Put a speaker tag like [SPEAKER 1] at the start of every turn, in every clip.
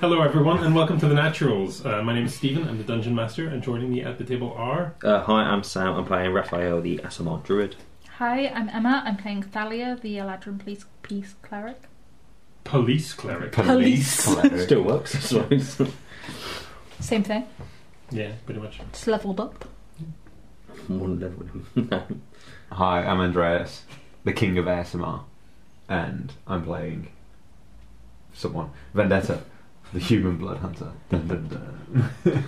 [SPEAKER 1] Hello, everyone, and welcome to The Naturals. Uh, my name is Stephen, I'm the Dungeon Master, and joining me at the table are.
[SPEAKER 2] Uh, hi, I'm Sam. I'm playing Raphael, the Asimov Druid.
[SPEAKER 3] Hi, I'm Emma. I'm playing Thalia, the Eladrin Police Peace Cleric.
[SPEAKER 1] Police Cleric.
[SPEAKER 3] Police.
[SPEAKER 4] cleric.
[SPEAKER 2] Still works, I suppose.
[SPEAKER 3] Same thing.
[SPEAKER 1] Yeah, pretty much.
[SPEAKER 3] It's leveled up.
[SPEAKER 2] One level.
[SPEAKER 4] Hi, I'm Andreas, the king of ASMR, and I'm playing someone. Vendetta, the human blood hunter. Dun, dun, dun.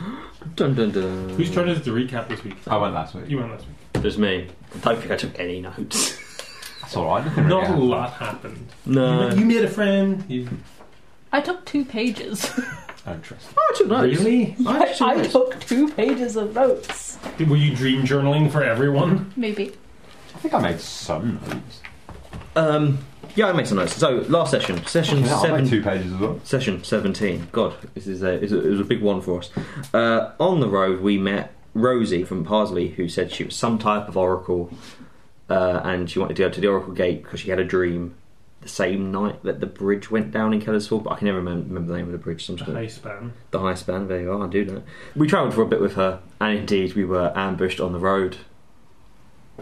[SPEAKER 2] Dun dun dun.
[SPEAKER 1] Who's trying to recap this week?
[SPEAKER 4] I went last week.
[SPEAKER 1] You went last week.
[SPEAKER 2] There's me. I don't think I took any notes.
[SPEAKER 4] That's alright. nothing really
[SPEAKER 1] Not a
[SPEAKER 4] happened.
[SPEAKER 1] lot happened.
[SPEAKER 2] No.
[SPEAKER 1] You, you made a friend. You,
[SPEAKER 3] I took two pages.
[SPEAKER 4] I don't trust
[SPEAKER 2] I took notes.
[SPEAKER 1] Really?
[SPEAKER 3] Oh,
[SPEAKER 2] I took
[SPEAKER 3] I
[SPEAKER 2] notes.
[SPEAKER 3] took two pages of notes.
[SPEAKER 1] Did- Were you dream journaling for everyone?
[SPEAKER 3] Maybe.
[SPEAKER 4] I think I made some notes.
[SPEAKER 2] Um, yeah, I made some notes. So, last session. Session
[SPEAKER 4] Yeah, I
[SPEAKER 2] 7.
[SPEAKER 4] made two pages as well.
[SPEAKER 2] Session 17. God, this is a, is a, it was a big one for us. Uh, on the road, we met Rosie from Parsley, who said she was some type of oracle uh, and she wanted to go to the Oracle Gate because she had a dream the same night that the bridge went down in Kellersford, but I can never remem- remember the name of the bridge. Some
[SPEAKER 1] A
[SPEAKER 2] sort of-
[SPEAKER 1] high span.
[SPEAKER 2] the high span, there you are, I do know. We travelled for a bit with her, and indeed we were ambushed on the road.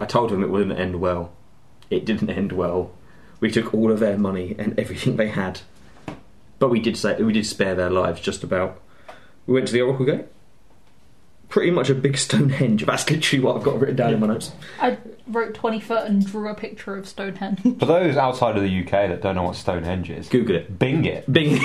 [SPEAKER 2] I told him it wouldn't end well. It didn't end well. We took all of their money and everything they had. But we did say we did spare their lives just about. We went to the Oracle Gate. Pretty much a big Stonehenge. That's literally what I've got written down in my notes.
[SPEAKER 3] I wrote 20 foot and drew a picture of Stonehenge.
[SPEAKER 4] For those outside of the UK that don't know what Stonehenge is,
[SPEAKER 2] Google it.
[SPEAKER 4] Bing it.
[SPEAKER 2] Bing.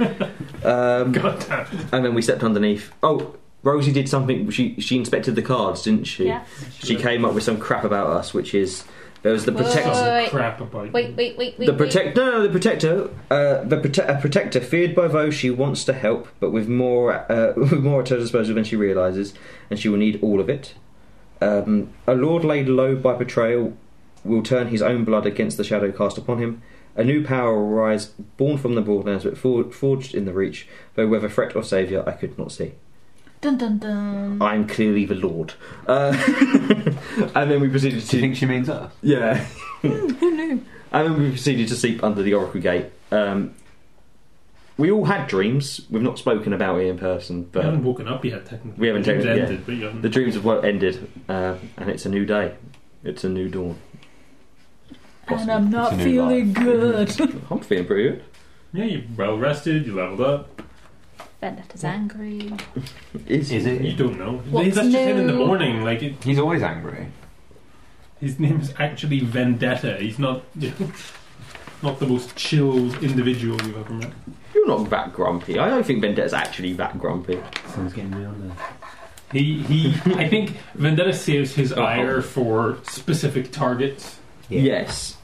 [SPEAKER 2] um,
[SPEAKER 1] God damn.
[SPEAKER 2] and then we stepped underneath. Oh, Rosie did something. She she inspected the cards, didn't she?
[SPEAKER 3] Yes.
[SPEAKER 2] She came up with some crap about us, which is there was the protect
[SPEAKER 3] Whoa.
[SPEAKER 1] Some
[SPEAKER 3] Oh, Wait.
[SPEAKER 1] crap about
[SPEAKER 3] Wait,
[SPEAKER 1] you.
[SPEAKER 3] wait, wait, wait.
[SPEAKER 2] the
[SPEAKER 3] wait.
[SPEAKER 2] protect no, no the protector uh, the prote- a protector feared by those she wants to help, but with more uh, with more at her disposal than she realizes, and she will need all of it. Um, a lord laid low by betrayal will turn his own blood against the shadow cast upon him. A new power will rise, born from the broadlands, but for- forged in the reach. Though whether threat or saviour, I could not see.
[SPEAKER 3] Dun dun dun.
[SPEAKER 2] I'm clearly the Lord. Uh, and then we proceeded
[SPEAKER 4] Do you
[SPEAKER 2] to
[SPEAKER 4] think she means us?
[SPEAKER 2] yeah. Who knew? And then we proceeded to sleep under the Oracle Gate. Um, we all had dreams. We've not spoken about it in person,
[SPEAKER 1] You haven't
[SPEAKER 2] but
[SPEAKER 1] woken up yet, technically.
[SPEAKER 2] We haven't
[SPEAKER 1] Dreams
[SPEAKER 2] taken- yeah.
[SPEAKER 1] ended, but you haven't.
[SPEAKER 2] the dreams have well ended, uh, and it's a new day. It's a new dawn.
[SPEAKER 3] and I'm not
[SPEAKER 4] It's a new
[SPEAKER 3] feeling good.
[SPEAKER 2] I'm feeling pretty good.
[SPEAKER 1] yeah, you're well rested, you leveled up.
[SPEAKER 3] Vendetta's angry.
[SPEAKER 4] Is
[SPEAKER 1] You
[SPEAKER 4] it?
[SPEAKER 1] don't know.
[SPEAKER 3] What's
[SPEAKER 1] That's just him in the
[SPEAKER 3] new?
[SPEAKER 1] morning. Like, it,
[SPEAKER 4] He's always angry.
[SPEAKER 1] His name is actually Vendetta. He's not not the most chilled individual you've ever met.
[SPEAKER 2] You're not that grumpy. I don't think Vendetta's actually that grumpy.
[SPEAKER 4] Someone's getting me on there.
[SPEAKER 1] He he. I think Vendetta saves his
[SPEAKER 2] Oh.
[SPEAKER 1] ire for specific targets.
[SPEAKER 4] Yeah.
[SPEAKER 2] Yes.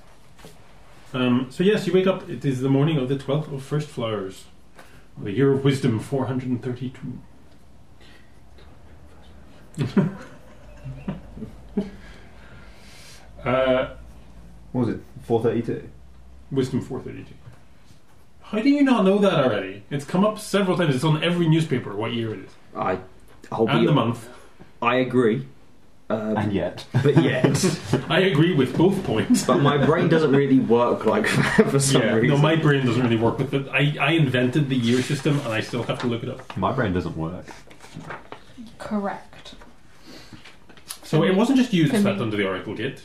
[SPEAKER 1] Um, so yes, you wake up. It is the morning of the twelfth of first flowers, the year of wisdom, four hundred and thirty-two. uh,
[SPEAKER 4] What was it? 432?
[SPEAKER 1] wisdom four thirty-two. How do you not know that already? It's come up several times. It's on every newspaper. What year it is?
[SPEAKER 2] I. I'll
[SPEAKER 1] and
[SPEAKER 2] be,
[SPEAKER 1] the month.
[SPEAKER 2] I agree. Um,
[SPEAKER 4] And yet.
[SPEAKER 2] but yes.
[SPEAKER 1] I agree with both points.
[SPEAKER 2] but my brain doesn't really work like that for some
[SPEAKER 1] Yeah, no,
[SPEAKER 2] reason.
[SPEAKER 1] my brain doesn't really work with it. I, I invented the year system and I still have to look it up.
[SPEAKER 4] My brain doesn't work.
[SPEAKER 3] Correct.
[SPEAKER 1] So it wasn't just you that
[SPEAKER 3] Can
[SPEAKER 1] slept
[SPEAKER 3] we-
[SPEAKER 1] under the Oracle Gate,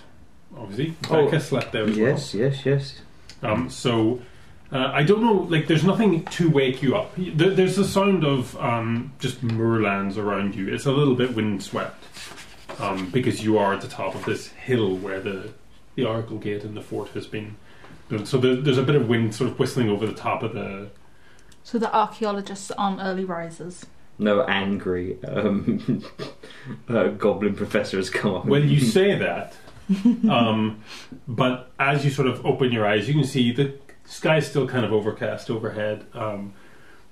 [SPEAKER 1] obviously.
[SPEAKER 2] Oh,
[SPEAKER 1] Becca slept there as
[SPEAKER 2] yes, yes, yes.
[SPEAKER 1] well. Um, so uh, I don't know, like, there's nothing to wake you up. There, there's the sound of um, just moorlands around you. It's a little bit windswept um, because you are at the top of this hill where the, the Oracle Gate and the fort has been. built. So there, there's a bit of wind sort of whistling over the top of the
[SPEAKER 3] So the archaeologists aren't early risers.
[SPEAKER 2] No angry um, uh, goblin professor has come up.
[SPEAKER 1] Well, you say that, um, but as you sort of open your eyes, you can see the sky's still kind of overcast overhead. Um,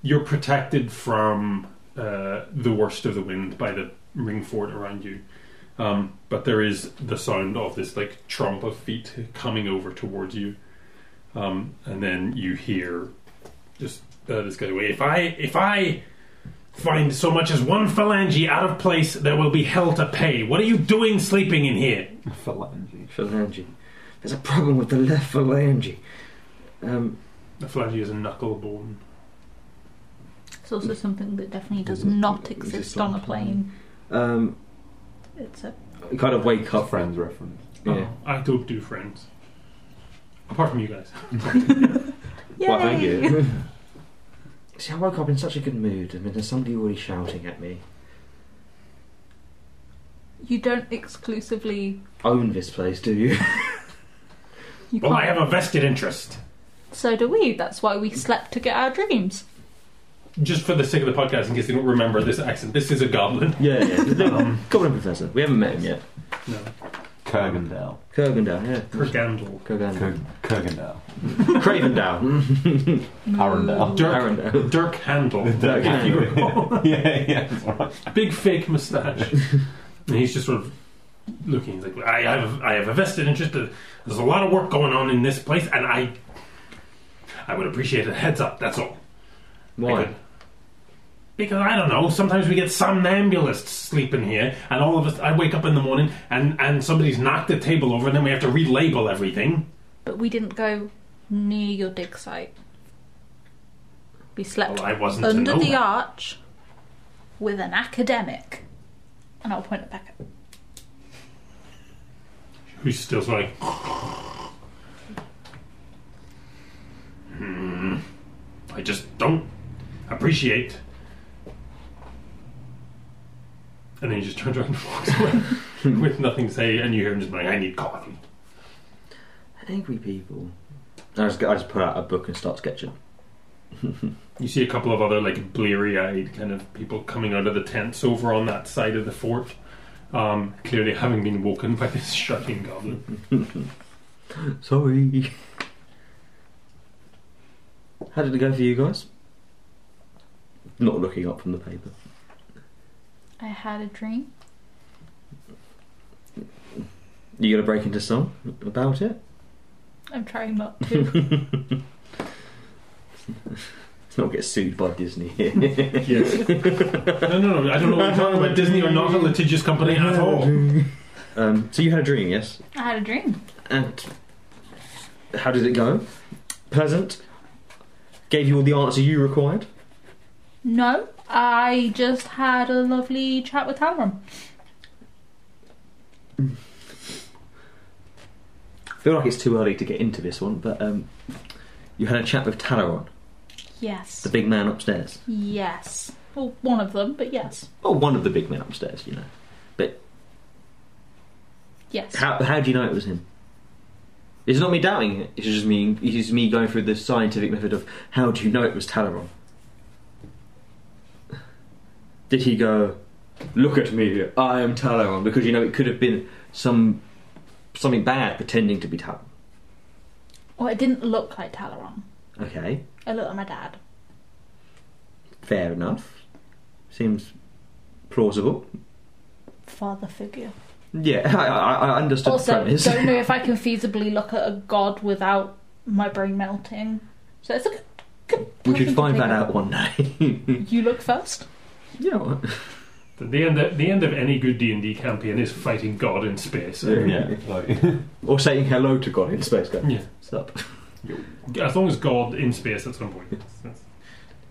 [SPEAKER 1] you're protected from uh, the worst of the wind by the ring fort around you, um, but there is the sound of this like trump of feet coming over towards you, um, and then you hear just uh, this guy. If I if I Find so much as one phalange out of place, there will be hell to pay. What are you doing sleeping in here?
[SPEAKER 4] Phalange.
[SPEAKER 2] phalange. There's a problem with the left phalange. Um,
[SPEAKER 1] The phalange is a knuckle bone.
[SPEAKER 3] It's also something that definitely does
[SPEAKER 2] Doesn't
[SPEAKER 3] not
[SPEAKER 2] exist
[SPEAKER 3] exist
[SPEAKER 2] on
[SPEAKER 3] on a plane.
[SPEAKER 2] Um,
[SPEAKER 3] It's a
[SPEAKER 2] kind of wake up.
[SPEAKER 4] Friends reference.
[SPEAKER 2] Yeah.
[SPEAKER 1] Oh, I don't do friends. Apart from you guys.
[SPEAKER 3] yay.
[SPEAKER 2] Well, thank you. See, I woke up in such a good mood. I mean, there's somebody already shouting at me.
[SPEAKER 3] You don't exclusively.
[SPEAKER 2] Own this place, do you?
[SPEAKER 3] You
[SPEAKER 1] Well,
[SPEAKER 3] can't.
[SPEAKER 1] I have a vested interest.
[SPEAKER 3] So do we. That's why we slept to get our dreams.
[SPEAKER 1] Just for the sake of the podcast, in case they don't remember this accent, this is a goblin.
[SPEAKER 2] Yeah, yeah.
[SPEAKER 1] Um,
[SPEAKER 2] Goblin Professor. We haven't met him yet.
[SPEAKER 1] no,
[SPEAKER 4] Kurgandale.
[SPEAKER 2] Kurgandale, yeah.
[SPEAKER 1] Kurgandal.
[SPEAKER 2] Kurgandale.
[SPEAKER 4] Kurgandale.
[SPEAKER 2] Cravendale.
[SPEAKER 4] Arundel.
[SPEAKER 1] Dirk,
[SPEAKER 2] Arundel.
[SPEAKER 1] Dirk Handel.
[SPEAKER 2] Dirk
[SPEAKER 1] if you
[SPEAKER 2] Handel.
[SPEAKER 1] recall.
[SPEAKER 4] yeah, yeah. that's right.
[SPEAKER 1] Big fake moustache. and he's just sort of looking. He's like, I have, I have a vested interest. There's a lot of work going on in this place, and I, I would appreciate a heads up. That's all.
[SPEAKER 2] Why?
[SPEAKER 1] Because- Because I don't know. Sometimes we get somnambulists sleeping here, and all of us. I wake up in the morning, and and somebody's knocked the table over, and then we have to relabel everything.
[SPEAKER 3] But we didn't go near your dig site. We slept
[SPEAKER 1] Well, I wasn't to
[SPEAKER 3] under
[SPEAKER 1] know
[SPEAKER 3] the
[SPEAKER 1] that.
[SPEAKER 3] arch with an academic. And I'll point it back at
[SPEAKER 1] Who's still sort of like. Hmm. I just don't appreciate. And then he just turns around and walks away with nothing to say, and you hear him just like, "I need coffee."
[SPEAKER 2] Angry people. I just, I just put out a book and start sketching.
[SPEAKER 1] You see a couple of other like bleary-eyed kind of people coming out of the tents over on that side of the fort, um, clearly having been woken by this shouting goblin.
[SPEAKER 2] Sorry. How did it go for you guys? Not looking up from the paper.
[SPEAKER 3] I had a dream.
[SPEAKER 2] You gonna break into song about it?
[SPEAKER 3] I'm trying not to.
[SPEAKER 2] Let's not get sued by Disney here.
[SPEAKER 1] Yes. no, no, no. I don't know what you're talking about. Disney are not a litigious company at all.
[SPEAKER 2] um, so you had a dream, yes?
[SPEAKER 3] I had a dream.
[SPEAKER 2] And how did it go? Pleasant? Gave you all the answer you required?
[SPEAKER 3] No, I just had a lovely chat with Halram.
[SPEAKER 2] feel like it's too early to get into this one, but um, you had a chat with Talaron,
[SPEAKER 3] Yes.
[SPEAKER 2] the big man upstairs.
[SPEAKER 3] Yes. Well, one of them, but yes.
[SPEAKER 2] Oh, one of the big men upstairs, you know.
[SPEAKER 3] Yes.
[SPEAKER 2] How, how do you know it was him? It's not me doubting it. It's just me. It's just me going through the scientific method of how do you know it was Talaron? Did he go? Look at me. I am Talaron. Because you know it could have been some something bad pretending to be Talaron.
[SPEAKER 3] Well, it didn't look like Talaron.
[SPEAKER 2] Okay,
[SPEAKER 3] It looked like my dad.
[SPEAKER 2] fair enough. Seems plausible.
[SPEAKER 3] Father figure.
[SPEAKER 2] Yeah, I, I, I understood the
[SPEAKER 3] also,
[SPEAKER 2] premise.
[SPEAKER 3] don't know if I can feasibly look at a god without my brain melting. So it's a good. good
[SPEAKER 2] we should
[SPEAKER 3] puzzle
[SPEAKER 2] find
[SPEAKER 3] to
[SPEAKER 2] that
[SPEAKER 3] think
[SPEAKER 2] out one day.
[SPEAKER 3] about. You look first.
[SPEAKER 2] yeah. Well,
[SPEAKER 1] The end, of, the end of any good D and D campaign is fighting God in space.
[SPEAKER 4] Yeah, like,
[SPEAKER 2] or saying hello to God in space. Go.
[SPEAKER 1] Yeah.
[SPEAKER 2] Sup.
[SPEAKER 1] As long as God in space at some point.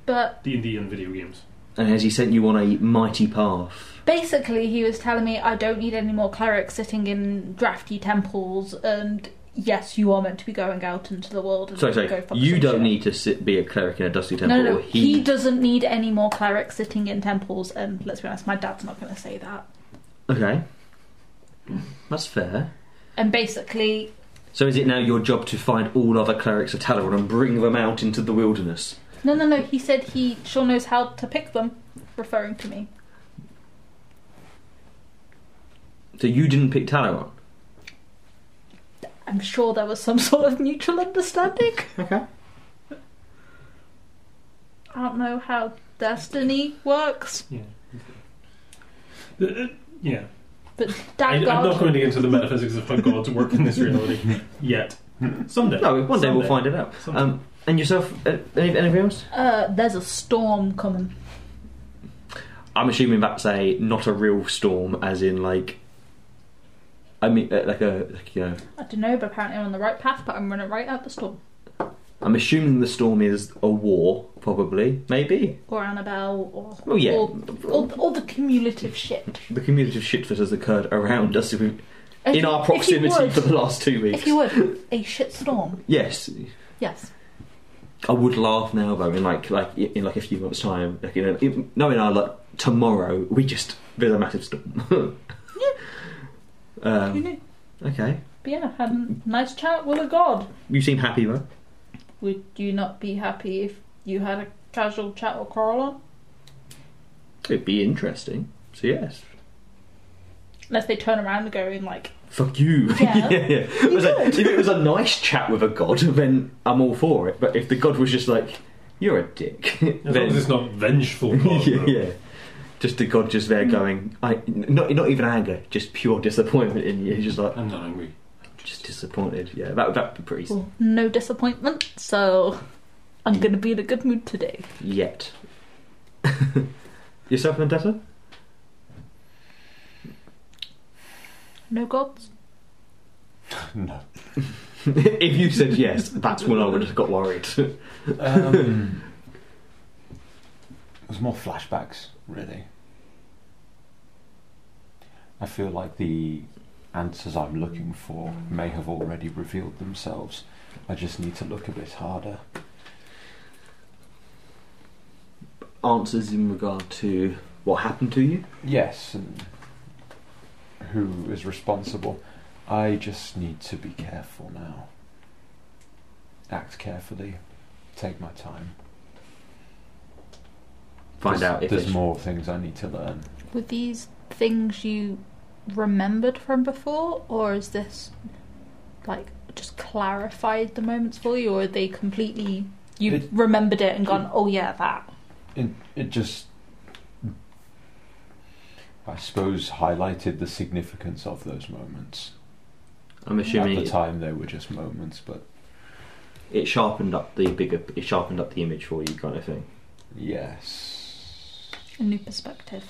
[SPEAKER 3] But
[SPEAKER 1] D and D and video games.
[SPEAKER 2] And has he sent you on a mighty path?
[SPEAKER 3] basically, he was telling me I don't need any more clerics sitting in drafty temples, and yes, you are meant to be going out into the world. And
[SPEAKER 2] Sorry,
[SPEAKER 3] Mm, go
[SPEAKER 2] sorry.
[SPEAKER 3] fuck
[SPEAKER 2] You
[SPEAKER 3] some
[SPEAKER 2] don't
[SPEAKER 3] shit.
[SPEAKER 2] need to sit, be a cleric in a dusty
[SPEAKER 3] No,
[SPEAKER 2] temple.
[SPEAKER 3] no, no.
[SPEAKER 2] or
[SPEAKER 3] He... doesn't need any more clerics sitting in temples, and let's be honest, my dad's not going to say that.
[SPEAKER 2] Okay. That's fair.
[SPEAKER 3] And basically,
[SPEAKER 2] So is it now your job to find all other clerics of Talaron and bring them out into the wilderness?
[SPEAKER 3] no, no, no. He said he sure knows how to pick them, referring to me.
[SPEAKER 2] So you didn't pick Talaron?
[SPEAKER 3] I'm sure there was some sort of mutual understanding.
[SPEAKER 2] Okay.
[SPEAKER 3] I don't know how destiny works,
[SPEAKER 1] Yeah. The- uh, yeah.
[SPEAKER 3] but
[SPEAKER 1] I,
[SPEAKER 3] dad
[SPEAKER 1] I'm
[SPEAKER 3] god.
[SPEAKER 1] not going to get into the metaphysics of how God's work in this reality yet. Someday.
[SPEAKER 2] No, one day we'll
[SPEAKER 1] Someday.
[SPEAKER 2] find it out.
[SPEAKER 1] Someday.
[SPEAKER 2] Um, and yourself, uh, any, anything else?
[SPEAKER 3] Uh, there's a storm coming.
[SPEAKER 2] I'm assuming that's a not a real storm, as in like. I mean, uh, like a like, you know.
[SPEAKER 3] I don't know, but apparently I'm on the right path, but I'm running right at the storm.
[SPEAKER 2] I'm assuming the storm is a war, probably. Maybe.
[SPEAKER 3] or Annabelle, or
[SPEAKER 2] Well, Oh, yeah.
[SPEAKER 3] or, or, or the cumulative shit.
[SPEAKER 2] The community of shit that has occurred around us in
[SPEAKER 3] If you-
[SPEAKER 2] our
[SPEAKER 3] if you
[SPEAKER 2] proximity
[SPEAKER 3] would-
[SPEAKER 2] for the last two weeks.
[SPEAKER 3] If you would, a shit storm.
[SPEAKER 2] Yes,
[SPEAKER 3] Yes.
[SPEAKER 2] I would laugh now though in like like in like a few months' time, like you know, in, knowing our like tomorrow we just there's a massive storm.
[SPEAKER 3] Who
[SPEAKER 2] um,
[SPEAKER 3] knew?
[SPEAKER 2] okay,
[SPEAKER 3] But yeah, had a nice chat with a god.
[SPEAKER 2] you seem happy though.
[SPEAKER 3] Would you not be happy if you had a casual chat with Coralon?
[SPEAKER 2] It'd be interesting. So yes,
[SPEAKER 3] Unless they turn around and go in like,
[SPEAKER 2] fuck you.
[SPEAKER 3] Yeah.
[SPEAKER 2] yeah, yeah. It was like,
[SPEAKER 3] could.
[SPEAKER 2] if it was a nice chat with a god, then I'm all for it. But if the god was just like, "You're a dick,"
[SPEAKER 1] As long as
[SPEAKER 2] then
[SPEAKER 1] it's not vengeful. God,
[SPEAKER 2] yeah,
[SPEAKER 1] though.
[SPEAKER 2] yeah. Just the god just there going, I not not even anger, just pure disappointment in you. Just like
[SPEAKER 1] I'm not angry.
[SPEAKER 2] just disappointed. Yeah, that that'd be pretty
[SPEAKER 3] well, no disappointment, so I'm gonna be in a good mood today.
[SPEAKER 2] yet. Yourself, Vendetta?
[SPEAKER 3] No gods?
[SPEAKER 4] No.
[SPEAKER 2] if you said yes, that's when I would have got worried.
[SPEAKER 4] Um, it was more flashbacks, really. I feel like the answers I'm looking for may have already revealed themselves. I just need to look a bit harder.
[SPEAKER 2] Answers in regard to what happened to you?
[SPEAKER 4] Yes, and who is responsible? I just need to be careful now. Act carefully. Take my time.
[SPEAKER 2] Find
[SPEAKER 4] There's-
[SPEAKER 2] out if
[SPEAKER 4] there's
[SPEAKER 2] it's
[SPEAKER 4] more things I need to learn.
[SPEAKER 3] Were these things you remembered from before, or is this like just clarified the moments for you, or are they completely you
[SPEAKER 4] It-
[SPEAKER 3] have remembered it and gone, oh yeah, that?
[SPEAKER 4] It it just, I suppose, highlighted the significance of those moments.
[SPEAKER 2] I'm assuming
[SPEAKER 4] At the
[SPEAKER 2] it,
[SPEAKER 4] time, they were just moments, but
[SPEAKER 2] it sharpened up the bigger, it sharpened up the image for you, kind of thing.
[SPEAKER 4] yes,
[SPEAKER 3] A new perspective.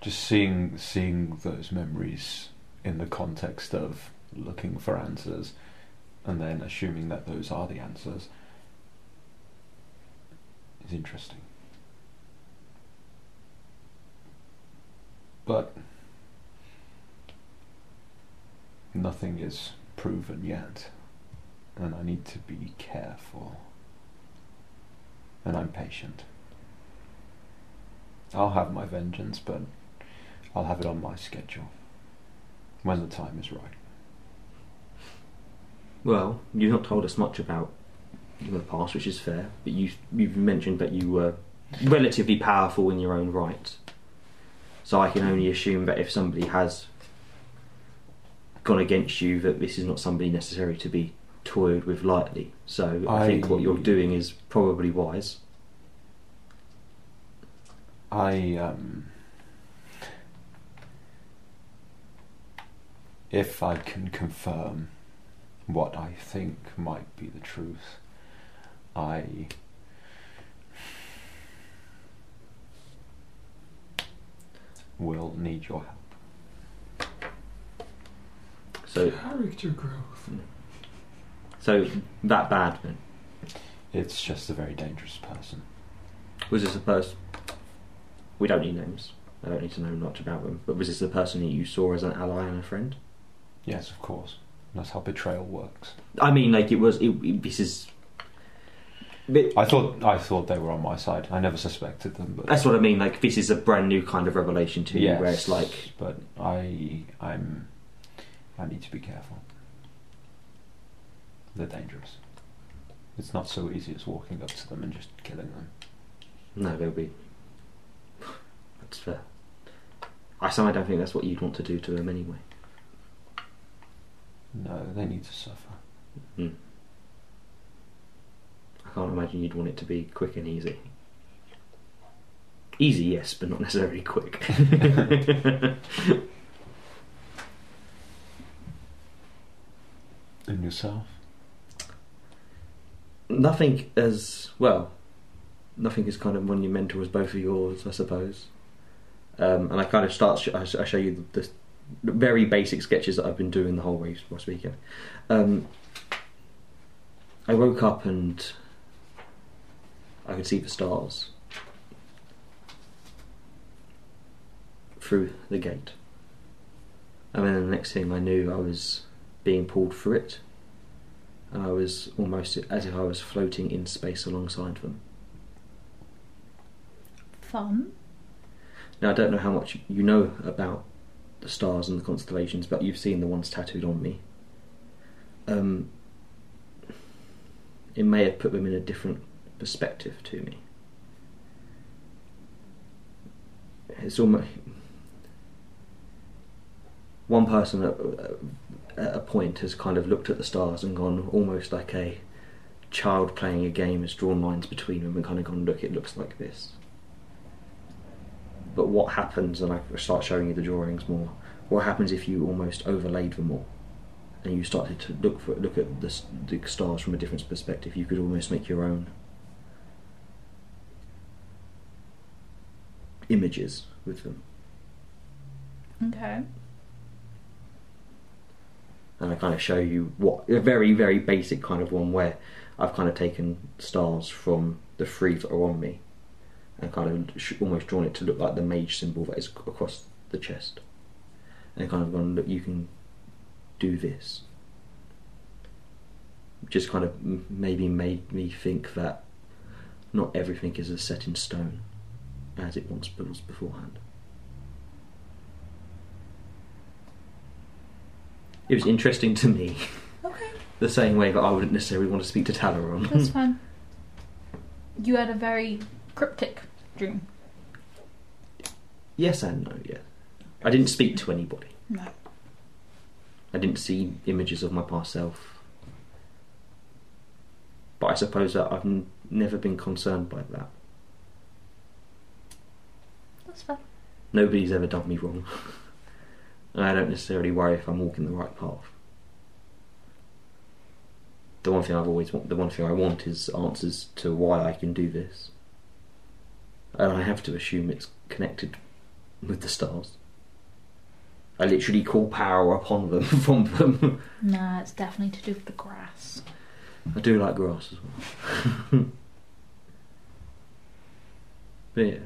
[SPEAKER 4] just seeing seeing those memories in the context of looking for answers, and then assuming that those are the answers is interesting. But nothing is proven yet, and I need to be careful. And I'm patient. I'll have my vengeance, but I'll have it on my schedule when the time is right.
[SPEAKER 2] Well, you've not told us much about the past, which is fair, but you, you've mentioned that you were relatively powerful in your own right. So I can only assume that if somebody has gone against you, that this is not somebody necessary to be toyed with lightly. So I,
[SPEAKER 4] I-
[SPEAKER 2] think what you're doing is probably wise.
[SPEAKER 4] I um if I can confirm what I think might be the truth, I will need your help.
[SPEAKER 2] So,
[SPEAKER 1] Character growth.
[SPEAKER 2] so that bad then.
[SPEAKER 4] It's just a very dangerous person.
[SPEAKER 2] Was this a person? We don't need names. I don't need to know much about them. But was this the person that you saw as an ally and a friend?
[SPEAKER 4] Yes, of course. That's how betrayal works.
[SPEAKER 2] I mean, like it was. It, it- this is. but-
[SPEAKER 4] I thought I thought they were on my side. I never suspected them, but
[SPEAKER 2] that's what I mean. Like this is a brand new kind of revelation to you, where it's like
[SPEAKER 4] but I, I'm, I need to be careful. They're dangerous. It's not so easy as walking up to them and just killing them.
[SPEAKER 2] no, there'll be. That's fair. I somehow don't think that's what you'd want to do to them anyway.
[SPEAKER 4] No, they need to suffer.
[SPEAKER 2] I can't imagine you'd want it to be quick and easy. Easy, yes, but not necessarily quick.
[SPEAKER 4] And yourself?
[SPEAKER 2] nothing as well. Nothing as kind of monumental as both of yours, I suppose. Um, and I kind of start. Sh- I, sh- I show you the, the very basic sketches that I've been doing the whole week whilst weekend. Um, I woke up and I could see the stars through the gate. And then the next thing I knew, I was being pulled through it, and I was almost as if I was floating in space alongside them.
[SPEAKER 3] Fun.
[SPEAKER 2] Now, I don't know how much you know about the stars and the constellations, but you've seen the ones tattooed on me. Um, it may have put them in a different perspective to me. It's almost. One person at, at a point has kind of looked at the stars and gone almost like a child playing a game has drawn lines between them and kind of gone, look, it looks like this but what happens and I start showing you the drawings more what happens if you almost overlaid them all and you started to look for look at the, s- the stars from a different perspective you could almost make your own images with them
[SPEAKER 3] Okay.
[SPEAKER 2] and I kind of show you what a very very basic kind of one where I've kind of taken stars from the three that are on me and kind of sh- almost drawn it to look like the mage symbol that is ac- across the chest and kind of gone look you can do this just kind of m- maybe made me think that not everything is as set in stone as it once was beforehand it was interesting to me
[SPEAKER 3] Okay,
[SPEAKER 2] the same way that I wouldn't necessarily want to speak to Talaron.
[SPEAKER 3] that's fine. You had a very cryptic dream.
[SPEAKER 2] Yes and no, yeah. I didn't speak to anybody.
[SPEAKER 3] No.
[SPEAKER 2] I didn't see images of my past self. But I suppose that I've n- never been concerned by that.
[SPEAKER 3] That's fine.
[SPEAKER 2] Nobody's ever done me wrong. and I don't necessarily worry if I'm walking the right path. The one thing I've always want, the one thing I want is answers to why I can do this. And I have to assume it's connected with the stars. I literally call power upon them from them.
[SPEAKER 3] Nah, it's definitely to do with the grass.
[SPEAKER 2] I do like grass as well. but yeah.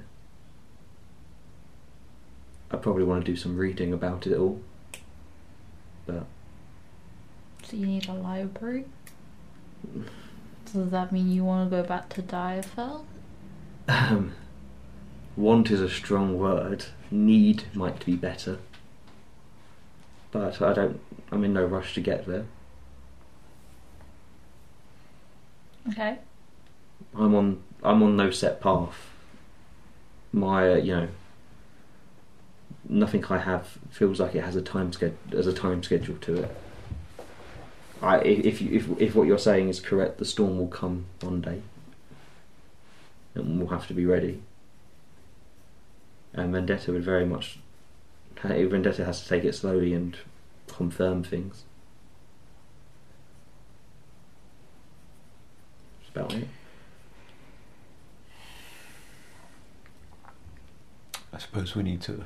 [SPEAKER 2] I probably want to do some reading about it all.
[SPEAKER 3] So you need a library. So does that mean you want to go back to Diafel?
[SPEAKER 2] Um, want is a strong word. Need might be better. But I don't. I'm in no rush to get there.
[SPEAKER 3] Okay.
[SPEAKER 2] I'm on. I'm on no set path. My, uh, you know, nothing I have feels like it has a time schedule. As a time schedule to it. I, i- if you, if if what you're saying is correct, the storm will come one day, and we'll have to be ready. And Vendetta would very much. Vendetta has to take it slowly and confirm things. That's about it.
[SPEAKER 4] I suppose we need to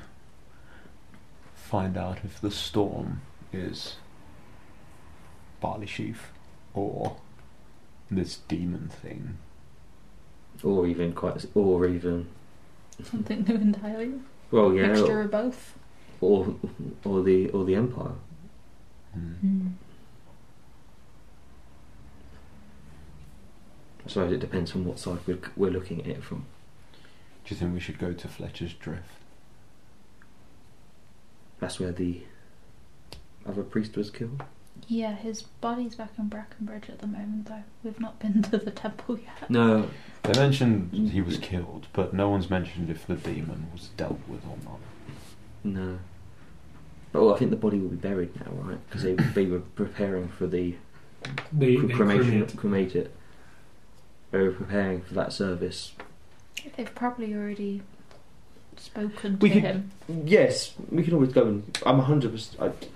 [SPEAKER 4] find out if the storm is barley sheaf or this demon thing.
[SPEAKER 2] or even quite, or even
[SPEAKER 3] Something new entirely.
[SPEAKER 2] well, yeah,
[SPEAKER 3] Mixture of both.
[SPEAKER 2] or or the or the empire.
[SPEAKER 4] Hmm.
[SPEAKER 3] Mm.
[SPEAKER 2] I suppose it depends on what side we're, we're looking at it from.
[SPEAKER 4] Do you think we should go to Fletcher's Drift?
[SPEAKER 2] That's where the other priest was killed.
[SPEAKER 3] Yeah, his body's back in Brackenbridge at the moment, though. We've not been to the temple yet.
[SPEAKER 2] No,
[SPEAKER 4] They mentioned he was killed, but no one's mentioned if the demon was dealt with or not.
[SPEAKER 2] no. But well, I think the body will be buried now, right? Because they they were preparing for the
[SPEAKER 1] They,
[SPEAKER 2] cre-
[SPEAKER 1] they
[SPEAKER 2] cremation,
[SPEAKER 1] cremate.
[SPEAKER 2] cremate it. They were preparing for that service.
[SPEAKER 3] They've probably already spoken to
[SPEAKER 2] We could-
[SPEAKER 3] him.
[SPEAKER 2] Yes, we can always go and. I'm hundred percent.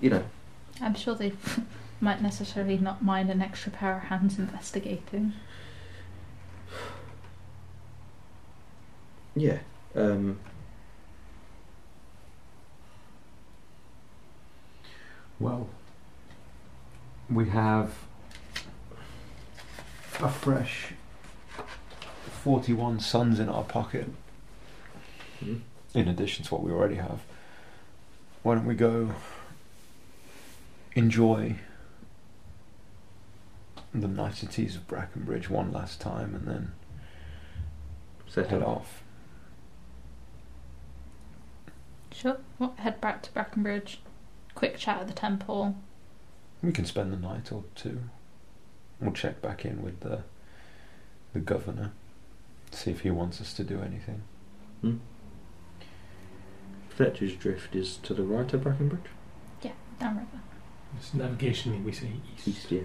[SPEAKER 2] You know,
[SPEAKER 3] I'm sure they might necessarily not mind an extra pair of hands investigating.
[SPEAKER 2] Yeah. Um,
[SPEAKER 4] Well, we have a fresh 41 suns in our pocket,
[SPEAKER 2] Hmm.
[SPEAKER 4] in addition to what we already have. Why don't we go enjoy the niceties of Brackenbridge one last time and then
[SPEAKER 2] Set
[SPEAKER 4] head
[SPEAKER 2] up.
[SPEAKER 4] off?
[SPEAKER 3] Sure. Well, head back to Brackenbridge. Quick chat at the temple.
[SPEAKER 4] We can spend the night or two. We'll check back in with the the governor, see if he wants us to do anything.
[SPEAKER 2] Fletcher's Drift is to the right of Brackenbridge.
[SPEAKER 3] Downriver.
[SPEAKER 1] It's navigationally, we say east.
[SPEAKER 2] East, yeah.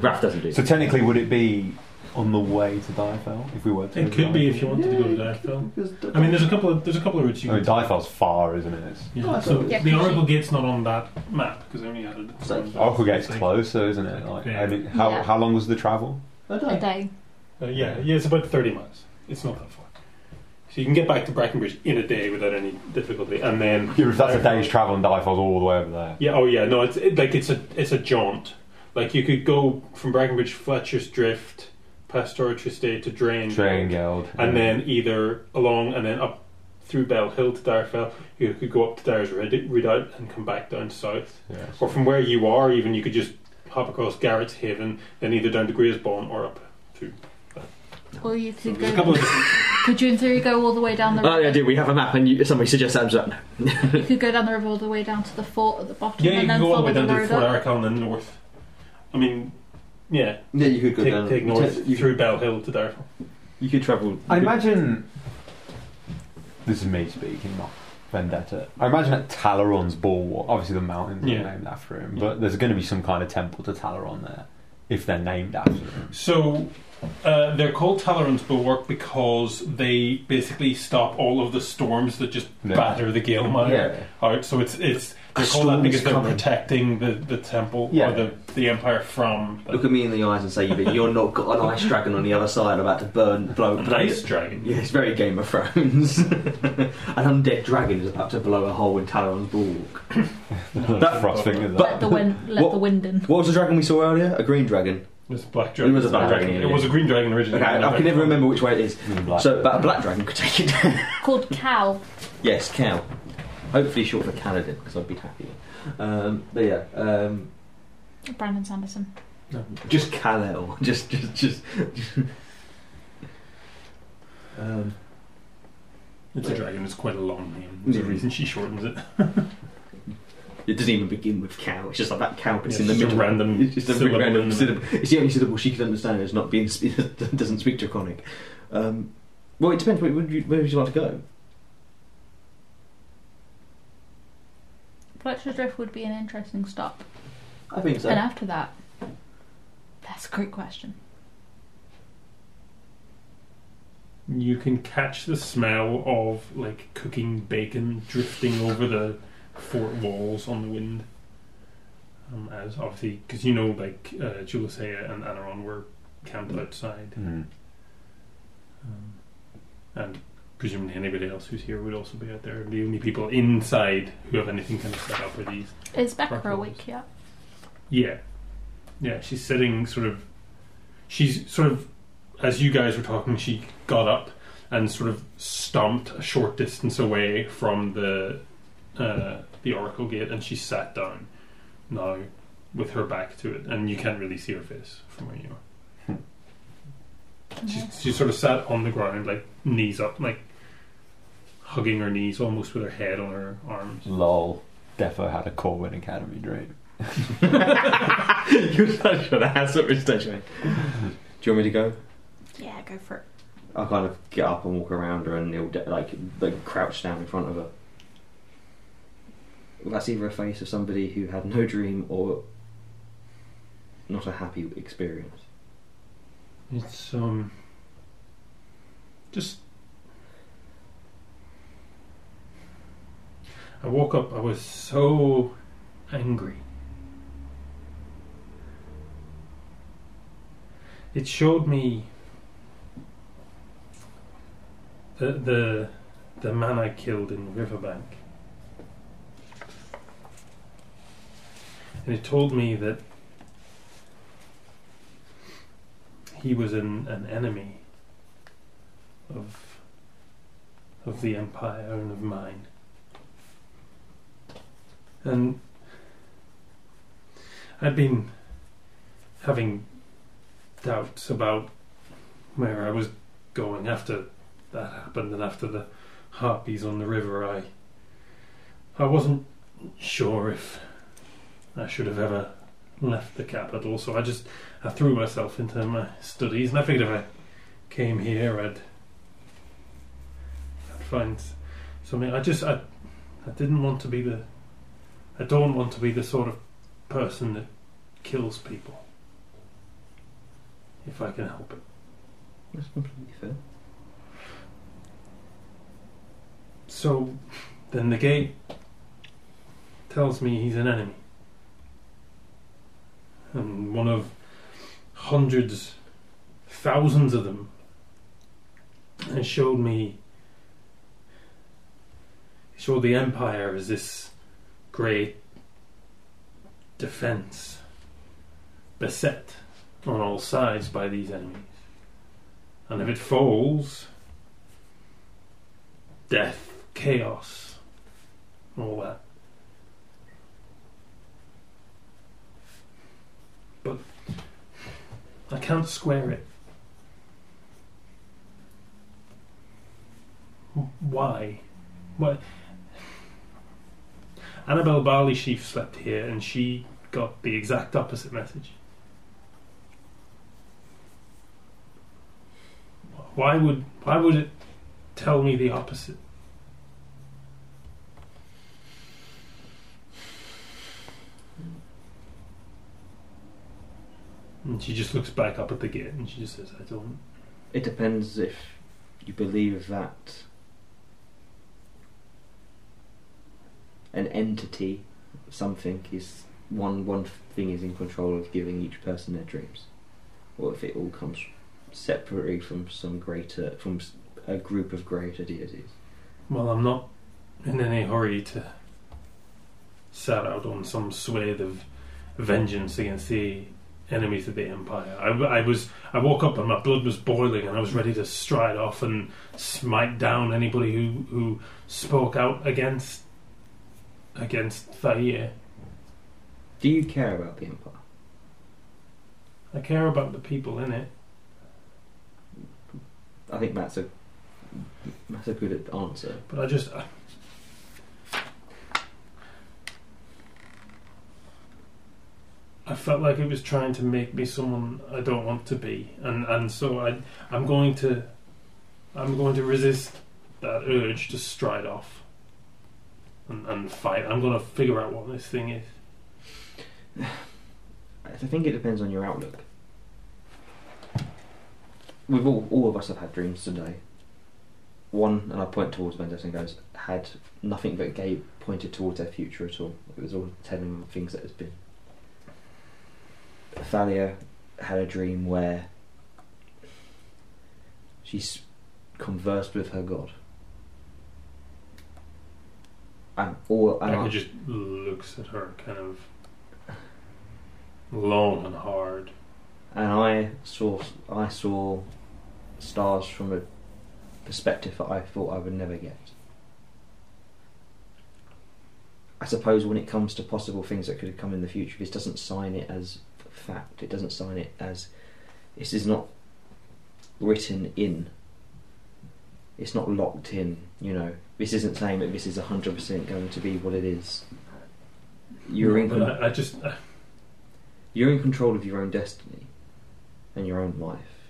[SPEAKER 2] Raph doesn't do
[SPEAKER 4] So technically, would it be on the way to Diefel if we were to?
[SPEAKER 1] It
[SPEAKER 4] go
[SPEAKER 1] could be
[SPEAKER 4] Diefel?
[SPEAKER 1] if you wanted to go to Diethel. I mean, there's a couple of there's a couple of routes you
[SPEAKER 4] I mean,
[SPEAKER 1] can.
[SPEAKER 4] Diefel's far, isn't it? It's,
[SPEAKER 1] Yeah.
[SPEAKER 2] Oh,
[SPEAKER 1] So
[SPEAKER 2] yeah,
[SPEAKER 1] the
[SPEAKER 3] can
[SPEAKER 1] Oracle
[SPEAKER 3] she-
[SPEAKER 1] Gate's not on that map because I only added. it.
[SPEAKER 2] So-
[SPEAKER 4] Oracle Gate's
[SPEAKER 1] It's like-
[SPEAKER 4] Oh, closer, isn't it? Like,
[SPEAKER 1] Yeah.
[SPEAKER 4] I mean, how
[SPEAKER 3] Yeah.
[SPEAKER 4] how long was the travel?
[SPEAKER 3] A day.
[SPEAKER 1] Uh, yeah, yeah, it's about 30 miles. It's not that far. So you can get back to Brackenbridge in a day without any difficulty, and then
[SPEAKER 4] Yeah, if that's a day's travel, and Diefel's all the way over there.
[SPEAKER 1] yeah, oh yeah, no, it's it, like it's a it's a jaunt. Like you could go from Brackenbridge, Fletcher's Drift, past Dorchester to Drain,
[SPEAKER 4] Train Geld,
[SPEAKER 1] and then either along and then up through Bell Hill to Darfell. You could go up to Dyer's Red- Redoubt and come back down south,
[SPEAKER 4] yeah, so-
[SPEAKER 1] or from where you are, even you could just hop across Garrett's Haven, then either down to Greysbawn or up.
[SPEAKER 3] Or you
[SPEAKER 1] So
[SPEAKER 3] could
[SPEAKER 1] there's a
[SPEAKER 3] go.
[SPEAKER 1] couple of different-
[SPEAKER 3] Could you in theory go all the way down the
[SPEAKER 2] Oh,
[SPEAKER 3] river?
[SPEAKER 2] yeah, do we have a map and you, somebody suggests that? No.
[SPEAKER 3] You could go down the river all the way down to the fort at the bottom
[SPEAKER 1] yeah, you
[SPEAKER 3] and then
[SPEAKER 1] can go all the
[SPEAKER 3] follow
[SPEAKER 1] way down to
[SPEAKER 3] road
[SPEAKER 1] Fort
[SPEAKER 3] up.
[SPEAKER 1] Arakel in the north. I mean, yeah,
[SPEAKER 2] Yeah, you could go
[SPEAKER 1] take,
[SPEAKER 2] down.
[SPEAKER 1] take north
[SPEAKER 2] you,
[SPEAKER 1] through Bell Hill to Darfell.
[SPEAKER 2] you could travel.
[SPEAKER 4] I imagine this is me speaking, not Vendetta. I imagine at Talaron's Bulwark, obviously the mountains
[SPEAKER 1] Yeah.
[SPEAKER 4] are named after him, but there's going to be some kind of temple to Talaron there if they're named after him.
[SPEAKER 1] So uh, they're called Tolerance Bulwark because they basically stop all of the storms that just
[SPEAKER 4] Yeah.
[SPEAKER 1] batter the gale mire out. So it's it's they're
[SPEAKER 2] A
[SPEAKER 1] called that
[SPEAKER 2] storm's
[SPEAKER 1] because
[SPEAKER 2] coming.
[SPEAKER 1] they're protecting the, the temple
[SPEAKER 4] Yeah.
[SPEAKER 1] or the, the empire from the,
[SPEAKER 2] Look at me in the eyes and say, "But you're not got an ice dragon on the other side about to burn, blow,
[SPEAKER 1] an
[SPEAKER 2] blow-
[SPEAKER 1] ice dragon.
[SPEAKER 2] Yeah, it's very Game of Thrones. an undead dragon is about to blow a hole in Talaron's bulwark.
[SPEAKER 4] That frost finger.
[SPEAKER 2] But-
[SPEAKER 3] Let the wind, let
[SPEAKER 2] What-
[SPEAKER 3] the wind in.
[SPEAKER 2] What was the dragon we saw earlier? A green dragon.
[SPEAKER 1] It was a black dragon.
[SPEAKER 2] It was a black dragon,
[SPEAKER 1] It
[SPEAKER 2] yeah.
[SPEAKER 1] was a green dragon originally.
[SPEAKER 2] Okay, I, I can never remember which way it is.
[SPEAKER 4] With a black
[SPEAKER 2] So, but a black dragon could take it down.
[SPEAKER 3] Called cow.
[SPEAKER 2] yes, cow. Hopefully short for Canadin, because I'd be happy. Um, but yeah, um,
[SPEAKER 3] Brandon Sanderson.
[SPEAKER 2] just Kal-El. Just, just, just. um,
[SPEAKER 1] It's a dragon. It's quite a long name. There's a
[SPEAKER 2] Yeah.
[SPEAKER 1] reason she shortens it.
[SPEAKER 2] It doesn't even begin with cow. It's just like that cow. It's
[SPEAKER 1] It's
[SPEAKER 2] in the
[SPEAKER 1] just a
[SPEAKER 2] middle.
[SPEAKER 1] random
[SPEAKER 2] It's just a
[SPEAKER 1] syllable
[SPEAKER 2] random
[SPEAKER 1] in the
[SPEAKER 2] syllable. It's the only syllable she could understand. It's not being. It doesn't speak draconic. Um, well, it depends. Where would you, where would you like to go?
[SPEAKER 3] Fletcher Drift would be an interesting stop.
[SPEAKER 2] I think so.
[SPEAKER 3] And after that, that's a great question.
[SPEAKER 1] You can catch the smell of like cooking bacon drifting over the fort walls on the wind. Um, as obviously, because you know, like uh, Julisea and Anaron were
[SPEAKER 2] Mm-hmm.
[SPEAKER 1] camped outside,
[SPEAKER 4] Hmm.
[SPEAKER 1] um, and presumably anybody else who's here would also be out there. The only people inside who have anything kind of set up are these.
[SPEAKER 3] Is Becca
[SPEAKER 1] Brackenbridge.
[SPEAKER 3] awake yet?
[SPEAKER 1] Yeah, yeah. She's sitting, sort of. She's sort of, as you guys were talking, she got up and sort of stomped a short distance away from the uh, the oracle gate, and she sat down now with her back to it, and you can't really see her face from where you are. She,
[SPEAKER 3] No.
[SPEAKER 1] she sort of sat on the ground, like knees up, like hugging her knees, almost with her head on her arms.
[SPEAKER 4] Lol. Defo had a Corwin Academy dream.
[SPEAKER 2] You're such an ass at this stage, mate. Do you want me to go?
[SPEAKER 3] Yeah, go for it.
[SPEAKER 2] I kind of get up and walk around her and kneel, de- like, like crouch down in front of her. Well, that's either a face of somebody who had no dream or not a happy experience.
[SPEAKER 1] It's um just I woke up I was so angry. It showed me the the the man I killed in Riverbank. and he told me that he was an, an enemy of of the empire and of mine. And I've been having doubts about where I was going after that happened and after the harpies on the river I I wasn't sure if I should have ever left the capital, so I just I threw myself into my studies, and I figured if I came here, I'd I'd find something. I just I I didn't want to be the I don't want to be the sort of person that kills people. If I can help it,
[SPEAKER 2] That's completely fair.
[SPEAKER 1] so then the gate tells me he's an enemy, and one of hundreds, thousands of them, and showed me. He showed the empire as this great defense, beset on all sides by these enemies, and if it falls, death, chaos, all that. But I can't square it. Why? Why? Annabelle Barley Sheaf slept here and she got the exact opposite message. Why would why would it tell me the opposite? And she just looks back up at the gate and she just says, I don't
[SPEAKER 2] It depends if you believe that an entity, something, is one one thing is in control of giving each person their dreams, or if it all comes separately from some greater from s- a group of greater deities.
[SPEAKER 1] Well, I'm not in any hurry to set out on some swathe of vengeance against the enemies of the empire. I, I was I woke up and my blood was boiling, and I was ready to stride off and smite down anybody who who spoke out against against Thayer.
[SPEAKER 2] Do you care about the empire?
[SPEAKER 1] I care about the people in it.
[SPEAKER 2] I think that's a that's a good answer.
[SPEAKER 1] But I just. uh, I, I felt like it was trying to make me someone I don't want to be, and and so I I'm going to I'm going to resist that urge to stride off and, and fight. I'm going to figure out what this thing is.
[SPEAKER 2] I think it depends on your outlook. We've all, all of us have had dreams today. One, and I point towards Vendetta and goes, had nothing but Gabe pointed towards their future at all. It was all telling them things that has been. Thalia had a dream where she s- conversed with her god. And all, and
[SPEAKER 1] Becca just looks at her kind of long and hard.
[SPEAKER 2] and I saw I saw stars from a perspective that I thought I would never get. I suppose when it comes to possible things that could have come in the future, this doesn't sign it as f- fact. It doesn't sign it as this is not written in. It's not locked in. You know, this isn't saying that this is hundred percent going to be what it is. You're in.
[SPEAKER 1] but I, I just
[SPEAKER 2] You're in control of your own destiny and your own life.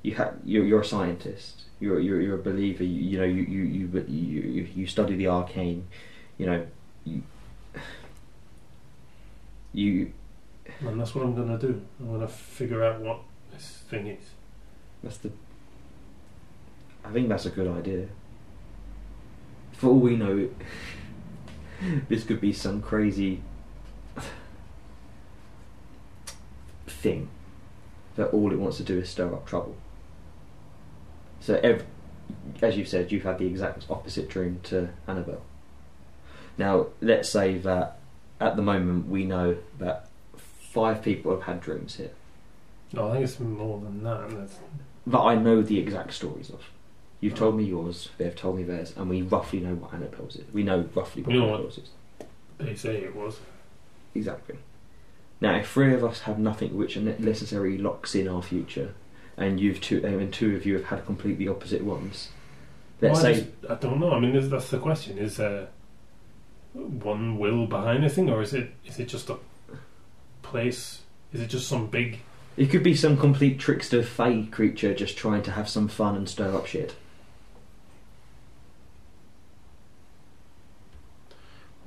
[SPEAKER 2] You ha- you're, you're a scientist. You're, you're, you're a believer. You, you know, you, you, you, you, you- you study the arcane. You know, you, you.
[SPEAKER 1] and that's what I'm going to do. I'm going to figure out what this thing is.
[SPEAKER 2] That's the. I think that's a good idea. For all we know, this could be some crazy thing that all it wants to do is stir up trouble. So, ev- as you've said, you've had the exact opposite dream to Annabelle. Now, let's say that at the moment, we know that five people have had dreams here
[SPEAKER 1] No, I think it's more than that. That's,
[SPEAKER 2] that I know the exact stories of. You've told me yours, they've told me theirs, and we roughly know what Annapels is. We know roughly what
[SPEAKER 1] You know what?
[SPEAKER 2] Annapels is.
[SPEAKER 1] they say it was.
[SPEAKER 2] Exactly. Now, if three of us have nothing which ne- necessarily locks in our future, and you've two, um, and two of you have had completely opposite ones, let's
[SPEAKER 1] Well, I
[SPEAKER 2] say
[SPEAKER 1] just- I don't know. I mean, is- that's the question: is uh, one will behind this thing, or is it is it just a place? Is it just some big?
[SPEAKER 2] it could be some complete trickster fae creature just trying to have some fun and stir up shit.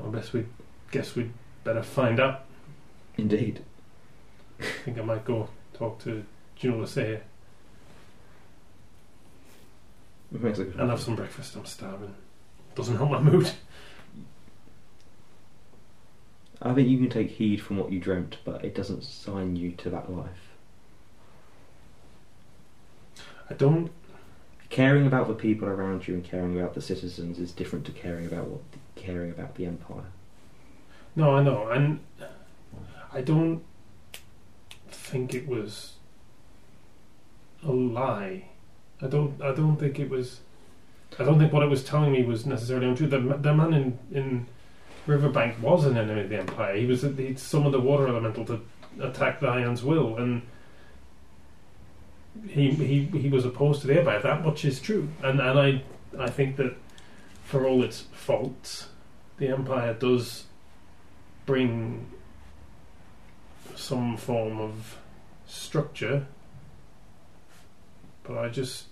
[SPEAKER 1] I guess we guess we'd better find out.
[SPEAKER 2] Indeed.
[SPEAKER 1] I think I might go talk to Jules here and have some breakfast. I'm starving. Doesn't help my mood.
[SPEAKER 2] I think you can take heed from what you dreamt, but it doesn't sign you to that life.
[SPEAKER 1] I don't.
[SPEAKER 2] Caring about the people around you and caring about the citizens is different to caring about what caring about the empire.
[SPEAKER 1] No, I know, and I don't think it was a lie. I don't. I don't think it was. I don't think what it was telling me was necessarily untrue. The, ma- the man in, in Riverbank was an enemy of the Empire. He was he summoned the water elemental to attack the Iron's will, and he he he was opposed to the Empire. That much is true, and and I I think that for all its faults, the Empire does bring some form of structure, but I just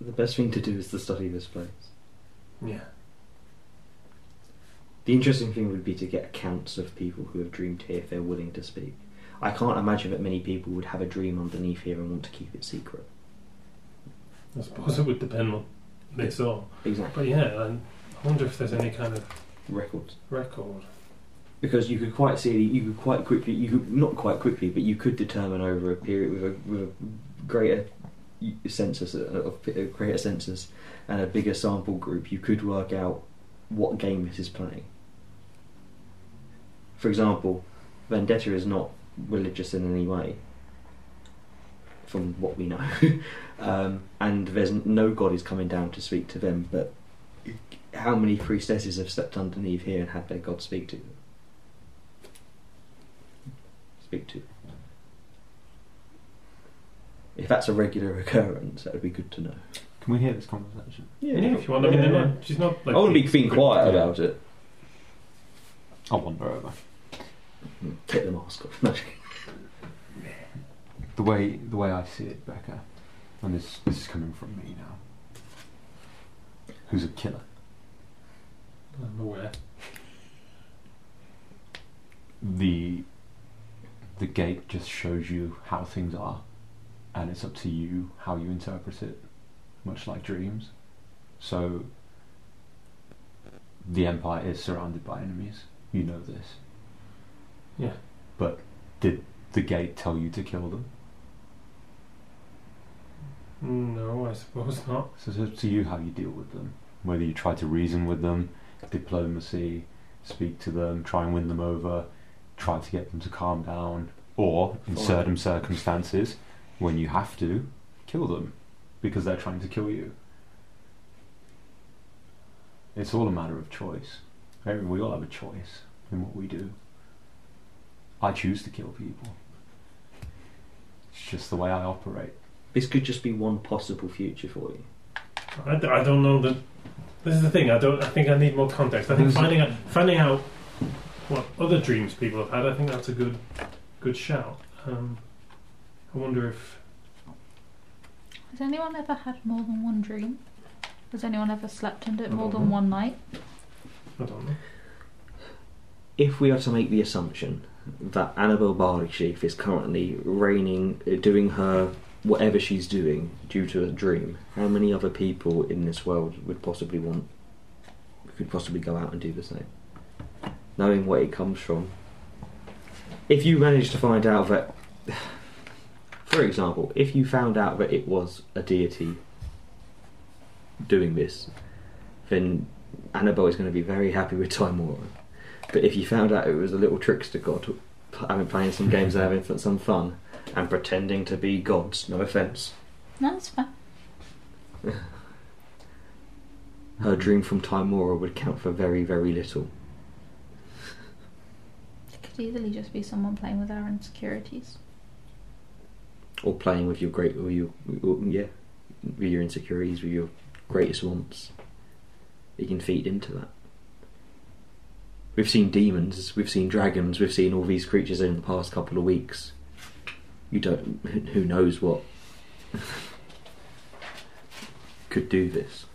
[SPEAKER 2] The best thing to do is to study this place.
[SPEAKER 1] yeah.
[SPEAKER 2] The interesting thing would be to get accounts of people who have dreamed here if they're willing to speak. I can't imagine that many people would have a dream underneath here and want to keep it secret.
[SPEAKER 1] I suppose it would depend on they saw,
[SPEAKER 2] Exactly.
[SPEAKER 1] but yeah, and I wonder if there's any kind of
[SPEAKER 2] Records.
[SPEAKER 1] record.
[SPEAKER 2] Because you could quite see, you could quite quickly, you could, not quite quickly, but you could determine over a period with a, with a greater census, of a greater census, and a bigger sample group, you could work out what game this is playing. For example, Vendetta is not religious in any way, from what we know, um, and there's no god is coming down to speak to them. But how many priestesses have stepped underneath here and had their god speak to them? Speak to. If that's a regular occurrence, that would be good to know.
[SPEAKER 4] Can we hear this conversation?
[SPEAKER 1] Yeah, if you want. I mean, they're not, she's not like.
[SPEAKER 2] I wouldn't be being quiet
[SPEAKER 1] Yeah.
[SPEAKER 2] about it.
[SPEAKER 4] I'll wander over.
[SPEAKER 2] Take the mask off. No.
[SPEAKER 4] The way the way I see it, Becca, and this this is coming from me now. Who's a killer?
[SPEAKER 1] I'm aware.
[SPEAKER 4] the the gate just shows you how things are and it's up to you how you interpret it much like dreams so the empire is surrounded by enemies you know this
[SPEAKER 1] Yeah.
[SPEAKER 4] but did the gate tell you to kill them
[SPEAKER 1] No, I suppose not.
[SPEAKER 4] so it's up to you how you deal with them whether you try to reason with them diplomacy speak to them try and win them over try to get them to calm down or in
[SPEAKER 2] Follow.
[SPEAKER 4] certain circumstances when you have to kill them because they're trying to kill you it's all a matter of choice Every- we all have a choice in what we do i choose to kill people it's just the way i operate
[SPEAKER 2] This could just be one possible future for you.
[SPEAKER 1] I, d- I don't know that. This is the thing. I don't. I think I need more context. I think
[SPEAKER 4] There's-
[SPEAKER 1] finding out finding out what other dreams people have had. I think that's a good good shout. Um, I wonder if
[SPEAKER 3] Has anyone ever had more than one dream? Has anyone ever slept in it more than one night?
[SPEAKER 1] I don't know.
[SPEAKER 2] If we are to make the assumption that Annabel Barishif is currently reigning, uh, doing her whatever she's doing due to a dream, how many other people in this world would possibly want, could possibly go out and do the same? Knowing where it comes from. If you manage to find out that, for example, if you found out that it was a deity doing this, then Annabelle is going to be very happy with Time Warner. But if you found out it was a little trickster god, I mean, playing some games and having f- some fun, and pretending to be gods, no offence,
[SPEAKER 3] No, that's fine.
[SPEAKER 2] her dream from Time Warner would count for very, very little.
[SPEAKER 3] It could easily just be someone playing with our insecurities.
[SPEAKER 2] Or playing with your great, or your, or, yeah, with your insecurities, with your greatest wants. You can feed into that. We've seen demons, we've seen dragons, we've seen all these creatures in the past couple of weeks. You don't, who knows what could do this.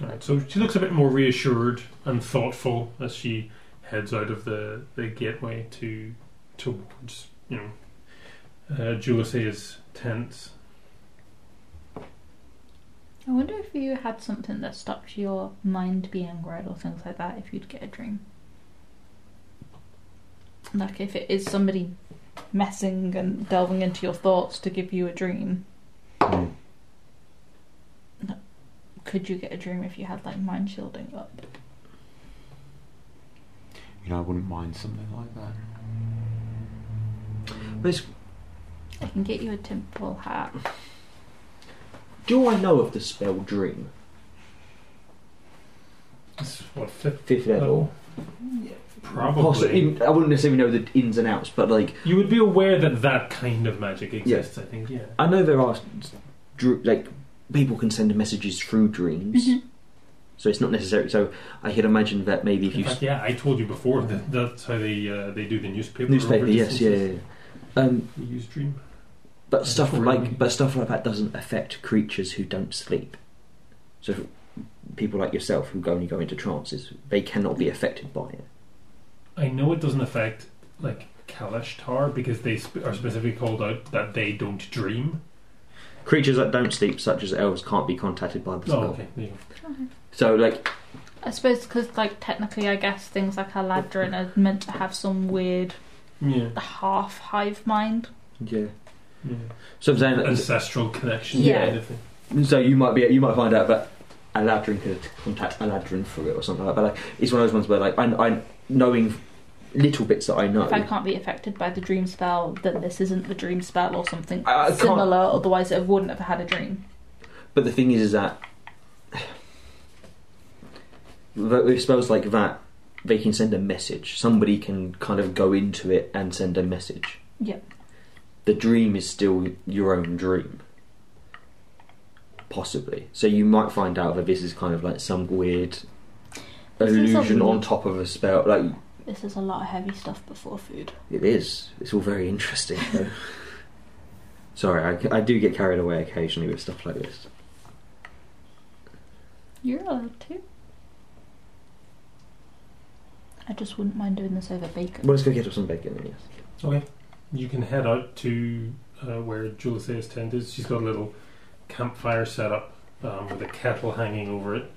[SPEAKER 1] All right, so she looks a bit more reassured and thoughtful as she heads out of the, the gateway to towards you know uh, Julius's tents.
[SPEAKER 3] I wonder if you had something that stopped your mind being read or things like that if you'd get a dream. Like if it is somebody messing and delving into your thoughts to give you a dream, could you get a dream if you had like mind shielding up?
[SPEAKER 4] You know, I wouldn't mind something like that.
[SPEAKER 2] But it's
[SPEAKER 3] I can get you a temple hat.
[SPEAKER 2] Do I know of the spell Dream?
[SPEAKER 1] It's what fifth
[SPEAKER 2] Fifth level.
[SPEAKER 1] Uh, probably.
[SPEAKER 2] Possi- I wouldn't necessarily know the ins and outs, but like
[SPEAKER 1] You would be aware that that kind of magic exists. I think, yeah.
[SPEAKER 2] I know there are dr- like people can send messages through dreams, so it's not necessary. So I could imagine that maybe if
[SPEAKER 1] In
[SPEAKER 2] you
[SPEAKER 1] fact, yeah, I told you before that that's how they uh, they do the newspaper.
[SPEAKER 2] newspaper,
[SPEAKER 1] over
[SPEAKER 2] yes, yeah,
[SPEAKER 1] distances.
[SPEAKER 2] yeah, yeah. Um,
[SPEAKER 1] We use dream.
[SPEAKER 2] but
[SPEAKER 1] That's
[SPEAKER 2] stuff
[SPEAKER 1] really-
[SPEAKER 2] like but stuff like that doesn't affect creatures who don't sleep. So if- people like yourself who only go into trances, they cannot be affected by it.
[SPEAKER 1] I know it doesn't affect like Kalashtar because they sp- are specifically called out that they don't dream.
[SPEAKER 2] Creatures that don't sleep, such as elves, can't be contacted by the spell.
[SPEAKER 1] Oh, okay. There you go.
[SPEAKER 2] So like,
[SPEAKER 3] I suppose because like technically I guess things like Aladrin are meant to have some weird
[SPEAKER 1] Yeah.
[SPEAKER 3] half hive mind.
[SPEAKER 2] yeah.
[SPEAKER 1] yeah.
[SPEAKER 2] So I'm saying that
[SPEAKER 1] Ancestral connection.
[SPEAKER 3] Yeah.
[SPEAKER 1] Kind of thing.
[SPEAKER 2] So you might be you might find out that Aladrin could contact Aladrin for it or something like that. But like, it's one of those ones where like I, I knowing little bits that I know.
[SPEAKER 3] If I can't be affected by the dream spell, then this isn't the dream spell or something
[SPEAKER 2] I- I can't-
[SPEAKER 3] similar. Otherwise, it wouldn't have had a dream.
[SPEAKER 2] But the thing is, is that that with spells like that, they can send a message. Somebody can kind of go into it and send a message.
[SPEAKER 3] Yep.
[SPEAKER 2] The dream is still your own dream. Possibly. So you might find out that this is kind of like some weird
[SPEAKER 3] This is a
[SPEAKER 2] illusion on
[SPEAKER 3] weird-
[SPEAKER 2] top of a spell. Like
[SPEAKER 3] This is a lot of heavy stuff before food.
[SPEAKER 2] It is. It's all very interesting. Though. Sorry, I, I do get carried away occasionally with stuff like this.
[SPEAKER 3] You're allowed to. I just wouldn't mind doing this over bacon.
[SPEAKER 2] Well, let's go get us some bacon then, yes.
[SPEAKER 1] Okay. You can head out to uh, where Julisa's tent is. She's got a little campfire set up um, with a kettle hanging over it,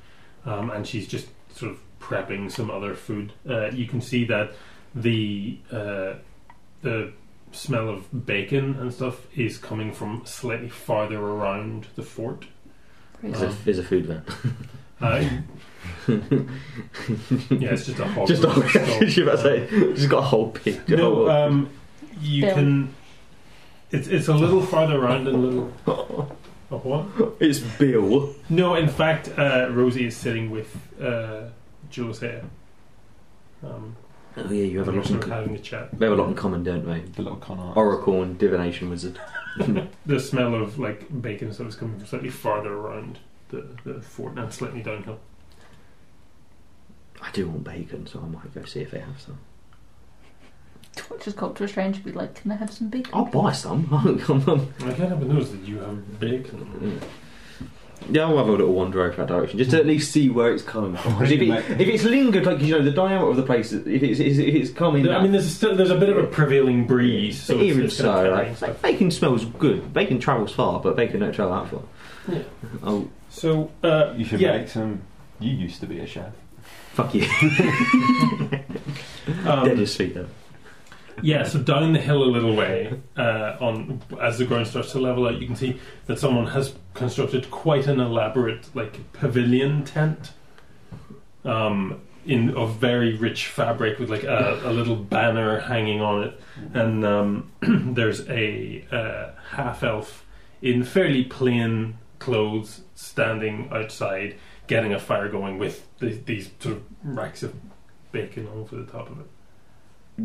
[SPEAKER 1] um, and she's just sort of prepping some other food. Uh, you can see that the uh, the smell of bacon and stuff is coming from slightly farther around the fort.
[SPEAKER 2] There's,
[SPEAKER 3] Crazy.
[SPEAKER 2] a, there's a food van.
[SPEAKER 1] Uh, yeah, it's just a hog.
[SPEAKER 2] Just a whole,
[SPEAKER 1] roast, so,
[SPEAKER 2] she's about to say,
[SPEAKER 1] uh,
[SPEAKER 2] she's got a whole pig.
[SPEAKER 1] No, um, you
[SPEAKER 3] Bill.
[SPEAKER 1] can. It's it's a little farther around and a little. A what?
[SPEAKER 2] it's Bill.
[SPEAKER 1] No, in fact, uh, Rosie is sitting with uh, Jules here. Um,
[SPEAKER 2] Oh yeah, you have a
[SPEAKER 1] they're
[SPEAKER 2] lot in
[SPEAKER 1] sort of
[SPEAKER 2] common.
[SPEAKER 1] having a chat.
[SPEAKER 2] They have a lot in common, don't they?
[SPEAKER 4] The little con artist.
[SPEAKER 2] Oracle and divination wizard.
[SPEAKER 1] The smell of like bacon and stuff is coming from slightly farther around the, the fort and slightly downhill.
[SPEAKER 2] I do want bacon, so I might go see if they have some.
[SPEAKER 3] Which is culture strange. Be like, can I have some bacon?
[SPEAKER 2] I'll buy some. Come on.
[SPEAKER 1] I can't help but notice that you have bacon.
[SPEAKER 2] Yeah, I'll have a little wander over that direction just to at least see where it's coming from. 'Cause if,
[SPEAKER 4] Really,
[SPEAKER 2] it,
[SPEAKER 4] mate.
[SPEAKER 2] if it's lingered, like you know, the diameter of the place, if it's, if it's coming,
[SPEAKER 1] I mean, there's still, there's a bit of a prevailing breeze, so
[SPEAKER 2] But
[SPEAKER 1] it's,
[SPEAKER 2] even
[SPEAKER 1] it's kinda
[SPEAKER 2] so,
[SPEAKER 1] carrying
[SPEAKER 2] like,
[SPEAKER 1] stuff.
[SPEAKER 2] like, bacon smells good. Bacon travels far, but bacon don't travel that far.
[SPEAKER 1] Yeah.
[SPEAKER 2] Oh,
[SPEAKER 1] So uh,
[SPEAKER 4] You should
[SPEAKER 1] yeah,
[SPEAKER 4] make some. You used to be a chef.
[SPEAKER 2] fuck you!
[SPEAKER 1] um,
[SPEAKER 2] Dead is sweet though.
[SPEAKER 1] yeah, so down the hill a little way, uh, on as the ground starts to level out, you can see that someone has constructed quite an elaborate, like pavilion tent, um, in of very rich fabric with like a, a little banner hanging on it, and um, there's a uh, half elf in fairly plain clothes standing outside, getting a fire going with the, these sort of racks of bacon all over the top of it.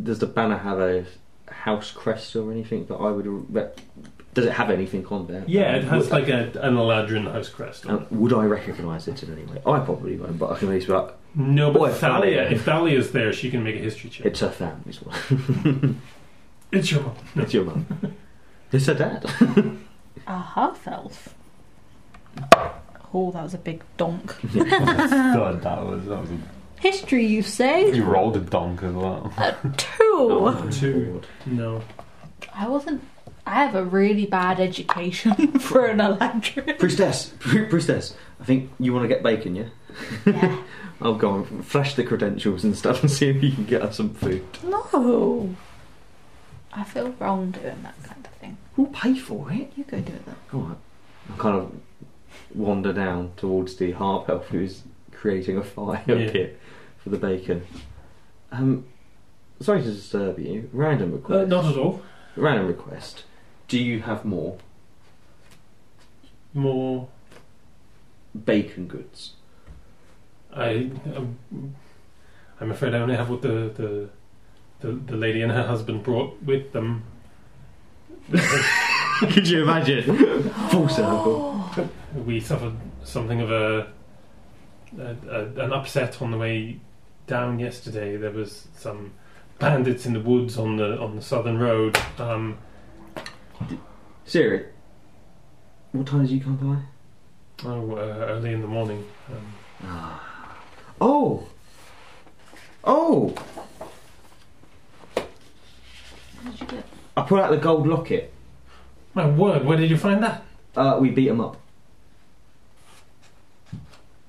[SPEAKER 2] Does the banner have a house crest or anything that I would? Re- does it have anything on there?
[SPEAKER 1] Yeah, it has
[SPEAKER 2] Would-
[SPEAKER 1] like a, an Eladrin house crest on
[SPEAKER 2] uh,
[SPEAKER 1] it.
[SPEAKER 2] would I recognise it in any way? I probably won't, but I can at least be like,
[SPEAKER 1] No, but
[SPEAKER 2] Boy,
[SPEAKER 1] Thalia,
[SPEAKER 2] Thalia.
[SPEAKER 1] if Thalia's there, she can make a history check.
[SPEAKER 2] it's her family's one.
[SPEAKER 1] It's your mom. No.
[SPEAKER 2] It's your mum. It's her dad.
[SPEAKER 3] A half elf. Oh, that was a big donk.
[SPEAKER 4] God, that was, that was a,
[SPEAKER 3] History, you say?
[SPEAKER 4] you rolled a donk as well.
[SPEAKER 3] Two.
[SPEAKER 2] Oh,
[SPEAKER 1] Two.
[SPEAKER 2] Lord.
[SPEAKER 1] No.
[SPEAKER 3] I wasn't. I have a really bad education for an electric.
[SPEAKER 2] Priestess, Pri- priestess. I think you want to get bacon, yeah?
[SPEAKER 3] Yeah.
[SPEAKER 2] I'll go and flash the credentials and stuff and see if you can get us some food.
[SPEAKER 3] No. I feel wrong doing that kind of thing.
[SPEAKER 2] We'll pay for it.
[SPEAKER 3] You go do it then.
[SPEAKER 2] All right. I kind of wander down towards the harp elf who's creating a fire
[SPEAKER 1] Yeah.
[SPEAKER 2] pit for the bacon. Um, sorry to disturb you. Random
[SPEAKER 1] Uh,
[SPEAKER 2] request.
[SPEAKER 1] not at all.
[SPEAKER 2] Random request. Do you have more
[SPEAKER 1] More.
[SPEAKER 2] bacon goods?
[SPEAKER 1] I. I'm, I'm afraid I only have what the, the the the lady and her husband brought with them.
[SPEAKER 2] Could you imagine? Full circle.
[SPEAKER 1] we suffered something of a, a, a an upset on the way down yesterday. There was some bandits in the woods on the on the southern road. Um,
[SPEAKER 2] Siri, what time did you come by?
[SPEAKER 1] oh, uh, early in the morning. Um,
[SPEAKER 2] Oh! Oh!
[SPEAKER 3] What did you get?
[SPEAKER 2] I pull out the gold locket.
[SPEAKER 1] my word, where did you find that?
[SPEAKER 2] Uh, we beat him up.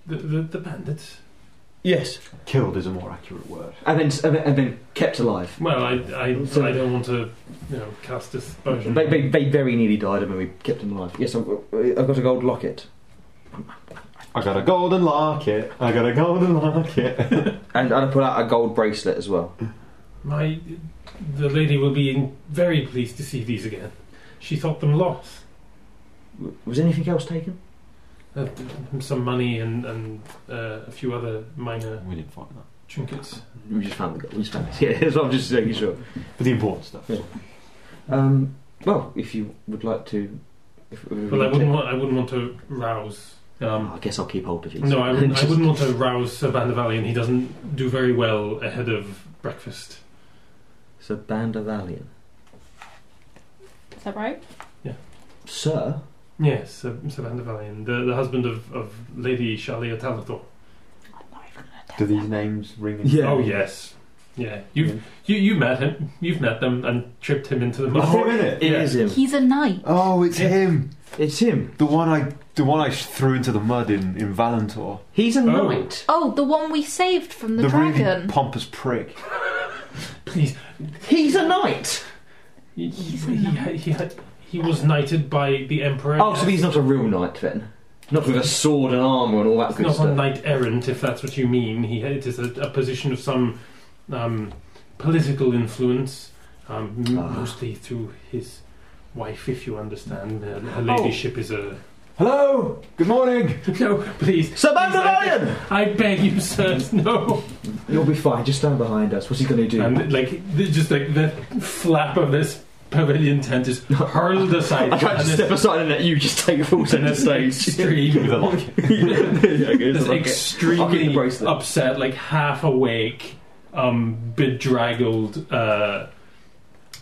[SPEAKER 1] The the, the bandits.
[SPEAKER 2] Yes.
[SPEAKER 4] Killed is a more accurate word.
[SPEAKER 2] And then, and then, and then kept alive.
[SPEAKER 1] Well, I I, I don't want to you know cast aspersion.
[SPEAKER 2] They, they, they very nearly died and then we kept him alive. Yes, I've, uh, I've got a gold locket.
[SPEAKER 4] I got a golden locket. I got a golden locket.
[SPEAKER 2] And, and I pull out a gold bracelet as well.
[SPEAKER 1] My the lady will be in- very pleased to see these again. She thought them lost.
[SPEAKER 2] W- Was anything else taken?
[SPEAKER 1] Uh, some money and and uh, a few other minor
[SPEAKER 4] we didn't find that.
[SPEAKER 1] trinkets.
[SPEAKER 2] We just found the gold. We just found it. Yeah, that's what I'm just making sure.
[SPEAKER 4] But the important stuff.
[SPEAKER 2] Yeah. Um, well, if you would like to. If, if
[SPEAKER 1] Well, I wouldn't want. I wouldn't want to rouse.
[SPEAKER 2] Oh,
[SPEAKER 1] Um,
[SPEAKER 2] I guess I'll keep hold of you.
[SPEAKER 1] no, I wouldn't. I
[SPEAKER 2] Just-
[SPEAKER 1] wouldn't want to rouse Sir Vandevalian. He doesn't do very well ahead of breakfast.
[SPEAKER 2] Sir Bandavalian.
[SPEAKER 3] Is that right?
[SPEAKER 2] Sir?
[SPEAKER 1] Yes, Sir, Sir Vandevalian, the, the husband of, of Lady Shalia Talathor.
[SPEAKER 3] I'm not even gonna
[SPEAKER 4] Do
[SPEAKER 3] attempt
[SPEAKER 4] these
[SPEAKER 3] that.
[SPEAKER 4] names ring?
[SPEAKER 2] Yeah.
[SPEAKER 1] Oh yes, yeah. You've you you met him. You've met them and tripped him into the mud.
[SPEAKER 4] Oh, it is.
[SPEAKER 2] It is him.
[SPEAKER 3] He's a knight.
[SPEAKER 4] Oh, it's
[SPEAKER 1] Yeah.
[SPEAKER 4] him.
[SPEAKER 2] It's him.
[SPEAKER 4] The one I, the one I threw into the mud in in Valentor.
[SPEAKER 2] He's a
[SPEAKER 1] Oh.
[SPEAKER 2] knight.
[SPEAKER 3] Oh, the one we saved from the,
[SPEAKER 4] really
[SPEAKER 3] dragon.
[SPEAKER 4] pompous prick.
[SPEAKER 1] Please,
[SPEAKER 2] He's a knight.
[SPEAKER 1] he he, he, he, had, he was knighted by the emperor.
[SPEAKER 2] Oh, so he's not a real knight then? Not with a sword and armour and all that
[SPEAKER 1] It's
[SPEAKER 2] good
[SPEAKER 1] not
[SPEAKER 2] stuff.
[SPEAKER 1] a knight errant, if that's what you mean. He it is a, a position of some um, political influence, um, m-
[SPEAKER 2] Ah.
[SPEAKER 1] mostly through his wife, if you understand. Her, her
[SPEAKER 2] Oh.
[SPEAKER 1] ladyship is a
[SPEAKER 4] Hello. Good morning.
[SPEAKER 1] no. Please,
[SPEAKER 2] Sir
[SPEAKER 1] Bandavalion! I beg you, sir, no.
[SPEAKER 2] You'll be fine. Just stand behind us. What's he going to do?
[SPEAKER 1] And like, th- just like the flap of this pavilion tent is hurled aside,
[SPEAKER 2] I can't
[SPEAKER 1] and
[SPEAKER 2] just step
[SPEAKER 1] this,
[SPEAKER 2] aside and let you just take full
[SPEAKER 1] and
[SPEAKER 2] centre
[SPEAKER 1] this
[SPEAKER 2] stage.
[SPEAKER 4] With
[SPEAKER 1] extreme,
[SPEAKER 4] a locket.
[SPEAKER 1] this
[SPEAKER 2] I'll keep the
[SPEAKER 1] extremely
[SPEAKER 2] bracelet.
[SPEAKER 1] upset, like half awake, um, bedraggled uh,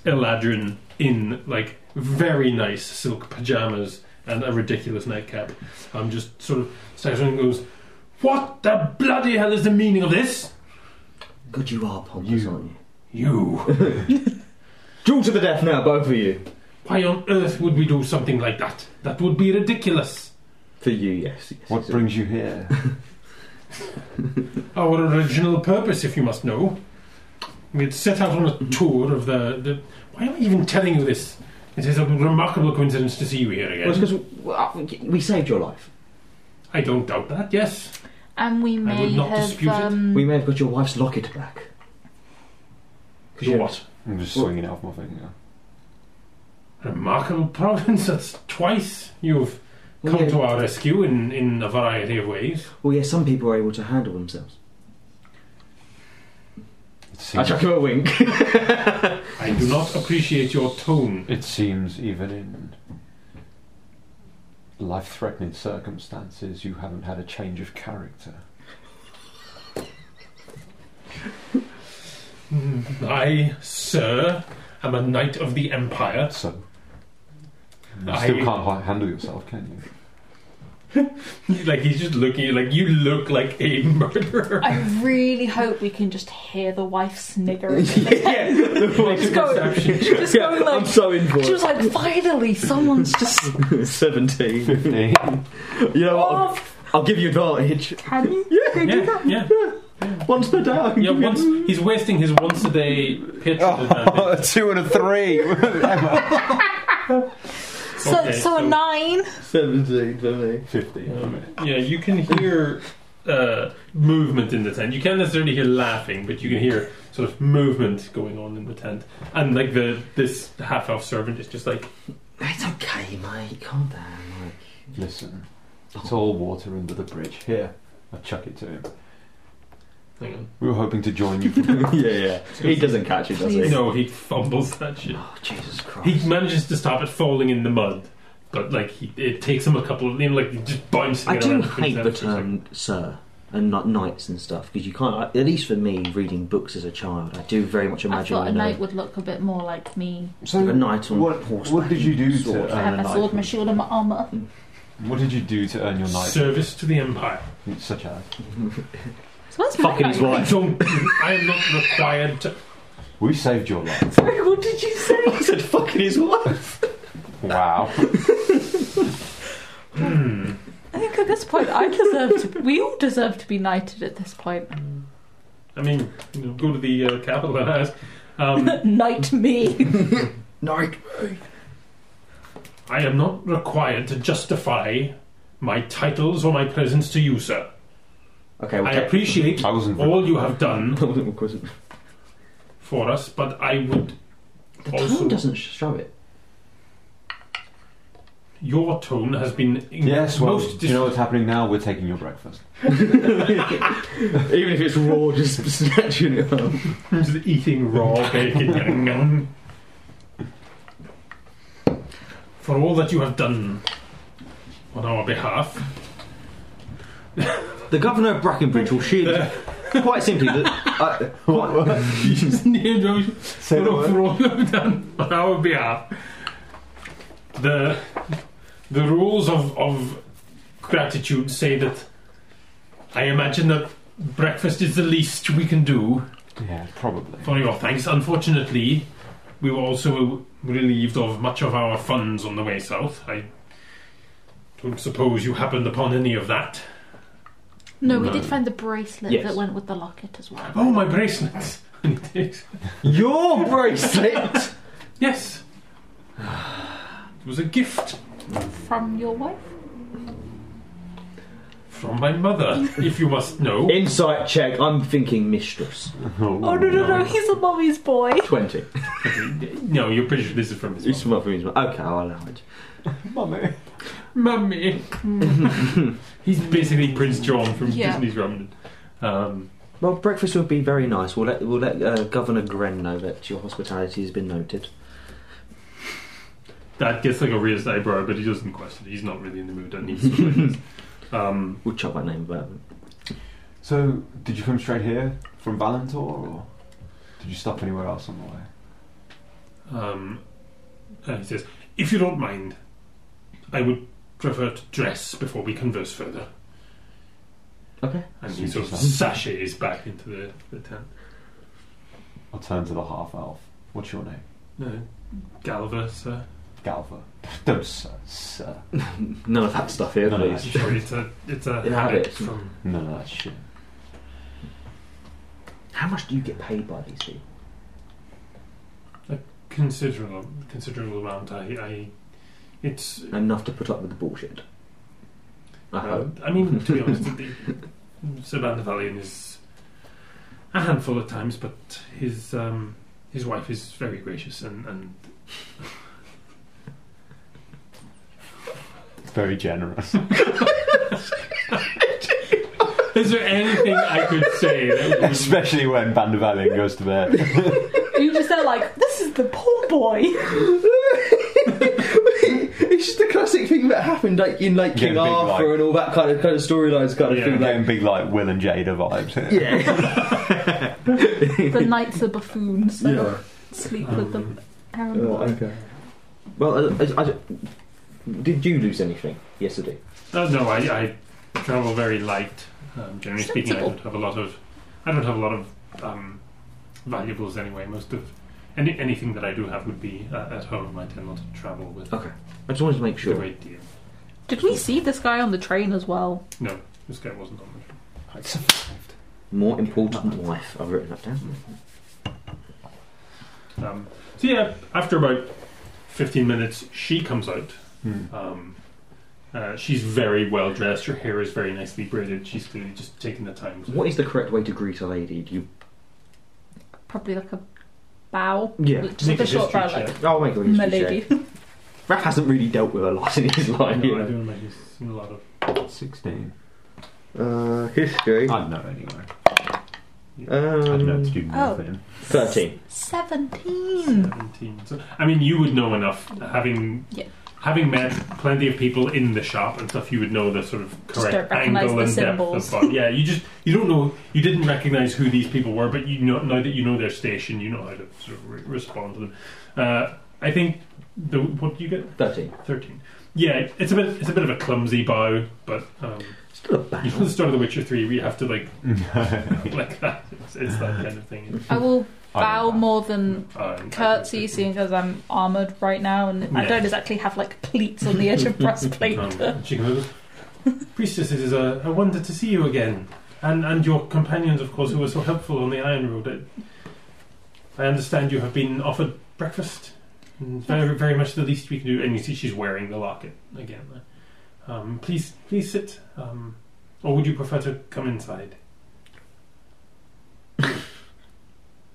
[SPEAKER 1] Eladrin in like very nice silk pajamas and a ridiculous nightcap. um, just sort of stares and goes, "What the bloody hell is the meaning of this?"
[SPEAKER 2] Good, you are pompous,
[SPEAKER 4] You.
[SPEAKER 2] aren't you?
[SPEAKER 1] You.
[SPEAKER 2] Duel to the death now, both of you.
[SPEAKER 1] Why on earth would we do something like that? That would be ridiculous.
[SPEAKER 2] For you, yes. yes,
[SPEAKER 4] What
[SPEAKER 2] yes.
[SPEAKER 4] brings you here?
[SPEAKER 1] Our original purpose, if you must know. We'd set out on
[SPEAKER 3] Mm-hmm.
[SPEAKER 1] a tour of the, the. Why am I even telling you this? It is a remarkable coincidence to see you here again.
[SPEAKER 2] Well, it's because we saved your life.
[SPEAKER 1] I don't doubt that. Yes,
[SPEAKER 3] And we may
[SPEAKER 1] not
[SPEAKER 3] have
[SPEAKER 1] dispute it.
[SPEAKER 3] um,
[SPEAKER 2] We may have got your wife's locket back. 'Cause you-
[SPEAKER 1] what
[SPEAKER 4] I'm just
[SPEAKER 2] Well-
[SPEAKER 4] swinging it off my finger.
[SPEAKER 1] remarkable providence! That's twice you've
[SPEAKER 2] Well,
[SPEAKER 1] come
[SPEAKER 2] yeah,
[SPEAKER 1] to our rescue in in a variety of ways.
[SPEAKER 2] well, yeah, some people are able to handle themselves.
[SPEAKER 4] It
[SPEAKER 2] I
[SPEAKER 4] seems,
[SPEAKER 2] chuck him a wink.
[SPEAKER 1] I do not appreciate your tone.
[SPEAKER 4] it seems even in life-threatening circumstances, you haven't had a change of character.
[SPEAKER 3] Mm-hmm.
[SPEAKER 1] I, sir, am a knight of the empire.
[SPEAKER 4] So you
[SPEAKER 1] I-
[SPEAKER 4] still can't hi- handle yourself, can you?
[SPEAKER 1] like he's just looking at you like you look like a murderer.
[SPEAKER 3] I really hope we can just hear the wife sniggering.
[SPEAKER 2] yeah, the one-
[SPEAKER 3] Just go-
[SPEAKER 1] Perception check.
[SPEAKER 3] just going like,
[SPEAKER 2] I'm so in for
[SPEAKER 3] she was
[SPEAKER 2] it.
[SPEAKER 3] like, finally, someone's just.
[SPEAKER 2] Seventeen.
[SPEAKER 4] Fifteen.
[SPEAKER 2] You know what? I'll,
[SPEAKER 3] Oh,
[SPEAKER 2] I'll give you advantage.
[SPEAKER 3] can you? Yeah,
[SPEAKER 1] Yeah, yeah,
[SPEAKER 2] Once per day. I can
[SPEAKER 1] yeah.
[SPEAKER 2] give you-
[SPEAKER 1] Once he's wasting his once a day pitch
[SPEAKER 4] Oh.
[SPEAKER 1] advantage.
[SPEAKER 4] two and a three.
[SPEAKER 3] So,
[SPEAKER 1] Okay,
[SPEAKER 3] so,
[SPEAKER 1] so-
[SPEAKER 3] a nine.
[SPEAKER 2] Seventeen for me.
[SPEAKER 4] Fifteen.
[SPEAKER 1] Yeah, you can hear uh, movement in the tent. You can't necessarily hear laughing, but you can hear sort of movement going on in the tent. And like the this half elf servant is just like
[SPEAKER 2] It's okay, mate. Calm down, Mike.
[SPEAKER 4] Listen, it's all water under the bridge. Here, I chuck it to him.
[SPEAKER 1] hang on.
[SPEAKER 4] We were hoping to join you. For-
[SPEAKER 2] yeah, yeah. He doesn't catch it, does he?
[SPEAKER 3] Please.
[SPEAKER 1] No, he fumbles that shit.
[SPEAKER 2] Oh, Jesus Christ.
[SPEAKER 1] He manages to stop it falling in the mud. But like he, it takes him a couple of you know, like just bouncing
[SPEAKER 2] I
[SPEAKER 1] it
[SPEAKER 2] do
[SPEAKER 1] around between
[SPEAKER 2] hate the
[SPEAKER 1] tents for a second.
[SPEAKER 2] term sir and not knights and stuff because you can't. At least for me, reading books as a child, I do very much
[SPEAKER 3] I
[SPEAKER 2] imagine uh,
[SPEAKER 3] thought
[SPEAKER 2] I
[SPEAKER 3] a knight
[SPEAKER 2] know
[SPEAKER 3] would look a bit more like me.
[SPEAKER 2] a knight on
[SPEAKER 4] what,
[SPEAKER 2] horseback.
[SPEAKER 4] what did you do
[SPEAKER 2] Sword.
[SPEAKER 4] to
[SPEAKER 3] I
[SPEAKER 4] earn
[SPEAKER 3] have
[SPEAKER 4] a
[SPEAKER 3] my sword, my
[SPEAKER 4] knighthood?
[SPEAKER 3] shield, and my armour.
[SPEAKER 4] What did you do to earn your knighthood?
[SPEAKER 1] Service to the empire.
[SPEAKER 4] Such as
[SPEAKER 3] So that's my
[SPEAKER 2] Fucking his
[SPEAKER 3] knight.
[SPEAKER 1] I
[SPEAKER 2] wife.
[SPEAKER 1] don't. I am not required to.
[SPEAKER 4] we saved your life.
[SPEAKER 2] Sorry, what did you say? I said fucking his wife.
[SPEAKER 4] Wow.
[SPEAKER 3] I think at this point, I deserve to. We all deserve to be knighted at this point.
[SPEAKER 1] I mean, you know, go to the uh, capital and ask. Um,
[SPEAKER 3] Knight me.
[SPEAKER 2] Knight.
[SPEAKER 1] I am not required to justify my titles or my presence to you, sir.
[SPEAKER 2] Okay,
[SPEAKER 1] I
[SPEAKER 2] we'll take.
[SPEAKER 1] appreciate
[SPEAKER 4] I wasn't.
[SPEAKER 1] all you have done
[SPEAKER 2] That wasn't my question.
[SPEAKER 1] for us, but I would
[SPEAKER 2] The
[SPEAKER 1] also.
[SPEAKER 2] tone doesn't show it.
[SPEAKER 1] Your tone has been in-
[SPEAKER 4] Yes, well,
[SPEAKER 1] most
[SPEAKER 4] do you know what's happening now? We're taking your breakfast.
[SPEAKER 2] Even if it's raw, just snatching it up.
[SPEAKER 1] dis- eating raw bacon. for all that you have done on our behalf,
[SPEAKER 2] The governor of Brackenbridge will shield. quite simply, the, uh, quite,
[SPEAKER 4] Say
[SPEAKER 1] for, for all you've done on our behalf. The the rules of, of gratitude say that I imagine that breakfast is the least we can do
[SPEAKER 4] Yeah, probably.
[SPEAKER 1] for your thanks. Unfortunately, we were also relieved of much of our funds on the way south. I don't suppose you happened upon any of that.
[SPEAKER 3] No, we
[SPEAKER 2] No.
[SPEAKER 3] did find the bracelet
[SPEAKER 2] Yes.
[SPEAKER 3] that went with the locket as well.
[SPEAKER 1] Oh, my bracelets!
[SPEAKER 2] your bracelet.
[SPEAKER 1] yes. It was a gift
[SPEAKER 3] From your wife?
[SPEAKER 1] from my mother, if you must know.
[SPEAKER 2] Insight check. I'm thinking mistress.
[SPEAKER 3] Oh no no no!
[SPEAKER 1] no.
[SPEAKER 3] He's a mommy's boy.
[SPEAKER 2] Twenty.
[SPEAKER 1] No, you're pretty sure this is from his
[SPEAKER 2] It's
[SPEAKER 1] mum.
[SPEAKER 2] not for me. it's not- Okay, I'll allow it.
[SPEAKER 4] Mummy.
[SPEAKER 1] mummy.
[SPEAKER 3] Hmm.
[SPEAKER 1] He's basically Prince John from
[SPEAKER 3] Yeah.
[SPEAKER 1] Disney's Remnant. Um,
[SPEAKER 2] Well, breakfast would be very nice. We'll let we'll let uh, Governor Gren know that your hospitality has been noted.
[SPEAKER 1] that gets like a raised eyebrow, but he doesn't question it. He's not really in the mood, and he's sort of like this. Um,
[SPEAKER 2] We'll chuck that name about.
[SPEAKER 4] So, did you come straight here from Valentor, or did you stop anywhere else on the way?
[SPEAKER 1] um, and he says, "If you don't mind, I would prefer to dress before we converse further."
[SPEAKER 2] Okay.
[SPEAKER 1] And he sort of sashays back into the, the tent.
[SPEAKER 4] I'll turn to the half elf. What's your name?
[SPEAKER 1] No, uh, Galva, sir.
[SPEAKER 4] Galva. Don't sir, sir.
[SPEAKER 2] None of that stuff here,
[SPEAKER 4] None of
[SPEAKER 2] please.
[SPEAKER 4] that.
[SPEAKER 1] Sorry, it's a it's a habit
[SPEAKER 2] Inhabit.
[SPEAKER 1] from
[SPEAKER 4] No, no, that's shit.
[SPEAKER 2] How much do you get paid by these people?
[SPEAKER 1] considerable considerable amount. I, I it's
[SPEAKER 2] Enough to put up with the bullshit. I
[SPEAKER 1] Uh,
[SPEAKER 2] hope.
[SPEAKER 1] I mean, to be honest, the, Savannah Valian is a handful at times, but his um, his wife is very gracious and, and
[SPEAKER 4] Very generous.
[SPEAKER 1] is there anything I could say? That would,
[SPEAKER 4] Especially when Bandavalian goes to bed.
[SPEAKER 3] You just are like, this is the poor boy.
[SPEAKER 2] it's just the classic thing that happened like in like
[SPEAKER 4] Getting
[SPEAKER 2] King
[SPEAKER 4] big,
[SPEAKER 2] Arthur
[SPEAKER 4] like-
[SPEAKER 2] and all that kind of kind of storylines kind of
[SPEAKER 1] Yeah,
[SPEAKER 2] thing. Like,
[SPEAKER 4] Getting big like Will and Jada vibes.
[SPEAKER 2] yeah,
[SPEAKER 3] the knights are buffoons.
[SPEAKER 2] yeah.
[SPEAKER 3] Sleep
[SPEAKER 1] um,
[SPEAKER 3] with them. Aaron
[SPEAKER 2] Oh,
[SPEAKER 3] boy.
[SPEAKER 2] okay. Well, I, I, I- did you lose anything yesterday?
[SPEAKER 1] uh, no, I, I travel very light. Um, generally speaking, I
[SPEAKER 3] Sensible.
[SPEAKER 1] don't have a lot of I don't have a lot of um, valuables anyway. Most of any, anything that I do have would be uh, at home. I tend not to travel with
[SPEAKER 2] Okay. I just wanted to make
[SPEAKER 1] a
[SPEAKER 2] sure.
[SPEAKER 1] great deal.
[SPEAKER 3] Did we see this guy on the train as well?
[SPEAKER 1] No, this guy wasn't on the show.
[SPEAKER 2] More important life. I've written that down.
[SPEAKER 1] Um, so yeah, after about 15 minutes, she comes out.
[SPEAKER 4] Hmm.
[SPEAKER 1] Um, uh, she's very well dressed. Her hair is very nicely braided. She's clearly just taking the time. To,
[SPEAKER 2] What is the correct way to greet a lady? Do you?
[SPEAKER 3] Probably like a bow.
[SPEAKER 2] Yeah.
[SPEAKER 3] Just
[SPEAKER 1] Make
[SPEAKER 3] a
[SPEAKER 1] a
[SPEAKER 3] short
[SPEAKER 1] history
[SPEAKER 3] bow,
[SPEAKER 1] check.
[SPEAKER 3] like,
[SPEAKER 2] Oh my god,
[SPEAKER 3] my lady.
[SPEAKER 2] Raph hasn't really dealt with a lot in his
[SPEAKER 1] I
[SPEAKER 2] life.
[SPEAKER 1] know, I do make this in a lot of.
[SPEAKER 4] 16.
[SPEAKER 2] Uh, history.
[SPEAKER 4] I don't know anyway. I don't know how to
[SPEAKER 2] Um,
[SPEAKER 4] do
[SPEAKER 3] oh.
[SPEAKER 4] nothing.
[SPEAKER 2] Thirteen.
[SPEAKER 3] 17.
[SPEAKER 1] 17. So, I mean, you would know enough having
[SPEAKER 3] Yeah.
[SPEAKER 1] having met plenty of people in the shop and stuff. You would know the sort of
[SPEAKER 3] Just
[SPEAKER 1] correct
[SPEAKER 3] don't recognise
[SPEAKER 1] angle
[SPEAKER 3] the
[SPEAKER 1] and
[SPEAKER 3] symbols.
[SPEAKER 1] depth of body. Yeah, you just you don't know you didn't recognize who these people were, but you know now that you know their station, you know how to sort of re- respond to them. Uh, I think the what do you get
[SPEAKER 2] Thirteen.
[SPEAKER 1] thirteen. Yeah, it's a bit it's a bit of a clumsy bow, but um,
[SPEAKER 2] Still a
[SPEAKER 1] you know the
[SPEAKER 2] bang.
[SPEAKER 1] start of The Witcher Three, we have to like like that. It's, it's that kind of thing.
[SPEAKER 3] I will
[SPEAKER 4] I
[SPEAKER 3] bow
[SPEAKER 4] don't know.
[SPEAKER 3] more than
[SPEAKER 1] Um,
[SPEAKER 3] curtsy, seeing as I'm armoured right now, and I
[SPEAKER 1] Yeah.
[SPEAKER 3] don't exactly have like pleats on the edge of breastplate.
[SPEAKER 1] Um, she goes, Priestess, it is a, a wonder to see you again. And, and your companions, of course, who were so helpful on the Iron Road. I, I understand you have been offered breakfast. and Very, very much the least we can do. And you see she's wearing the locket again. Um, please, please sit. Um, or would you prefer to come inside?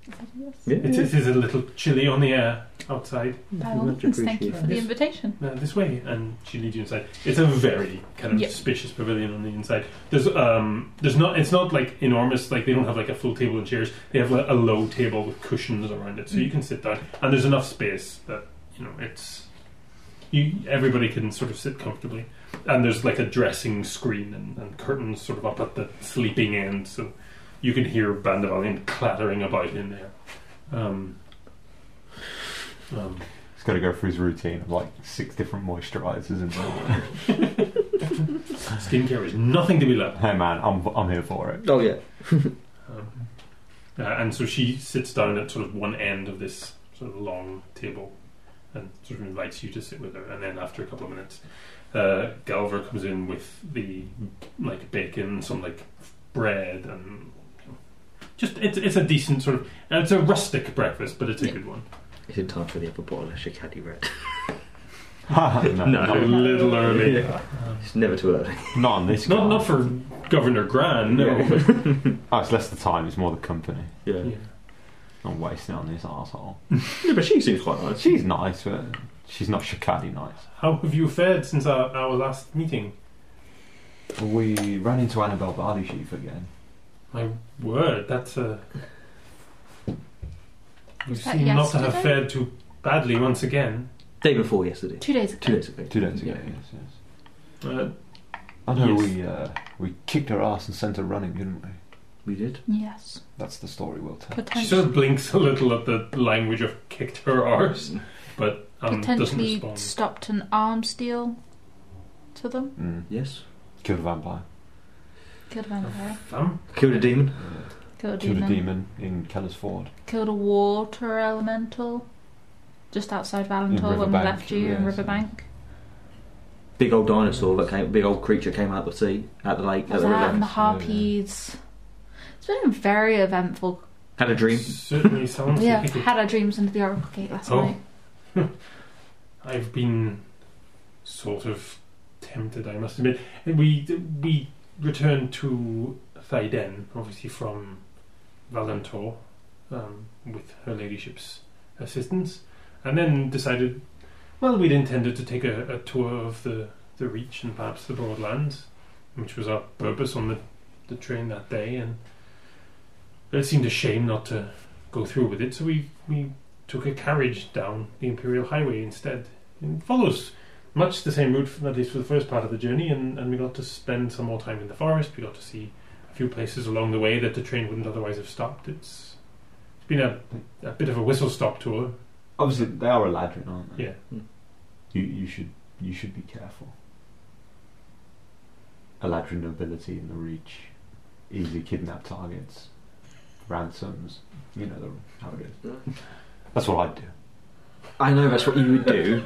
[SPEAKER 2] Yeah.
[SPEAKER 3] Mm-hmm.
[SPEAKER 1] It, it is a little chilly on the air outside.
[SPEAKER 3] By all means, thank you for the invitation.
[SPEAKER 1] No, uh, this way, and she leads you inside. It's a very kind of
[SPEAKER 3] Yep.
[SPEAKER 1] spacious pavilion on the inside. There's um, there's not. It's not like enormous. Like they don't have like a full table and chairs. They have like, a low table with cushions around it, so you can sit down. And there's enough space that you know it's you. Everybody can sort of sit comfortably. And there's like a dressing screen and, and curtains sort of up at the sleeping end, so you can hear Bandavalian clattering about in there. Um, um,
[SPEAKER 4] He's got to go through his routine of like six different moisturizers and
[SPEAKER 1] skincare is nothing to be left.
[SPEAKER 4] hey man, I'm, I'm here for it.
[SPEAKER 2] Oh yeah.
[SPEAKER 1] Um, uh, and so she sits down at sort of one end of this sort of long table and sort of invites you to sit with her. And then after a couple of minutes, uh, Galver comes in with the like bacon, some like bread, and you know, just it's it's a decent sort of it's a rustic breakfast, but it's a
[SPEAKER 3] Yeah.
[SPEAKER 1] good one.
[SPEAKER 2] It's in time for the upper bottle of Shikadi Red.
[SPEAKER 4] no,
[SPEAKER 1] A
[SPEAKER 4] Not,
[SPEAKER 1] little early,
[SPEAKER 2] Uh, Yeah. It's never too early.
[SPEAKER 4] not on this.
[SPEAKER 1] not
[SPEAKER 4] card.
[SPEAKER 1] not for Governor Gran, no.
[SPEAKER 2] Yeah.
[SPEAKER 1] but-
[SPEAKER 4] Oh, it's less the time. It's more the company.
[SPEAKER 2] Yeah.
[SPEAKER 1] yeah.
[SPEAKER 4] I'm wasting it on this asshole.
[SPEAKER 2] yeah, but she seems quite nice.
[SPEAKER 4] She's nice, but she's not Shikadi nice.
[SPEAKER 1] How have you fared since our, our last meeting?
[SPEAKER 4] We ran into Annabelle Barley Sheaf again.
[SPEAKER 1] My word, that's a. You
[SPEAKER 3] that
[SPEAKER 1] seem not to have
[SPEAKER 3] yesterday?
[SPEAKER 1] fared too badly once again.
[SPEAKER 2] Day before yesterday.
[SPEAKER 3] Two days ago.
[SPEAKER 2] Two days ago.
[SPEAKER 4] Two days ago.
[SPEAKER 2] Yeah.
[SPEAKER 4] Yes, yes.
[SPEAKER 1] Uh,
[SPEAKER 4] I know
[SPEAKER 1] Yes.
[SPEAKER 4] we uh, we kicked her ass and sent her running, didn't we?
[SPEAKER 2] We did.
[SPEAKER 3] Yes.
[SPEAKER 4] That's the story we'll tell.
[SPEAKER 1] she
[SPEAKER 3] Potentially.
[SPEAKER 1] sort of blinks a little at the language of kicked her arse, but um, doesn't
[SPEAKER 3] potentially
[SPEAKER 1] respond.
[SPEAKER 3] stopped an arms deal to them.
[SPEAKER 4] Mm.
[SPEAKER 2] Yes.
[SPEAKER 4] Killed a vampire.
[SPEAKER 3] Killed a vampire.
[SPEAKER 1] Um,
[SPEAKER 2] Killed a demon.
[SPEAKER 4] Yeah.
[SPEAKER 3] Killed a
[SPEAKER 4] Killed
[SPEAKER 3] demon.
[SPEAKER 4] a demon in Keller's Ford.
[SPEAKER 3] Killed a water elemental. Just outside Valentor when we
[SPEAKER 4] Riverbank,
[SPEAKER 3] left you in
[SPEAKER 4] yes.
[SPEAKER 3] Riverbank.
[SPEAKER 2] Big old dinosaur that came. Big old creature came out the sea, out the lake,
[SPEAKER 3] That
[SPEAKER 2] out the
[SPEAKER 3] and the
[SPEAKER 2] river.
[SPEAKER 4] yeah.
[SPEAKER 3] harpies. It's been a very eventful
[SPEAKER 5] Had a dream.
[SPEAKER 1] Certainly sounds
[SPEAKER 3] Yeah,
[SPEAKER 1] like it.
[SPEAKER 3] had our dreams under the Oracle Gate last
[SPEAKER 1] Oh.
[SPEAKER 3] night.
[SPEAKER 1] I've been sort of tempted, I must admit. And we we returned to Thaiden, obviously from Valentor, um, with her ladyship's assistance, and then decided, well, we'd intended to take a, a tour of the, the Reach and perhaps the Broadlands, which was our purpose on the, the train that day, and it seemed a shame not to go through with it, so we, we took a carriage down the Imperial Highway instead. It follows much the same route, f- at least for the first part of the journey, and, and we got to spend some more time in the forest. We got to see a few places along the way that the train wouldn't otherwise have stopped. It's, it's been a, a bit of a whistle stop tour.
[SPEAKER 4] Obviously, they are Eladrin, aren't they?
[SPEAKER 1] Yeah.
[SPEAKER 5] Mm.
[SPEAKER 4] You you should you should be careful. Eladrin nobility in the Reach, easily kidnap targets, ransoms. You know the, how it is. That's what I'd do.
[SPEAKER 2] I know that's what you would do,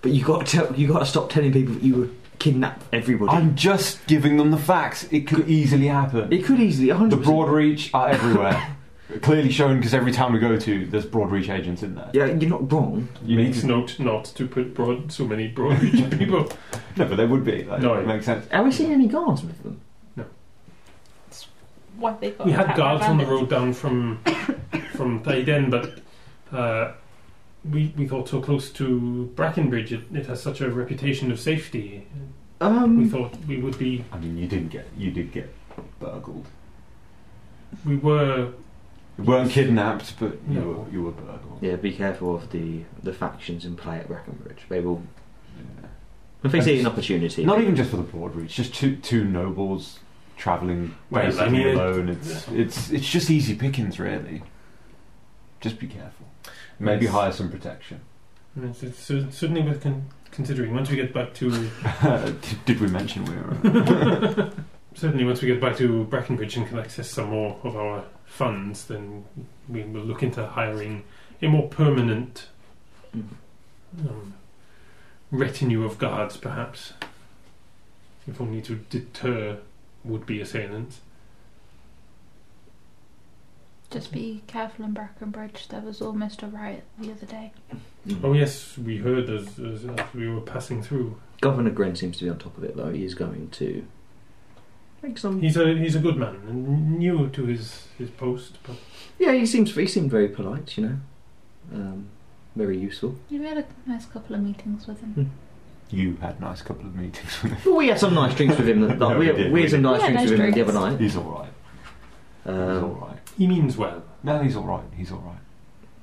[SPEAKER 2] but you got to you got to stop telling people that you would kidnap everybody.
[SPEAKER 4] I'm just giving them the facts. It could easily happen.
[SPEAKER 2] it could easily. 100%.
[SPEAKER 4] The broad reach are everywhere. Clearly shown because every town we go to, there's broad reach agents in there.
[SPEAKER 2] Yeah, you're not wrong.
[SPEAKER 4] You need
[SPEAKER 1] Makes
[SPEAKER 4] to
[SPEAKER 1] note not to put broad so many broad reach people.
[SPEAKER 4] No, but there would be. Like,
[SPEAKER 1] No.
[SPEAKER 4] it makes sense.
[SPEAKER 2] Have we seen any guards with them?
[SPEAKER 3] Why they got
[SPEAKER 1] We had
[SPEAKER 3] attacked by
[SPEAKER 1] guards on the
[SPEAKER 3] bandits.
[SPEAKER 1] road down from from Thaiden, but uh, we we got so close to Brackenbridge. It, it has such a reputation of safety. We
[SPEAKER 2] Um,
[SPEAKER 1] thought we would be.
[SPEAKER 4] I mean, you didn't get. You did get burgled.
[SPEAKER 1] We were.
[SPEAKER 4] You weren't kidnapped, but you
[SPEAKER 1] No.
[SPEAKER 4] were you were burgled.
[SPEAKER 2] yeah, be careful of the the factions in play at Breckenridge. They will.
[SPEAKER 4] Yeah.
[SPEAKER 2] If they see an opportunity,
[SPEAKER 4] Not even just for the broad reach. Just two two nobles traveling
[SPEAKER 1] Well, I
[SPEAKER 4] basically
[SPEAKER 1] mean, it-
[SPEAKER 4] alone. It's it's it's just easy pickings, really. Just be careful. Maybe
[SPEAKER 1] Yes.
[SPEAKER 4] hire some protection.
[SPEAKER 1] It's, it's cer- certainly worth con- considering. Once we get back to
[SPEAKER 4] did, did we mention we were? uh,
[SPEAKER 1] certainly once we get back to Brackenbridge and can access some more of our funds, then we will look into hiring a more permanent
[SPEAKER 2] Mhm.
[SPEAKER 1] um, retinue of guards, perhaps, if only to deter would-be assailants.
[SPEAKER 3] Just be careful in Brackenbridge. There was almost a riot the other day.
[SPEAKER 2] Mm. Mm-hmm.
[SPEAKER 1] Oh yes, we heard as, as, as we were passing through.
[SPEAKER 2] Governor Gren seems to be on top of it, though. He is going to make some.
[SPEAKER 1] Um, He's a he's a good man and new to his, his post, but
[SPEAKER 2] yeah, he seems he seemed very polite, you know, um, very useful.
[SPEAKER 3] Yeah, We had a nice couple of meetings with
[SPEAKER 1] Mm.
[SPEAKER 3] him.
[SPEAKER 4] you had nice couple of meetings with him.
[SPEAKER 2] Well, we had some nice drinks with him. Like,
[SPEAKER 4] No,
[SPEAKER 2] we,
[SPEAKER 4] we
[SPEAKER 2] had-
[SPEAKER 4] did,
[SPEAKER 2] we
[SPEAKER 4] we
[SPEAKER 2] had some
[SPEAKER 4] did.
[SPEAKER 2] nice
[SPEAKER 3] Yeah,
[SPEAKER 2] drinks
[SPEAKER 3] nice
[SPEAKER 2] with him
[SPEAKER 3] drinks.
[SPEAKER 2] the other night.
[SPEAKER 4] He's all right. he's all
[SPEAKER 2] Um,
[SPEAKER 4] right.
[SPEAKER 1] he means well.
[SPEAKER 4] No, he's all right. He's all right.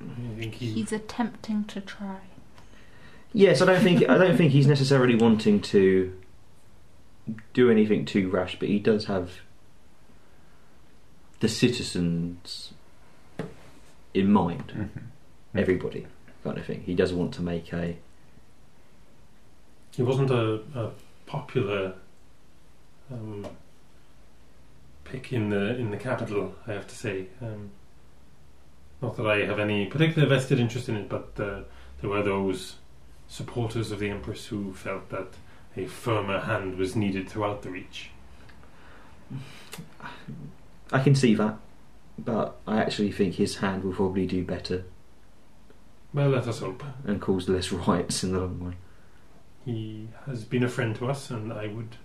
[SPEAKER 1] I think he,
[SPEAKER 3] He's attempting to try.
[SPEAKER 2] yes, I don't think I don't think he's necessarily wanting to do anything too rash, but he does have the citizens in mind.
[SPEAKER 4] Mm-hmm.
[SPEAKER 2] Mm-hmm. Everybody, kind of thing. He does want to make a
[SPEAKER 1] He wasn't a, a popular um, pick in the in the capital, I have to say. Um, not that I have any particular vested interest in it, but uh, there were those supporters of the Empress who felt that a firmer hand was needed throughout the Reach.
[SPEAKER 2] I can see that, but I actually think his hand will probably do better
[SPEAKER 1] Well, let us hope.
[SPEAKER 2] and cause less riots in the long run.
[SPEAKER 1] He has been a friend to us, and I would,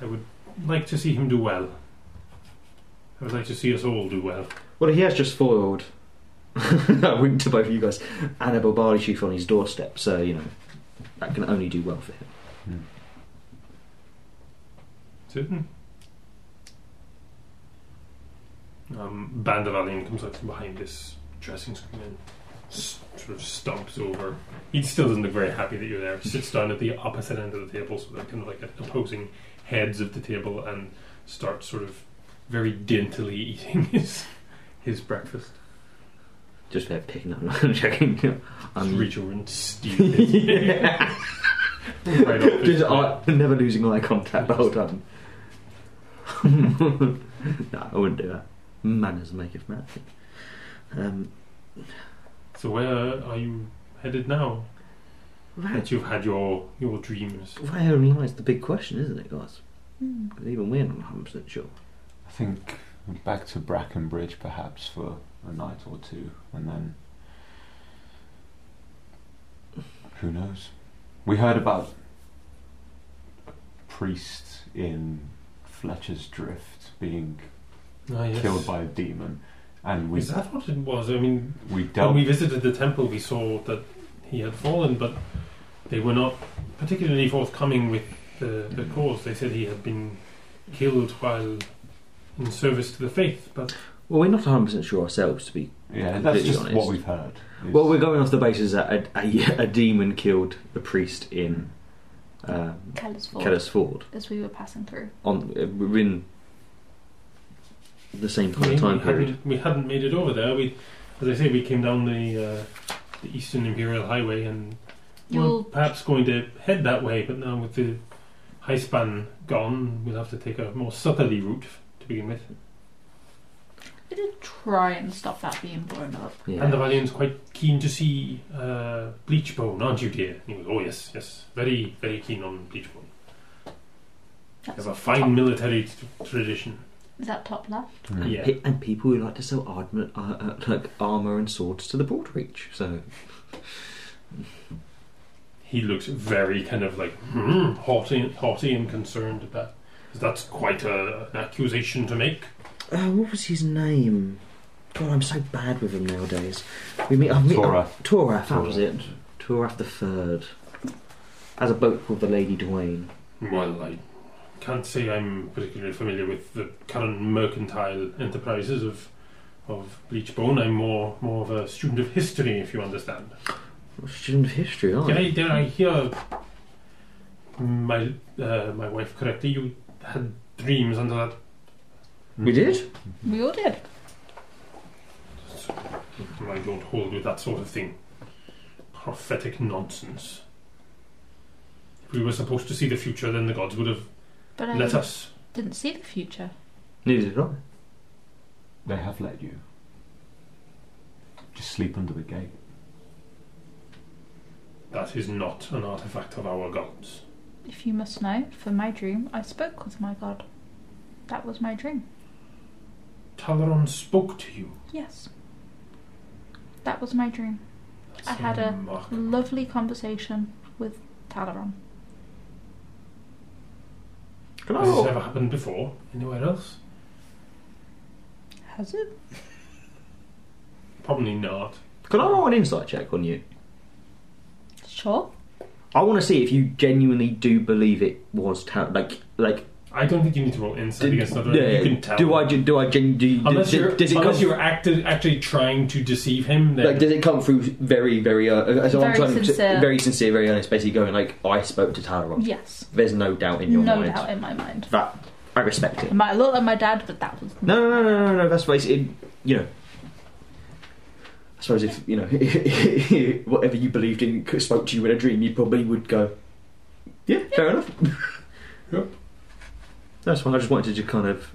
[SPEAKER 1] I would like to see him do well. I would like to see us all do well.
[SPEAKER 2] Well, he has just foiled. I winked to both of you guys. Annabelle Barley Chief on his doorstep, so you know that can only do well for him.
[SPEAKER 1] Certain. Um, Bandavalian comes out from behind this dressing screen and s- sort of stomps over. He still doesn't look very happy that you're there. Sits down at the opposite end of the table, so they're kind of like at opposing heads of the table, and starts sort of very dintily eating his his breakfast.
[SPEAKER 2] Just there picking up. I'm joking. Um,
[SPEAKER 1] Just
[SPEAKER 4] Um,
[SPEAKER 2] I'm
[SPEAKER 1] reach over and steal it.
[SPEAKER 2] yeah.
[SPEAKER 1] right off his
[SPEAKER 2] Just
[SPEAKER 1] plate.
[SPEAKER 2] eye, never losing eye contact the whole time. no, I wouldn't do that. Manners maketh man. Um,
[SPEAKER 1] So where are you headed now
[SPEAKER 2] that,
[SPEAKER 1] that you've had your your dreams?
[SPEAKER 2] where lies the big question, isn't it, guys?
[SPEAKER 3] Hmm.
[SPEAKER 2] Even we're not 100 percent sure.
[SPEAKER 4] I think back to Brackenbridge perhaps for a night or two, and then who knows? We heard about a priest in Fletcher's Drift being
[SPEAKER 1] Ah, yes.
[SPEAKER 4] killed by a demon, and we
[SPEAKER 1] Is that what it was? I mean,
[SPEAKER 4] we
[SPEAKER 1] when
[SPEAKER 4] dealt
[SPEAKER 1] we visited the temple, we saw that he had fallen, but they were not particularly forthcoming with the, the cause. They said he had been killed while in service to the faith, but
[SPEAKER 2] Well, we're not 100% sure ourselves, to be.
[SPEAKER 4] Yeah, that's
[SPEAKER 2] completely
[SPEAKER 4] just
[SPEAKER 2] honest.
[SPEAKER 4] what we've heard. is-
[SPEAKER 2] Well, we're going off the basis that a, a, a demon killed a priest in um,
[SPEAKER 3] Keller's fault
[SPEAKER 2] Kellis Ford.
[SPEAKER 3] as we were passing through.
[SPEAKER 2] On, uh, within the same kind
[SPEAKER 1] we,
[SPEAKER 2] of time
[SPEAKER 1] we
[SPEAKER 2] period.
[SPEAKER 1] Hadn't, we hadn't made it over there. We, as I say, we came down the uh, the Eastern Imperial Highway and we were
[SPEAKER 3] You'll-
[SPEAKER 1] perhaps going to head that way, but now with the high span gone, we'll have to take a more southerly route to begin with.
[SPEAKER 3] I did try and stop that being blown up.
[SPEAKER 2] Yeah.
[SPEAKER 1] And the Valiant's quite keen to see uh, Bleachbone, aren't you, dear? And he was, oh yes, yes, very, very keen on Bleachbone. They
[SPEAKER 3] That's
[SPEAKER 1] have a fine military t- tradition.
[SPEAKER 3] Is that top left?
[SPEAKER 4] Mm.
[SPEAKER 2] And,
[SPEAKER 1] Yeah.
[SPEAKER 2] pe- and people who like to sell armor, uh, uh, like armor and swords to the broad reach. So
[SPEAKER 1] He looks very kind of like hmm, haughty, haughty and concerned at that. 'Cause That's quite a, an accusation to make.
[SPEAKER 2] Uh, what was his name? God, I'm so bad with him nowadays. We meet. I meet
[SPEAKER 4] Torah.
[SPEAKER 2] Toraf, that was it. Toraf the Third. Has a boat called the Lady Dwayne.
[SPEAKER 1] Well, I can't say I'm particularly familiar with the current mercantile enterprises of of Bleachbone. I'm more more of a student of history, if you understand.
[SPEAKER 2] You're a student of history, aren't
[SPEAKER 1] Did
[SPEAKER 2] you?
[SPEAKER 1] I, did I hear my uh, my wife correctly? You had dreams under that.
[SPEAKER 4] Mm.
[SPEAKER 2] We did?
[SPEAKER 3] We all did.
[SPEAKER 1] I don't hold with that sort of thing. Prophetic nonsense. If we were supposed to see the future, then the gods would have
[SPEAKER 3] But I
[SPEAKER 1] let us.
[SPEAKER 3] didn't see the future.
[SPEAKER 2] Neither did I.
[SPEAKER 4] They have let you. Just sleep under the gate.
[SPEAKER 1] That is not an artifact of our gods.
[SPEAKER 3] If you must know, for my dream, I spoke with my god. That was my dream.
[SPEAKER 1] Talaron spoke to you.
[SPEAKER 3] Yes. That was my dream.
[SPEAKER 1] That's
[SPEAKER 3] I had a-
[SPEAKER 1] remark-
[SPEAKER 3] Lovely conversation with Talaron.
[SPEAKER 2] Can I
[SPEAKER 1] Has this
[SPEAKER 2] roll?
[SPEAKER 1] ever happened before? Anywhere else?
[SPEAKER 3] Has it?
[SPEAKER 1] Probably not.
[SPEAKER 2] Can I roll an insight check on you?
[SPEAKER 3] Sure.
[SPEAKER 2] I want to see if you genuinely do believe it was ta- like like.
[SPEAKER 1] I don't think you need to roll insight
[SPEAKER 2] did-
[SPEAKER 1] against another.
[SPEAKER 2] yeah,
[SPEAKER 1] you can tell.
[SPEAKER 2] Do I do, do I gen- do,
[SPEAKER 1] Unless
[SPEAKER 2] did-
[SPEAKER 1] you're,
[SPEAKER 2] does it
[SPEAKER 1] unless
[SPEAKER 2] come,
[SPEAKER 1] you're acti- actually trying to deceive him, then
[SPEAKER 2] like does it come through very very uh, as I'm
[SPEAKER 3] Very
[SPEAKER 2] trying to-
[SPEAKER 3] sincere.
[SPEAKER 2] very sincere very honest basically going like I spoke to Talaron.
[SPEAKER 3] Yes.
[SPEAKER 2] There's no doubt in your
[SPEAKER 3] No
[SPEAKER 2] mind.
[SPEAKER 3] doubt in my mind.
[SPEAKER 2] That I respect
[SPEAKER 3] It
[SPEAKER 2] it.
[SPEAKER 3] might look like my dad, but that was
[SPEAKER 2] No, no, no, no, no, no. That's basically, it, you know. I suppose if you know whatever you believed in could- spoke to you in a dream, you probably would go, "Yeah, fair enough."
[SPEAKER 1] Yep.
[SPEAKER 2] That's why I just wanted to just kind of.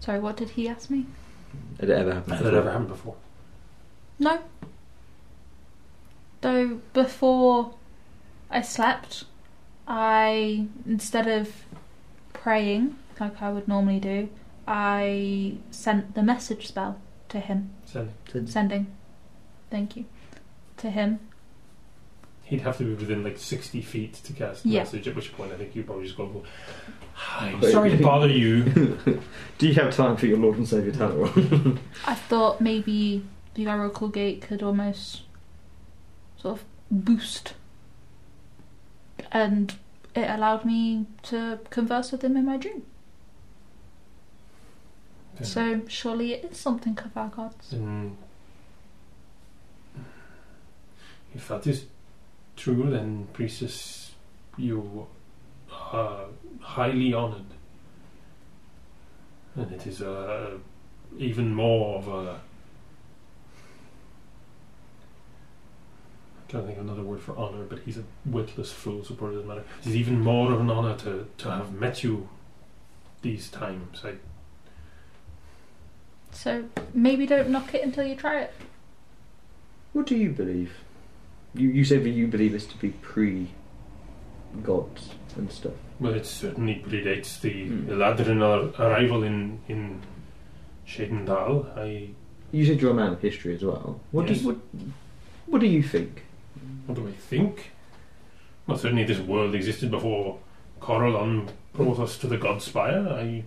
[SPEAKER 3] Sorry, what did he ask me?
[SPEAKER 2] Had it ever happened?
[SPEAKER 1] that never happened before.
[SPEAKER 3] No. Though before I slept, I instead of praying like I would normally do, I sent the message spell to him.
[SPEAKER 1] So
[SPEAKER 3] Sending. Thank you. To him.
[SPEAKER 1] he'd have to be within like 60 feet to cast the
[SPEAKER 3] Yeah.
[SPEAKER 1] message, at which point I think you probably just go, Hi,
[SPEAKER 2] But-
[SPEAKER 1] sorry to bother you.
[SPEAKER 2] Do you have time for your Lord and Savior Talaron?
[SPEAKER 3] I thought maybe the Oracle Gate could almost sort of boost. And it allowed me to converse with him in my dream. So surely it is something of our gods.
[SPEAKER 1] Then, if that is true, then priestess, you are highly honored, and it is uh, even more of a. I can't think of another word for honor, but he's a witless fool, so it doesn't matter. It is even more of an honor to, to have met you these times. I
[SPEAKER 3] So maybe don't knock it until you try it.
[SPEAKER 2] What do you believe? You you said that you believe this to be pre
[SPEAKER 6] gods and stuff.
[SPEAKER 1] Well, it certainly predates the
[SPEAKER 6] Hmm.
[SPEAKER 1] Eladrin ar- arrival in in Shadendal. I
[SPEAKER 6] You said you're a man of history as well. What
[SPEAKER 1] Yes.
[SPEAKER 6] do you, what, what do you think?
[SPEAKER 1] what do I think? Well, certainly this world existed before Corallon brought us to the Godspire. I,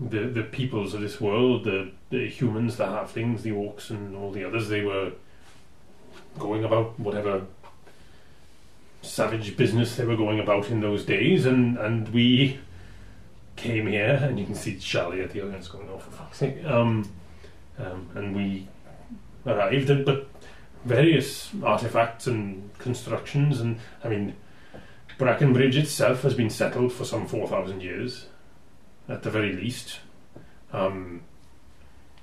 [SPEAKER 1] the the peoples of this world, the, the humans, the halflings, the orcs, and all the others, they were going about whatever savage business they were going about in those days, and and we came here, and you can see Charlie at the other end is going, "Oh, for fuck's sake!" Um, um, and we arrived, and- but various artifacts and constructions, and I mean, Brackenbridge itself has been settled for some 4,000 years, at the very least. Um,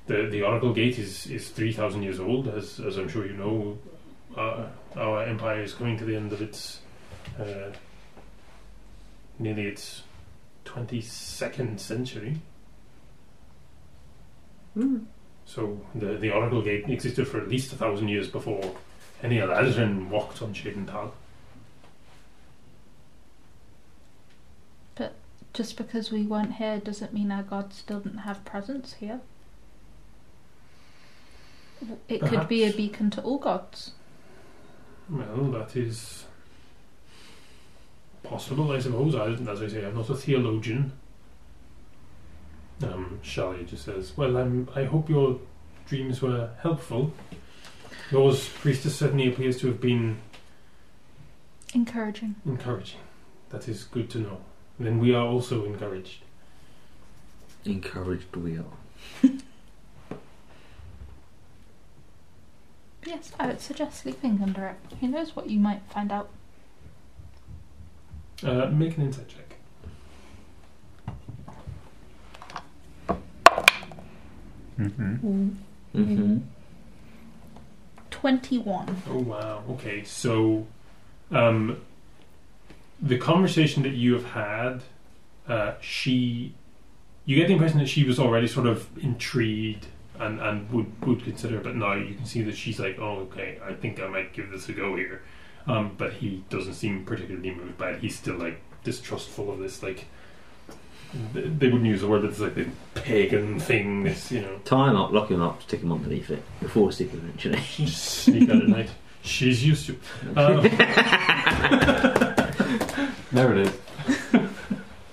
[SPEAKER 1] the the Oracle Gate is, is 3,000 years old, as, as I'm sure you know. Uh, our empire is coming to the end of its uh, nearly its 22nd century.
[SPEAKER 2] Hmm.
[SPEAKER 1] So the, the Oracle Gate existed for at least a thousand years before any Eladrin walked on Shadental.
[SPEAKER 3] Just because we weren't here doesn't mean our god still didn't have presence here. It could be a
[SPEAKER 1] Perhaps.
[SPEAKER 3] beacon to all gods.
[SPEAKER 1] Well, that is possible, I suppose. I, as I say, I'm not a theologian. Um, Shali just says, "Well, I'm, I hope your dreams were helpful. Yours, priestess, certainly appears to have been
[SPEAKER 3] Encouraging.
[SPEAKER 1] encouraging. That is good to know. Then we are also encouraged."
[SPEAKER 6] Encouraged we are.
[SPEAKER 3] Yes, I would suggest sleeping under it. Who knows what you might find out.
[SPEAKER 1] Uh, make an insight check.
[SPEAKER 4] Mm-hmm.
[SPEAKER 6] Mm-hmm.
[SPEAKER 3] 21.
[SPEAKER 1] Oh wow. Okay, so um, the conversation that you have had, uh, she, you get the impression that she was already sort of intrigued and and would would consider, but now you can see that she's like, oh okay, I think I might give this a go here. Um, but he doesn't seem particularly moved by it. He's still like distrustful of this like. th- They wouldn't use the word, but it's like the pagan thing. This, you know,
[SPEAKER 6] Tie him up, lock him up, stick him underneath it. You'll fall asleep eventually.
[SPEAKER 1] just sneak out at night. She's used to. Um,
[SPEAKER 4] There it is.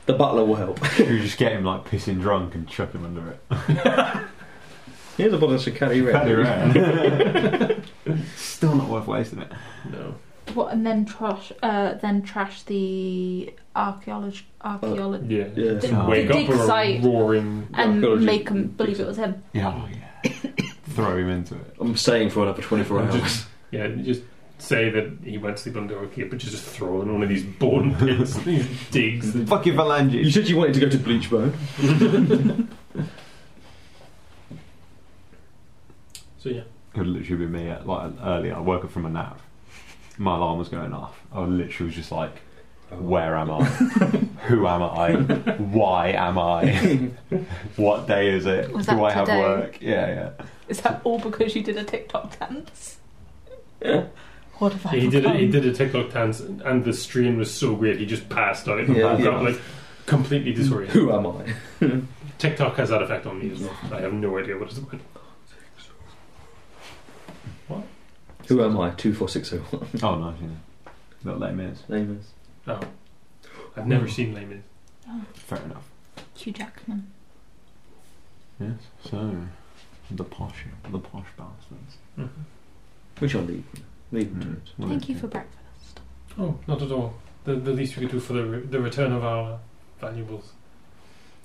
[SPEAKER 6] The butler will help.
[SPEAKER 4] you just get him like pissing drunk and chuck him under it.
[SPEAKER 6] Here's a bottle of Shikari
[SPEAKER 4] Pat it around. Still not worth wasting it.
[SPEAKER 1] no.
[SPEAKER 3] What, and then trash, uh, then trash the archaeolog archaeolog
[SPEAKER 1] Yeah.
[SPEAKER 6] Yeah.
[SPEAKER 3] The-
[SPEAKER 4] Oh.
[SPEAKER 3] the
[SPEAKER 1] Wake up
[SPEAKER 3] dig
[SPEAKER 1] or
[SPEAKER 3] site
[SPEAKER 1] roaring.
[SPEAKER 3] and
[SPEAKER 6] archaeology-
[SPEAKER 3] make them believe it was him.
[SPEAKER 4] Yeah, oh, yeah. Throw him into it.
[SPEAKER 6] I'm staying for another 24
[SPEAKER 1] And
[SPEAKER 6] hours.
[SPEAKER 1] Yeah, and just say that he went to sleep under a cave, but just throw in one of these born pits, these digs. and-
[SPEAKER 4] Fucking
[SPEAKER 6] You
[SPEAKER 4] phalanges.
[SPEAKER 6] said you wanted to go to Bleachbone.
[SPEAKER 1] So yeah.
[SPEAKER 4] It would literally be me at, like earlier. I woke up from a nap. My alarm was going off. I literally was just like,
[SPEAKER 6] Oh.
[SPEAKER 4] where am I? Who am I? Why am I? what day is it?
[SPEAKER 3] Was
[SPEAKER 4] Do
[SPEAKER 3] that
[SPEAKER 4] I have
[SPEAKER 3] today?
[SPEAKER 4] work? Yeah, yeah.
[SPEAKER 3] Is that all because you did a TikTok dance? what have I
[SPEAKER 1] he did. A, he
[SPEAKER 3] become?
[SPEAKER 1] did a TikTok dance, and the stream was so great, he just passed out and
[SPEAKER 6] Yeah,
[SPEAKER 1] woke
[SPEAKER 6] yeah.
[SPEAKER 1] up like completely disoriented.
[SPEAKER 6] Who am I?
[SPEAKER 1] TikTok has that effect on me as well. I have no idea what it's about.
[SPEAKER 6] Who am I? 24601.
[SPEAKER 4] Oh, nice, yeah. Not late minutes.
[SPEAKER 6] Name is.
[SPEAKER 1] No, I've never seen Layman.
[SPEAKER 4] Fair enough.
[SPEAKER 3] Hugh Jackman.
[SPEAKER 4] Yes. So, the posh, the posh bastards.
[SPEAKER 1] Mm-hmm.
[SPEAKER 6] Which I'll leave. Leave
[SPEAKER 4] Mm-hmm.
[SPEAKER 6] him to it.
[SPEAKER 4] Well,
[SPEAKER 3] Thank you for breakfast.
[SPEAKER 1] Oh, not at all. The, the least we could do for the re- the return of our valuables.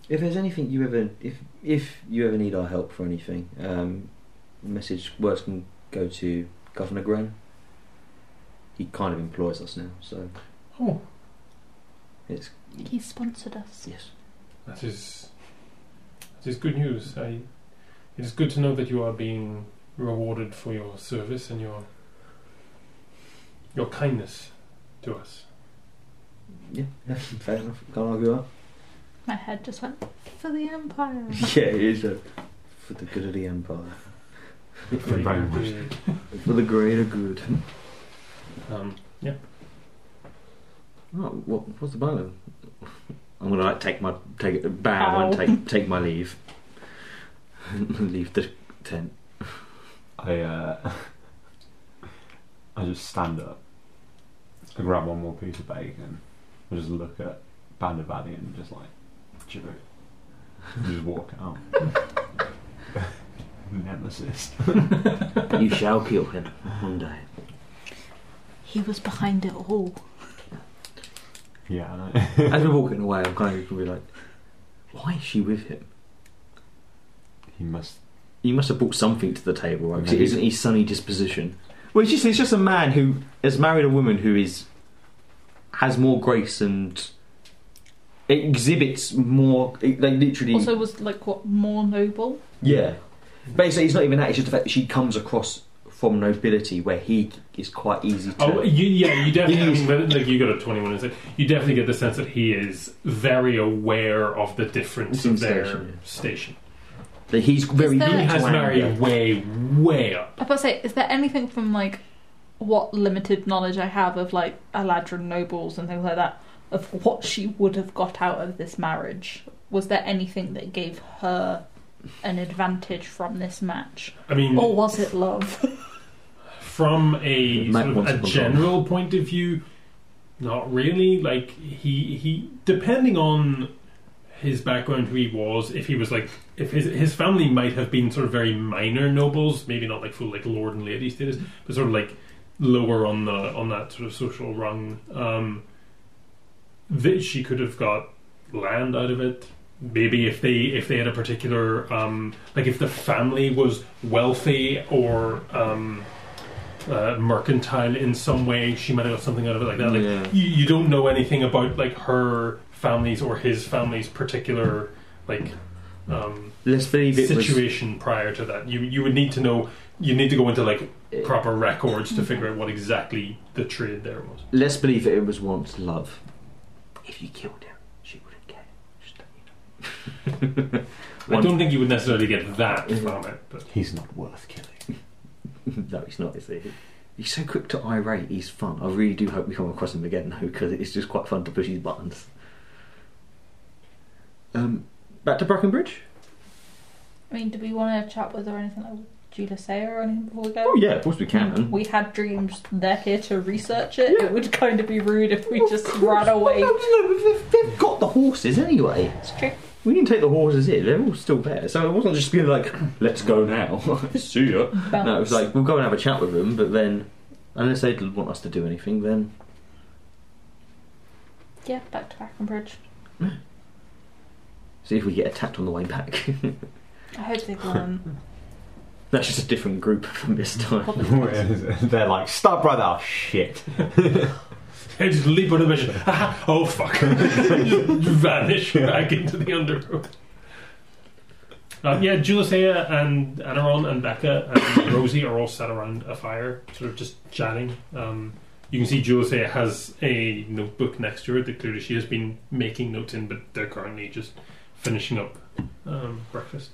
[SPEAKER 6] If there's anything you ever, if if you ever need our help for anything, um, message words can go to Governor Gren. He kind of employs us now, so
[SPEAKER 1] Oh,
[SPEAKER 6] it's
[SPEAKER 3] He sponsored us.
[SPEAKER 6] yes.
[SPEAKER 1] That is that is good news. I it is good to know that you are being rewarded for your service and your your kindness to us.
[SPEAKER 6] Yeah, fair enough. Can't argue that.
[SPEAKER 3] My head just went for the empire.
[SPEAKER 6] Yeah, it is uh, for the good of the empire,
[SPEAKER 1] Very
[SPEAKER 4] Very much.
[SPEAKER 1] good.
[SPEAKER 6] for the greater good.
[SPEAKER 1] Um, yeah.
[SPEAKER 2] Oh, what, what's the plan? I'm gonna like take my take a bow and take take my leave. leave the tent.
[SPEAKER 4] I uh, I just stand up. I grab one more piece of bacon. I just look at Bandavadi and just like chew it. And just walk out. Nemesis.
[SPEAKER 2] You shall kill him one day.
[SPEAKER 3] He was behind it all.
[SPEAKER 4] Yeah. I know.
[SPEAKER 2] As we're walking away, I'm kind of gonna be like, why is she with him?
[SPEAKER 4] He must.
[SPEAKER 2] You must have brought something to the table, right? 'Cause it
[SPEAKER 4] Maybe.
[SPEAKER 2] isn't his sunny disposition. Well, it's just it's just a man who has married a woman who is has more grace and exhibits more. Like literally,
[SPEAKER 3] Also, was like what more noble?
[SPEAKER 2] yeah. Basically, it's not even that. It's just the fact that she comes across from nobility, where he is quite easy to.
[SPEAKER 1] Oh, you, yeah, you definitely.
[SPEAKER 2] Yes.
[SPEAKER 1] I mean, but, like you got a twenty-one. and said you definitely get the sense that he is very aware of the difference of their
[SPEAKER 2] Station, yeah.
[SPEAKER 1] station.
[SPEAKER 2] that he's very.
[SPEAKER 3] Is there-
[SPEAKER 2] good
[SPEAKER 1] He
[SPEAKER 2] to
[SPEAKER 1] has
[SPEAKER 2] anger.
[SPEAKER 1] married way, way up.
[SPEAKER 3] I was about to say, is there anything from like what limited knowledge I have of like Aladrin nobles and things like that of what she would have got out of this marriage? Was there anything that gave her an advantage from this match,
[SPEAKER 1] I mean,
[SPEAKER 3] or was it love?
[SPEAKER 1] from a
[SPEAKER 2] Matt
[SPEAKER 1] sort of
[SPEAKER 2] wants
[SPEAKER 1] a
[SPEAKER 2] to move
[SPEAKER 1] general point of view, not really. Like he he depending on his background, who he was, if he was like if his his family might have been sort of very minor nobles, maybe not like full like lord and lady status, but sort of like lower on the on that sort of social rung. Um, that she could have got land out of it. Maybe if they if they had a particular um, like if the family was wealthy or um, uh, mercantile in some way, she might have got something out of it like that. Like
[SPEAKER 2] Yeah.
[SPEAKER 1] you, you don't know anything about like her family's or his family's particular like um,
[SPEAKER 2] Let's believe it was.
[SPEAKER 1] situation prior to that. You you would need to know. You need to go into like proper records to figure out what exactly the trade there was.
[SPEAKER 2] Let's believe that it was once love. If you killed him, she wouldn't care. Just don't
[SPEAKER 1] I don't think you would necessarily get that from it, but
[SPEAKER 4] He's not worth killing.
[SPEAKER 2] no, he's not, is he? He's so quick to irate, he's fun. I really do hope we come across him again, though, because it's just quite fun to push his buttons. Um, back to Brackenbridge?
[SPEAKER 3] I mean, do we want to chat with her or anything like Julia Sayer or anything before we go?
[SPEAKER 2] Oh, yeah, of course we can.
[SPEAKER 3] We had dreams. They're here to research it. It would kind of be rude if we just ran away.
[SPEAKER 2] No, no, no, they've- they've got the horses anyway.
[SPEAKER 3] It's true.
[SPEAKER 2] We didn't take the horses in, they're all still there. So it wasn't just being like, let's go now. See ya. No, it was like, we'll go and have a chat with them, but then, unless they want us to do anything, then
[SPEAKER 3] yeah, back to Brackenbridge.
[SPEAKER 2] see if we get attacked on the way back.
[SPEAKER 3] I hope they won.
[SPEAKER 2] That's just a different group from this time.
[SPEAKER 4] Where is it? They're like, stop right now, shit.
[SPEAKER 1] I just leap out of the mission. oh fuck! just vanish back into the underworld. Um, yeah, Julisea and Anaron and Becca and Rosie are all sat around a fire, sort of just chatting. Um, you can see Julisea has a notebook next to her that clearly she has been making notes in, but they're currently just finishing up um, breakfast.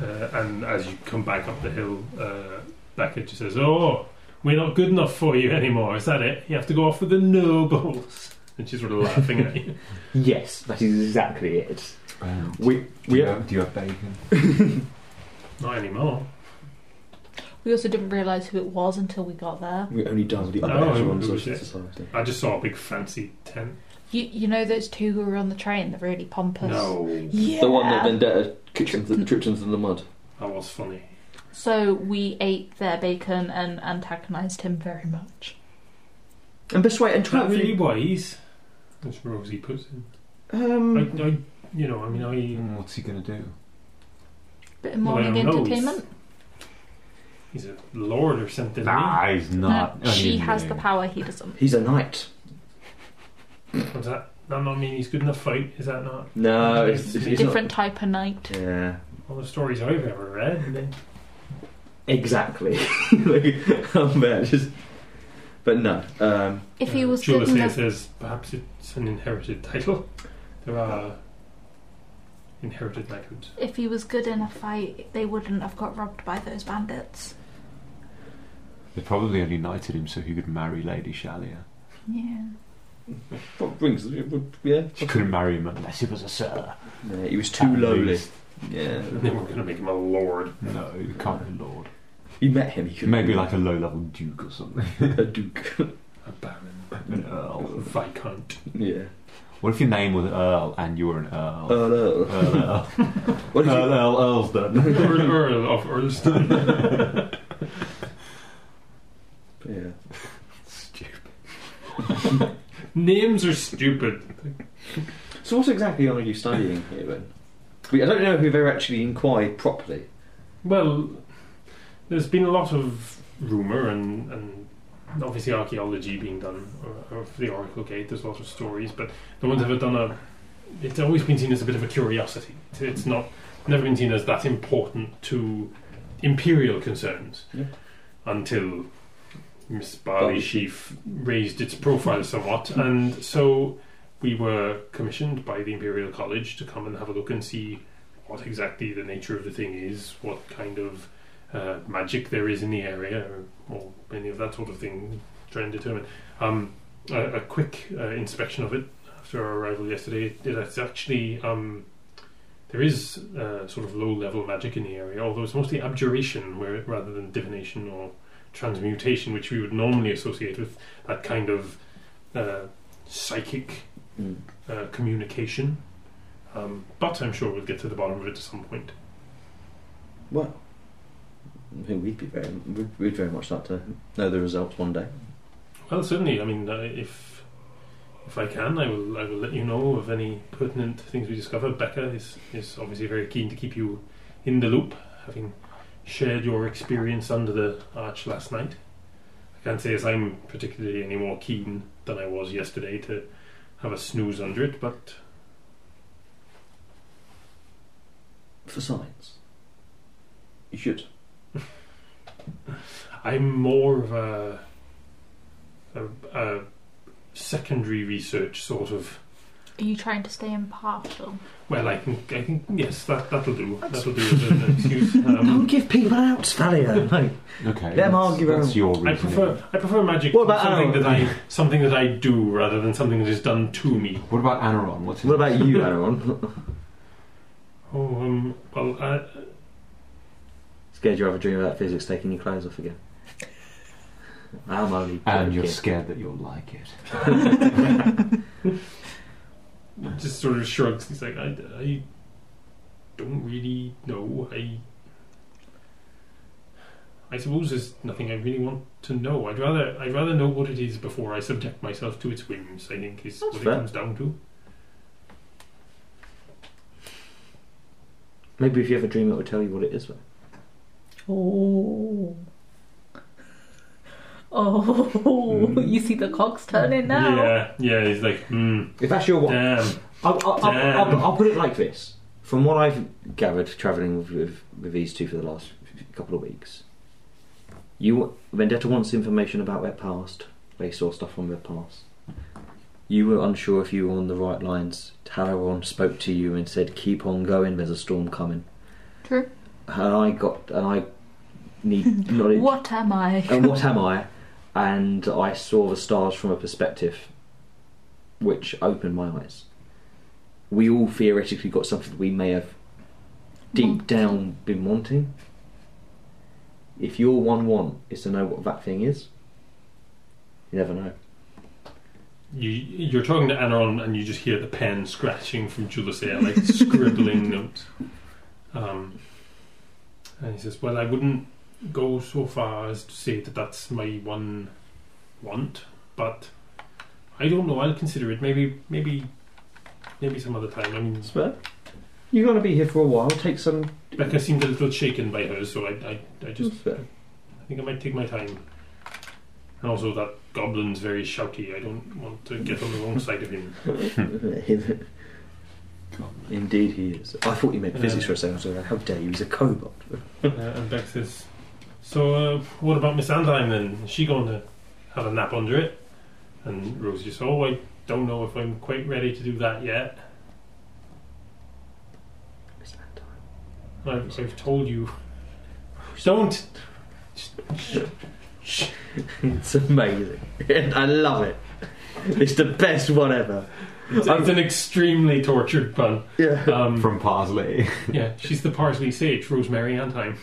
[SPEAKER 1] Uh, and as you come back up the hill, uh, Becca just says, "Oh, we're not good enough for you anymore, is that it? You have to go off with the nobles. And she's sort of laughing at you.
[SPEAKER 2] Yes, that is exactly it.
[SPEAKER 4] Um,
[SPEAKER 2] We
[SPEAKER 4] do,
[SPEAKER 2] we
[SPEAKER 4] you have, do you have bacon?
[SPEAKER 1] Not anymore.
[SPEAKER 3] We also didn't realise who it was until we got there.
[SPEAKER 2] we only done the
[SPEAKER 1] No,
[SPEAKER 2] other
[SPEAKER 1] who-
[SPEAKER 2] on
[SPEAKER 1] who
[SPEAKER 2] social
[SPEAKER 1] was it?
[SPEAKER 2] society.
[SPEAKER 1] I just saw a big fancy tent.
[SPEAKER 3] You you know those two who were on the train, the really pompous. Yeah.
[SPEAKER 2] Vendetta tripped into, tripped into the mud.
[SPEAKER 1] That was funny.
[SPEAKER 3] So we ate their bacon and antagonised him very much.
[SPEAKER 2] And persuade and
[SPEAKER 1] Is that
[SPEAKER 2] try
[SPEAKER 1] really wise? That's Rosie puts in.
[SPEAKER 3] Hmm.
[SPEAKER 1] I,
[SPEAKER 2] Um,
[SPEAKER 1] I, you know, I mean, I,
[SPEAKER 4] Mm, What's he gonna do?
[SPEAKER 3] Bit of
[SPEAKER 1] Well,
[SPEAKER 3] morning
[SPEAKER 1] I don't know.
[SPEAKER 3] entertainment.
[SPEAKER 1] he's a lord or something.
[SPEAKER 4] Nah, he's not.
[SPEAKER 3] No, she has the
[SPEAKER 4] power.
[SPEAKER 3] power, he doesn't.
[SPEAKER 2] he's a knight.
[SPEAKER 1] Does that, that not mean he's good enough fight? Is that not?
[SPEAKER 2] No,
[SPEAKER 1] it's- it's- it's
[SPEAKER 3] Different type of knight.
[SPEAKER 2] Yeah,
[SPEAKER 1] All the stories I've ever read. They-
[SPEAKER 2] exactly. like, um, yeah, just, but no. Um,
[SPEAKER 3] If he
[SPEAKER 1] uh,
[SPEAKER 3] was
[SPEAKER 1] Julia
[SPEAKER 3] good enough,
[SPEAKER 1] says perhaps it's an inherited title. There are inherited knighthoods.
[SPEAKER 3] if he was good in a fight, they wouldn't have got robbed by those bandits.
[SPEAKER 4] They probably only knighted him so he could marry Lady Shalia.
[SPEAKER 3] Yeah.
[SPEAKER 2] What brings it would- yeah.
[SPEAKER 4] She couldn't marry him unless he was a sir.
[SPEAKER 2] yeah. He was too
[SPEAKER 4] At
[SPEAKER 2] lowly.
[SPEAKER 4] least.
[SPEAKER 2] Yeah.
[SPEAKER 1] They were going to make him a lord.
[SPEAKER 4] No, you can't be lord.
[SPEAKER 2] You met him. He could
[SPEAKER 4] Maybe like a low level duke or something.
[SPEAKER 2] a duke.
[SPEAKER 1] A baron.
[SPEAKER 4] An earl.
[SPEAKER 1] Viscount.
[SPEAKER 2] yeah.
[SPEAKER 4] What if your name was Earl and you were an Earl?
[SPEAKER 2] Oh no.
[SPEAKER 4] Earl, Earl.
[SPEAKER 2] What did
[SPEAKER 4] Earl,
[SPEAKER 2] you?
[SPEAKER 4] Earl, Earl's done.
[SPEAKER 1] Earl, Earl of Earlston.
[SPEAKER 2] Yeah.
[SPEAKER 1] Names are stupid.
[SPEAKER 2] So what exactly are you studying here then? We- I don't know if we've ever actually inquired properly.
[SPEAKER 1] Well, there's been a lot of rumour and, and obviously archaeology being done of- of the Oracle Gate. There's lots of stories, but no one's ever done a. It's always been seen as a bit of a curiosity. It's not never been seen as that important to imperial concerns
[SPEAKER 2] Yeah.
[SPEAKER 1] until Miss
[SPEAKER 2] Barley
[SPEAKER 1] Barley Sheaf raised its profile somewhat, and so we were commissioned by the Imperial College to come and have a look and see what exactly the nature of the thing is, what kind of uh, magic there is in the area, or, or any of that sort of thing, try and determine. Um, a, a quick uh, inspection of it after our arrival yesterday. It, it's actually um, there is uh, sort of low-level magic in the area, although it's mostly abjuration where, rather than divination or transmutation, which we would normally associate with that kind of uh, psychic
[SPEAKER 2] Hmm.
[SPEAKER 1] uh, communication. Um, but I'm sure we'll get to the bottom of it at some point.
[SPEAKER 2] Well, I think we'd be very, we'd, we'd very much like to know the results one day.
[SPEAKER 1] Well, certainly. I mean, uh, if if I can, I will. I will let you know of any pertinent things we discover. Becca is is obviously very keen to keep you in the loop, having shared your experience under the arch last night. I can't say as I'm particularly any more keen than I was yesterday to have a snooze under it, but
[SPEAKER 2] For science. You should.
[SPEAKER 1] I'm more of a, a, a secondary research sort of.
[SPEAKER 3] Are you trying to stay impartial?
[SPEAKER 1] Well, I think I think yes, that that'll do. That'll do as an excuse. Um,
[SPEAKER 2] give people out, Valio. No.
[SPEAKER 4] Okay.
[SPEAKER 2] Let
[SPEAKER 4] that's,
[SPEAKER 2] them argue their
[SPEAKER 4] That's
[SPEAKER 2] own-
[SPEAKER 4] your
[SPEAKER 1] I
[SPEAKER 4] reasoning.
[SPEAKER 1] prefer I prefer magic
[SPEAKER 2] What about
[SPEAKER 1] something
[SPEAKER 2] Aaron?
[SPEAKER 1] that I something that I do rather than something that is done to me.
[SPEAKER 4] What about Anaron? What's his
[SPEAKER 2] What about you, Aaron?
[SPEAKER 1] Oh, um, well, I,
[SPEAKER 2] Scared you have a dream about physics taking your clothes off again. I'm only.
[SPEAKER 4] And you're
[SPEAKER 2] joking.
[SPEAKER 4] scared that you'll like it.
[SPEAKER 1] just sort of shrugs. He's like, I, I don't really know. I I suppose there's nothing I really want to know. I'd rather I'd rather know what it is before I subject myself to its whims. I think is
[SPEAKER 2] That's
[SPEAKER 1] what
[SPEAKER 2] fair.
[SPEAKER 1] it comes down to.
[SPEAKER 2] Maybe if you have a dream, it will tell you what it is. Though.
[SPEAKER 3] Oh. Oh,
[SPEAKER 4] Mm.
[SPEAKER 3] you see the cogs turning
[SPEAKER 1] Yeah, yeah. He's like, hmm,
[SPEAKER 2] If that's your one,
[SPEAKER 1] damn.
[SPEAKER 2] I'll, I'll, I'll,
[SPEAKER 1] Damn.
[SPEAKER 2] I'll, I'll put it like this. From what I've gathered, travelling with, with, with these two for the last couple of weeks, you Vendetta wants information about their past. They saw stuff from their past. You were unsure if you were on the right lines. Talaron spoke to you and said, "Keep on going. There's a storm coming."
[SPEAKER 3] True.
[SPEAKER 2] And I got, and I need knowledge.
[SPEAKER 3] What am I?
[SPEAKER 2] and what am I? And I saw the stars from a perspective which opened my eyes. We all theoretically got something that we may have deep down been wanting. If your one want is to know what that thing is, you never know.
[SPEAKER 1] You, you're talking to Anaron, and you just hear the pen scratching from Julius there, like scribbling notes. Um, and he says, "Well, I wouldn't go so far as to say that that's my one want, but I don't know. I'll consider it. Maybe, maybe, maybe some other time. I mean,
[SPEAKER 2] You're going to be here for a while. Take some.
[SPEAKER 1] Becca seemed a little shaken by hers, so I, I, I just,
[SPEAKER 2] fair.
[SPEAKER 1] I think I might take my time. And also, that goblin's very shouty. I don't want to get on the wrong side of him."
[SPEAKER 2] Indeed, he is. I thought you meant physics for a second. I was like, How dare you? He's a cobalt.
[SPEAKER 1] Uh, and Beck says, "So, uh, what about Miss Andine then? Is she going to have a nap under it?" And Rose just, "Oh, I don't know if I'm quite ready to do that yet.
[SPEAKER 2] It's that time.
[SPEAKER 1] I've, I've told you, don't."
[SPEAKER 2] It's amazing. I love it. It's the best one ever.
[SPEAKER 1] It's, it's an extremely tortured pun.
[SPEAKER 2] Yeah.
[SPEAKER 1] Um,
[SPEAKER 4] From Parsley.
[SPEAKER 1] yeah, she's the Parsley Sage, Rosemary Antime.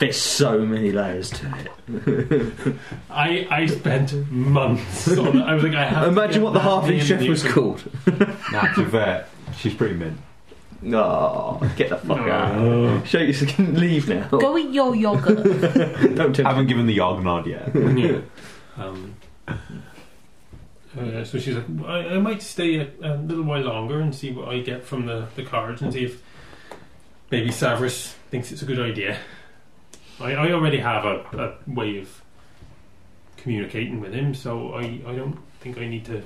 [SPEAKER 2] There's so many layers to it.
[SPEAKER 1] I I spent months on. I was like, I have to
[SPEAKER 7] Imagine
[SPEAKER 1] get
[SPEAKER 7] what the
[SPEAKER 1] that
[SPEAKER 7] halfling
[SPEAKER 1] in
[SPEAKER 7] chef
[SPEAKER 1] the
[SPEAKER 7] was
[SPEAKER 1] open.
[SPEAKER 7] called.
[SPEAKER 4] Now, to that, she's pretty mint.
[SPEAKER 2] Oh, get the fuck out.
[SPEAKER 1] No.
[SPEAKER 2] Show you can leave now.
[SPEAKER 3] Go eat your yogurt.
[SPEAKER 2] Don't
[SPEAKER 4] I
[SPEAKER 2] tell
[SPEAKER 4] haven't given the yog nod yet.
[SPEAKER 1] Yeah. Um, uh, so she's like, I, I might stay a, a little while longer and see what I get from the, the cards and see if maybe Savris thinks it's a good idea. I, I already have a, a way of communicating with him, so I, I don't think I need to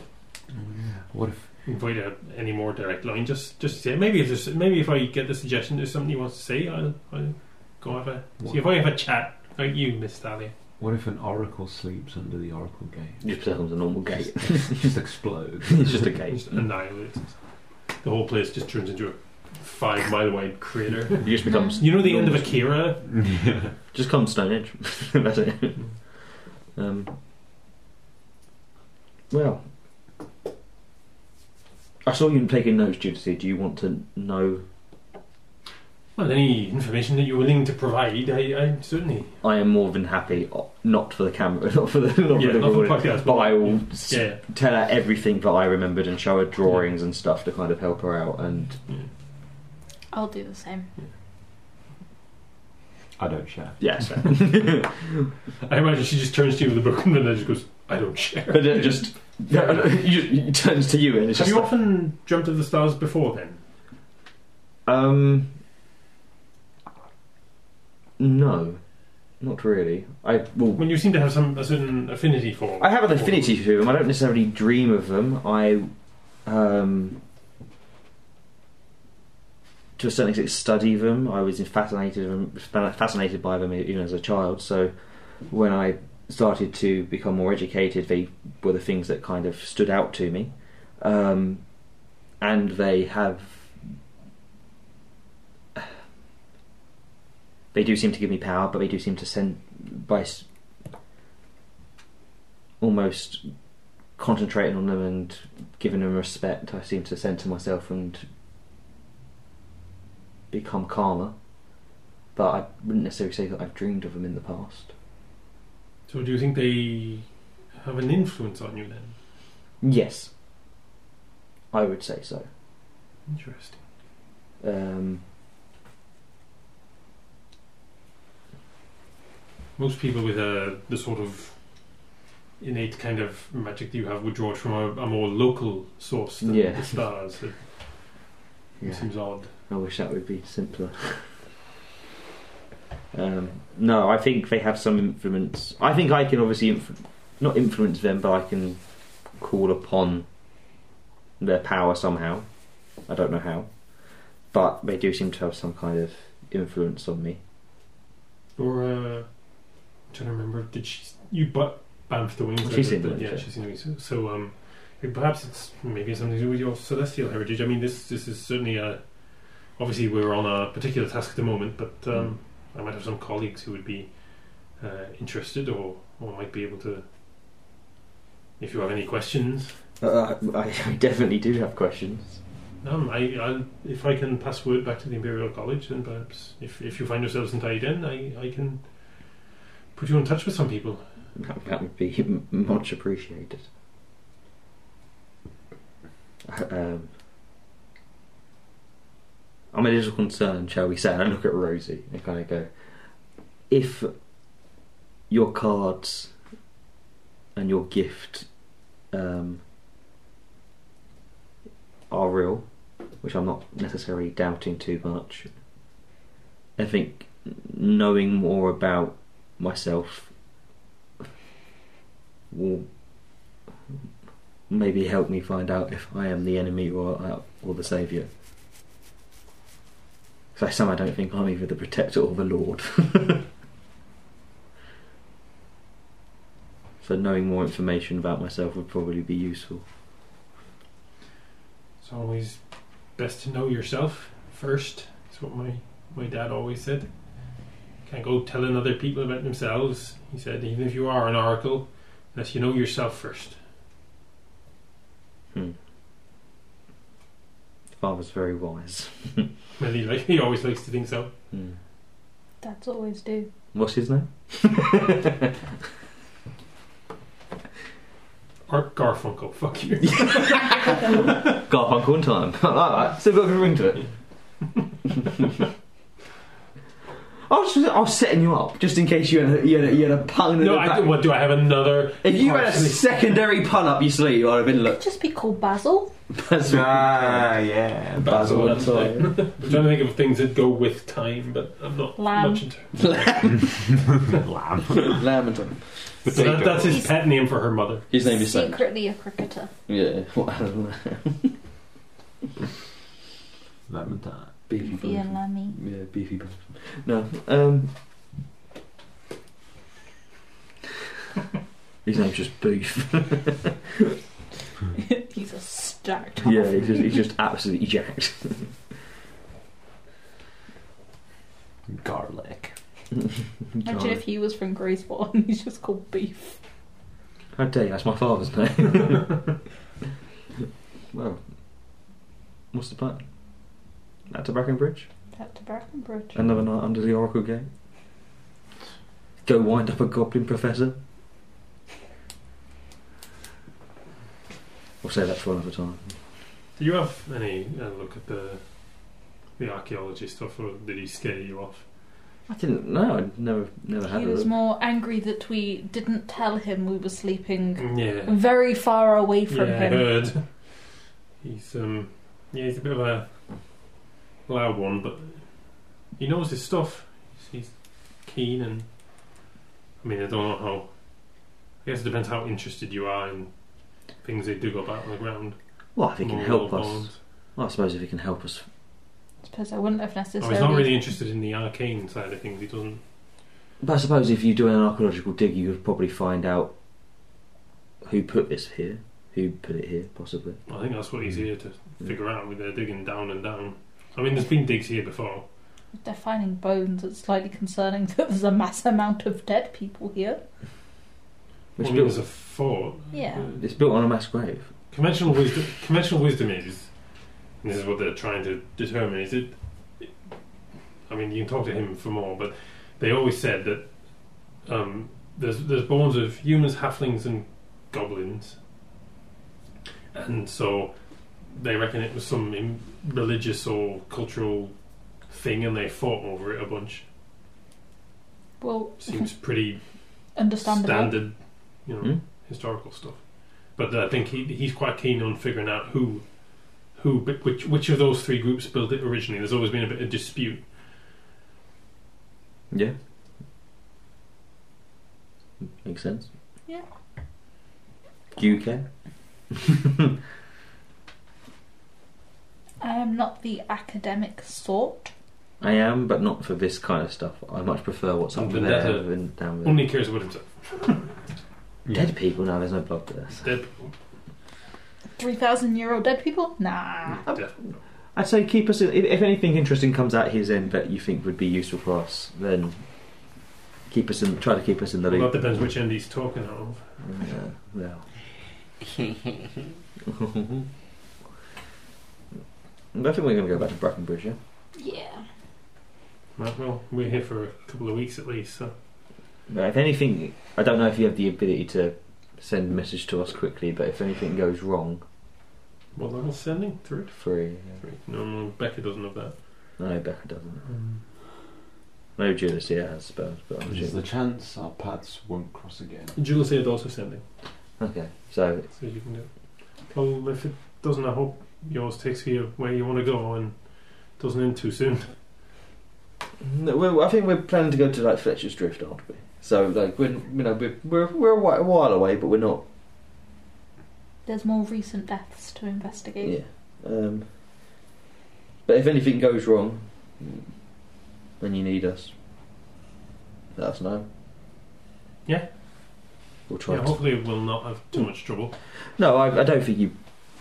[SPEAKER 4] What if
[SPEAKER 1] invite a, any more direct line. Just just say maybe if there's, maybe if I get the suggestion there's something he wants to say, I'll, I'll go have a see if I have a chat. Like you, Miss Thalia.
[SPEAKER 4] what if an oracle sleeps under the oracle gate?
[SPEAKER 2] Just becomes a normal gate.
[SPEAKER 4] Just explodes.
[SPEAKER 2] it's just a
[SPEAKER 1] Just
[SPEAKER 2] gate.
[SPEAKER 1] annihilate it. The whole place just turns into a five mile wide crater.
[SPEAKER 2] You just becomes.
[SPEAKER 1] You know the end of Akira?
[SPEAKER 2] Just comes Stonehenge. That's it. Um, well, I saw you taking notes, Judithy. Do you want to know?
[SPEAKER 1] Well, any information that you're willing to provide, I, I certainly.
[SPEAKER 2] I am more than happy, o- not for the camera, not for the, not
[SPEAKER 1] Yeah,
[SPEAKER 2] for the
[SPEAKER 1] not for the
[SPEAKER 2] recording,
[SPEAKER 1] podcast,
[SPEAKER 2] but
[SPEAKER 1] but-
[SPEAKER 2] I will s-
[SPEAKER 1] Yeah.
[SPEAKER 2] tell her everything that I remembered and show her drawings and stuff to kind of help her out. And
[SPEAKER 3] I'll do the same.
[SPEAKER 4] I don't share.
[SPEAKER 2] yeah, so.
[SPEAKER 1] I imagine she just turns to you with a book and then just goes, I don't share.
[SPEAKER 2] but it just no, no, you, it turns to you and it's
[SPEAKER 1] Have
[SPEAKER 2] just
[SPEAKER 1] you
[SPEAKER 2] like,
[SPEAKER 1] often dreamt of the stars before then?
[SPEAKER 2] um, no, not really. I well,
[SPEAKER 1] Well, you seem to have some a certain affinity for.
[SPEAKER 2] I have an
[SPEAKER 1] for-
[SPEAKER 2] affinity for them. I don't necessarily dream of them. I, um, to a certain extent, study them. I was fascinated with them- fascinated by them even as a child. So when I started to become more educated, they were the things that kind of stood out to me, um, and they have. They do seem to give me power, but they do seem to send by s- almost concentrating on them and giving them respect, I seem to centre myself and become calmer. But I wouldn't necessarily say that I've dreamed of them in the past.
[SPEAKER 1] So do you think they have an influence on you then?
[SPEAKER 2] Yes, I would say so.
[SPEAKER 1] Interesting.
[SPEAKER 2] Um,
[SPEAKER 1] Most people with a the sort of innate kind of magic that you have would draw it from a, a more local source than
[SPEAKER 2] Yeah.
[SPEAKER 1] the stars. It
[SPEAKER 2] yeah,
[SPEAKER 1] seems odd.
[SPEAKER 2] I wish that would be simpler. um, no, I think they have some influence. I think I can obviously inf- not influence them, but I can call upon their power somehow. I don't know how, but they do seem to have some kind of influence on me.
[SPEAKER 1] Or uh, I'm trying to remember, did she? You but bamf the wings.
[SPEAKER 2] She's
[SPEAKER 1] didn't
[SPEAKER 2] in
[SPEAKER 1] it?
[SPEAKER 2] the
[SPEAKER 1] yeah,
[SPEAKER 2] wings,
[SPEAKER 1] she's in the wings. So um, perhaps it's maybe something to do with your celestial heritage. I mean, this this is certainly a. Obviously, we're on a particular task at the moment, but um, I might have some colleagues who would be uh, interested, or or might be able to. If you have any questions,
[SPEAKER 2] Uh, I, I definitely do have questions.
[SPEAKER 1] um, I, I if I can pass word back to the Imperial College, then perhaps if, if you find yourselves in Taiden, I I can put you in touch with some people.
[SPEAKER 2] That, that would be m- much appreciated. Um, I'm a little concerned, shall we say, and I look at Rosie and kind of go, if your cards and your gift um, are real, which I'm not necessarily doubting too much, I think knowing more about myself will maybe help me find out if I am the enemy or uh, or the savior. Because I somehow don't think I'm either the protector or the lord. so knowing more information about myself would probably be useful.
[SPEAKER 1] It's always best to know yourself first. That's what my, my dad always said. Can't go telling other people about themselves, he said, even if you are an oracle, unless you know yourself first.
[SPEAKER 2] father's very wise.
[SPEAKER 1] And he, like, he always likes to think so.
[SPEAKER 2] Hmm.
[SPEAKER 3] Dads always do.
[SPEAKER 2] What's his name?
[SPEAKER 1] Art Garfunkel, fuck you.
[SPEAKER 2] Garfunkel in time. I like that. So we've got a good ring to it. I was, just, I was setting you up just in case you had a, you had a, you had a pun. in
[SPEAKER 1] no,
[SPEAKER 2] the
[SPEAKER 1] I
[SPEAKER 2] back.
[SPEAKER 1] do, what do I have another?
[SPEAKER 2] If you had a
[SPEAKER 1] Parsley.
[SPEAKER 2] secondary pun up your sleeve, I'd have been
[SPEAKER 3] Could
[SPEAKER 2] look.
[SPEAKER 3] just be called Basil.
[SPEAKER 2] That's right.
[SPEAKER 4] yeah.
[SPEAKER 2] Basil,
[SPEAKER 1] that's
[SPEAKER 2] that's
[SPEAKER 1] right. I'm trying to think of things that go with time, but I'm not
[SPEAKER 3] Lamb.
[SPEAKER 1] much into.
[SPEAKER 4] Lamb.
[SPEAKER 2] Lamb and time.
[SPEAKER 1] So that, that's his
[SPEAKER 3] He's-
[SPEAKER 1] pet name for her mother.
[SPEAKER 2] His name is Sam.
[SPEAKER 3] Secretly a cricketer.
[SPEAKER 2] Yeah.
[SPEAKER 4] Lamb time.
[SPEAKER 2] beefy
[SPEAKER 3] Beefy
[SPEAKER 2] person.
[SPEAKER 3] and Lammy.
[SPEAKER 2] Yeah, beefy person. No. Um. His name's just Beef.
[SPEAKER 3] He's a stacked
[SPEAKER 2] yeah, he's just, he's just absolutely jacked.
[SPEAKER 4] Garlic.
[SPEAKER 3] Imagine if he was from Graceball and he's just called Beef.
[SPEAKER 2] How dare you? That's my father's name. well, what's the plan? Out to Brackenbridge?
[SPEAKER 3] Back to Brackenbridge.
[SPEAKER 2] Another night under the Oracle Gate? Go wind up a goblin professor? We'll save that for another time.
[SPEAKER 1] Do you have any uh, look at the the archaeology stuff, or did he scare you off?
[SPEAKER 2] I didn't know. I never, never had
[SPEAKER 3] He
[SPEAKER 2] a
[SPEAKER 3] was
[SPEAKER 2] look.
[SPEAKER 3] more angry that we didn't tell him we were sleeping
[SPEAKER 1] Yeah,
[SPEAKER 3] very far away
[SPEAKER 1] yeah, I
[SPEAKER 3] from him.
[SPEAKER 1] heard. He's um, yeah, he's a bit of a loud one, but he knows his stuff. He's, he's keen, and I mean, I don't know how. I guess it depends how interested you are in things they dig up out on the ground.
[SPEAKER 2] Well, if he can
[SPEAKER 1] More
[SPEAKER 2] help us.
[SPEAKER 1] bones.
[SPEAKER 2] Well, I suppose if he can help us.
[SPEAKER 3] I suppose I wouldn't have
[SPEAKER 1] Oh,
[SPEAKER 3] necessarily.
[SPEAKER 1] he's not really interested in the arcane side of things. He doesn't.
[SPEAKER 2] But I suppose if you do an archaeological dig, you could probably find out who put this here, who put it here, possibly.
[SPEAKER 1] I think that's what
[SPEAKER 2] Hmm.
[SPEAKER 1] he's here to figure out. With their digging down and down. I mean, there's been digs here before.
[SPEAKER 3] They're finding bones. It's slightly concerning that there's a mass amount of dead people here.
[SPEAKER 1] well,
[SPEAKER 2] Which
[SPEAKER 1] I mean,
[SPEAKER 2] built,
[SPEAKER 1] there's a fort.
[SPEAKER 3] Yeah.
[SPEAKER 1] Uh,
[SPEAKER 2] it's built on a mass grave.
[SPEAKER 1] Conventional wisdom. Conventional wisdom is, and this is what they're trying to determine. Is it? it- I mean, you can talk to him for more, but they always said that um, there's there's bones of humans, halflings, and goblins, and so they reckon it was some im- religious or cultural thing, and they fought over it a bunch.
[SPEAKER 3] Well,
[SPEAKER 1] Seems pretty
[SPEAKER 3] understandable.
[SPEAKER 1] standard, you know,
[SPEAKER 2] Hmm?
[SPEAKER 1] historical stuff. But I think he he's quite keen on figuring out who, who, but which which of those three groups built it originally. There's always been a bit of dispute.
[SPEAKER 2] Yeah. Makes sense.
[SPEAKER 3] Yeah.
[SPEAKER 2] Do you care?
[SPEAKER 3] I am Um, not the academic sort.
[SPEAKER 2] I am, but not for this kind of stuff. I much prefer what's up
[SPEAKER 1] Something
[SPEAKER 2] there
[SPEAKER 1] better.
[SPEAKER 2] than down there.
[SPEAKER 1] Only cares about himself.
[SPEAKER 2] Dead people? No, there's no blood there. so-
[SPEAKER 1] Dead,
[SPEAKER 3] Three thousand year old dead people? Nah.
[SPEAKER 1] dead.
[SPEAKER 2] I'd say keep us. In, if, if anything interesting comes out his end that you think would be useful for us, then keep us in. Try to keep us in the
[SPEAKER 1] Well, that
[SPEAKER 2] loop.
[SPEAKER 1] depends which end he's talking of.
[SPEAKER 2] Yeah. well. I think we're going to go back to Brackenbridge. Yeah.
[SPEAKER 3] Yeah.
[SPEAKER 1] Right, Well, we're here for a couple of weeks at least, so
[SPEAKER 2] Now, if anything, I don't know if you have the ability to send a message to us quickly, but if anything goes wrong,
[SPEAKER 1] what level sending? Three.
[SPEAKER 2] free.
[SPEAKER 1] Three. No, no, Becca doesn't have that.
[SPEAKER 2] I know Becca doesn't. No jealousy has spells, but I'm
[SPEAKER 4] There's the
[SPEAKER 2] assuming.
[SPEAKER 4] chance our paths won't cross again.
[SPEAKER 1] Jules is also sending,
[SPEAKER 2] Okay, so
[SPEAKER 1] so you can do. It. Well, if it doesn't, I hope yours takes you where you want to go and doesn't end too soon.
[SPEAKER 2] no, we're, I think we're planning to go to like Fletcher's Drift, aren't we? So like we're you know we're we're, we're a, while, a while away, but we're not.
[SPEAKER 3] There's more recent deaths to investigate.
[SPEAKER 2] Yeah. Um, but if anything goes wrong, and you need us, let us know.
[SPEAKER 1] Yeah.
[SPEAKER 2] We'll try.
[SPEAKER 1] Yeah,
[SPEAKER 2] to
[SPEAKER 1] hopefully we'll not have too much trouble.
[SPEAKER 2] No, I, I don't think you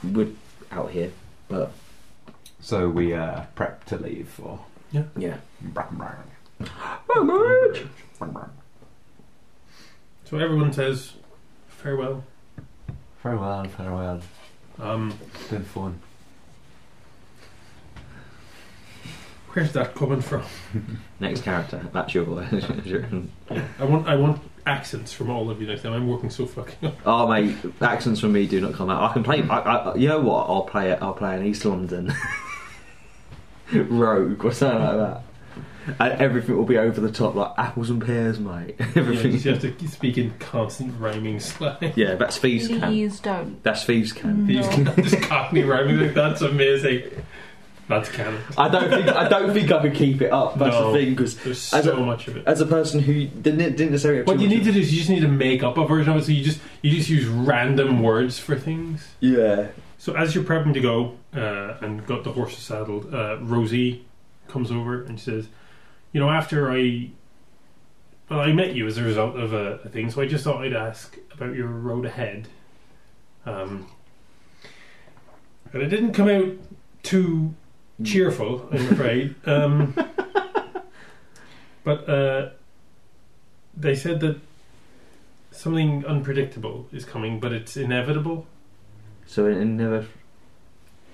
[SPEAKER 2] would out here, but
[SPEAKER 4] So we uh, prep to leave for
[SPEAKER 2] yeah.
[SPEAKER 4] Brackenbridge.
[SPEAKER 1] So everyone says farewell.
[SPEAKER 4] Farewell, farewell.
[SPEAKER 1] Um,
[SPEAKER 4] It's been fun.
[SPEAKER 1] Where's that coming from?
[SPEAKER 2] Next character. That's your voice.
[SPEAKER 1] I want I want accents from all of you next time. I'm working so fucking. Hard.
[SPEAKER 2] oh, mate, accents from me do not come out. I can play. I, I, you know what? I'll play it. I'll play an East London rogue or something like that. And everything will be over the top, like apples and pears, mate. Everything.
[SPEAKER 1] You have to speak in constant rhyming slang.
[SPEAKER 2] Yeah, that's thieves' camp.
[SPEAKER 3] Please don't.
[SPEAKER 2] That's thieves' camp.
[SPEAKER 1] These
[SPEAKER 3] No.
[SPEAKER 1] just cockney rhyming like that's amazing. That's canon.
[SPEAKER 2] I don't think I don't think I could keep it up. That's
[SPEAKER 1] No.
[SPEAKER 2] the thing, because
[SPEAKER 1] There's so
[SPEAKER 2] As a-
[SPEAKER 1] much of it.
[SPEAKER 2] as a person who didn't didn't necessarily. Have
[SPEAKER 1] What
[SPEAKER 2] too
[SPEAKER 1] you
[SPEAKER 2] much
[SPEAKER 1] need to
[SPEAKER 2] of-
[SPEAKER 1] do is you just need to make up a version of it. So you just you just use random words for things.
[SPEAKER 2] Yeah.
[SPEAKER 1] So as you're prepping to go uh, and got the horses saddled, uh, Rosie comes over and she says, "You know, after I, well, I met you as a result of a, a thing, so I just thought I'd ask about your road ahead." Um, and it didn't come out too cheerful, I'm afraid. um, but uh, they said that something unpredictable is coming, but it's inevitable.
[SPEAKER 2] So it, it never.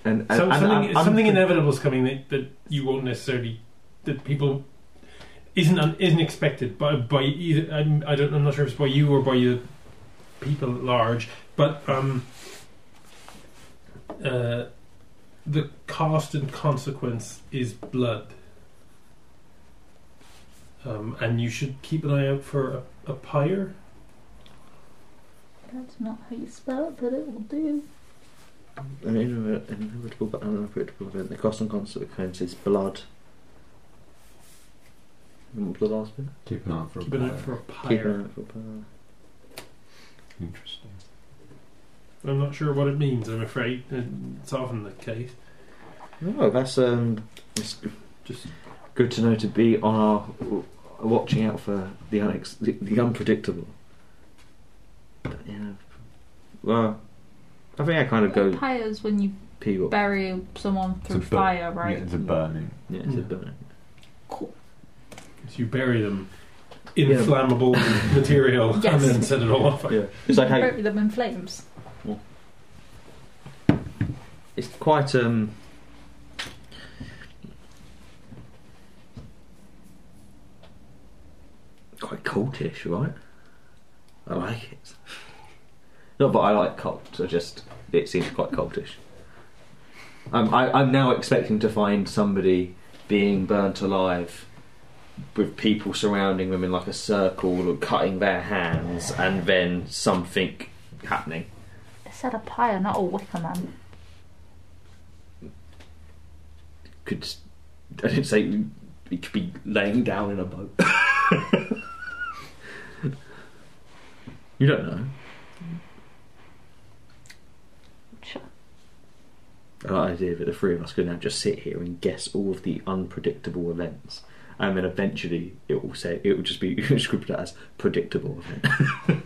[SPEAKER 2] And, and,
[SPEAKER 1] Some,
[SPEAKER 2] and-
[SPEAKER 1] something
[SPEAKER 2] and-
[SPEAKER 1] something inevitable is coming that, that you won't necessarily that people isn't un, isn't expected by by either. I'm, I don't. I'm not sure if it's by you or by the people at large, but um, uh, the cost and consequence is blood. Um, and you should keep an eye out for a, a pyre.
[SPEAKER 3] That's not how you spell it, but it will do.
[SPEAKER 2] An inevit- an inevitable but unpredictable event. The cost and consequence is blood. And What was the last bit?
[SPEAKER 4] Keep an eye out for a
[SPEAKER 1] Keep an eye out
[SPEAKER 4] player.
[SPEAKER 1] for a
[SPEAKER 2] Keep an
[SPEAKER 1] pyre.
[SPEAKER 2] eye out for power.
[SPEAKER 4] Interesting.
[SPEAKER 1] I'm not sure what it means. I'm afraid it's often the case.
[SPEAKER 2] No, that's um, it's g-
[SPEAKER 1] Just
[SPEAKER 2] good to know to be on our w- watching out for the unex- the, the unpredictable. But, yeah, well, I think I kind of go
[SPEAKER 3] Pyres when you
[SPEAKER 2] pee up.
[SPEAKER 3] bury someone through
[SPEAKER 4] bu-
[SPEAKER 3] fire,
[SPEAKER 4] Yeah,
[SPEAKER 3] right?
[SPEAKER 4] it's a burning.
[SPEAKER 2] Yeah, it's a
[SPEAKER 1] Yeah.
[SPEAKER 2] burn.
[SPEAKER 3] Cool.
[SPEAKER 1] So you bury them in
[SPEAKER 2] Yeah.
[SPEAKER 1] flammable material
[SPEAKER 3] Yes.
[SPEAKER 1] and then set it all on fire.
[SPEAKER 2] Yeah, it's like how
[SPEAKER 3] Bury them in flames.
[SPEAKER 2] it's quite um quite cultish, right? I like it. No, but I like cult. I just it seems quite cultish. I'm I, I'm now expecting to find somebody being burnt alive. With people surrounding them in like a circle, or cutting their hands, and then something happening.
[SPEAKER 3] I said a pyre, not a wicker man.
[SPEAKER 2] could I didn't say it could be laying down in a boat. you don't know.
[SPEAKER 3] Sure.
[SPEAKER 2] I like the idea that the three of us could now just sit here and guess all of the unpredictable events, and then eventually it will say it will just be scripted out as predictable event.
[SPEAKER 1] Yeah.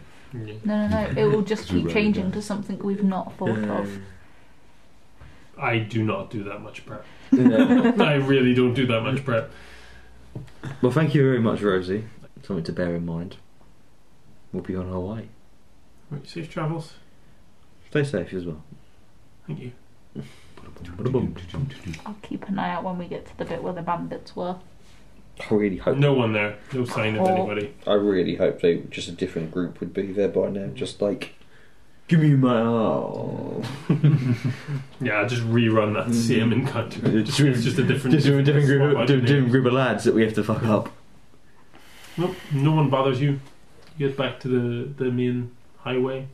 [SPEAKER 3] No, no, no. It will just
[SPEAKER 4] Because we
[SPEAKER 3] keep
[SPEAKER 4] wrote it
[SPEAKER 3] changing
[SPEAKER 4] down.
[SPEAKER 3] to something we've not thought of.
[SPEAKER 1] I do not do that much prep.
[SPEAKER 2] Yeah.
[SPEAKER 1] I really don't do that much prep.
[SPEAKER 2] well, thank you very much, Rosie. Something to bear in mind. We'll be on our way.
[SPEAKER 1] Right, safe travels.
[SPEAKER 2] Stay safe as well.
[SPEAKER 1] Thank you.
[SPEAKER 3] I'll keep an eye out when we get to the bit where the bandits were.
[SPEAKER 2] I really hope.
[SPEAKER 1] No one there. No sign of
[SPEAKER 3] Oh.
[SPEAKER 1] anybody.
[SPEAKER 2] I really hope they just a different group would be there by now. Just like, give me my arm.
[SPEAKER 1] Yeah, I'll just rerun that
[SPEAKER 2] Mm.
[SPEAKER 1] same encounter.
[SPEAKER 2] It's
[SPEAKER 1] It's just a different,
[SPEAKER 2] Just a different
[SPEAKER 1] swap
[SPEAKER 2] group,
[SPEAKER 1] out
[SPEAKER 2] different,
[SPEAKER 1] the
[SPEAKER 2] different
[SPEAKER 1] names.
[SPEAKER 2] group of lads that we have to fuck up.
[SPEAKER 1] Nope, no one bothers you. You get back to the, the main highway,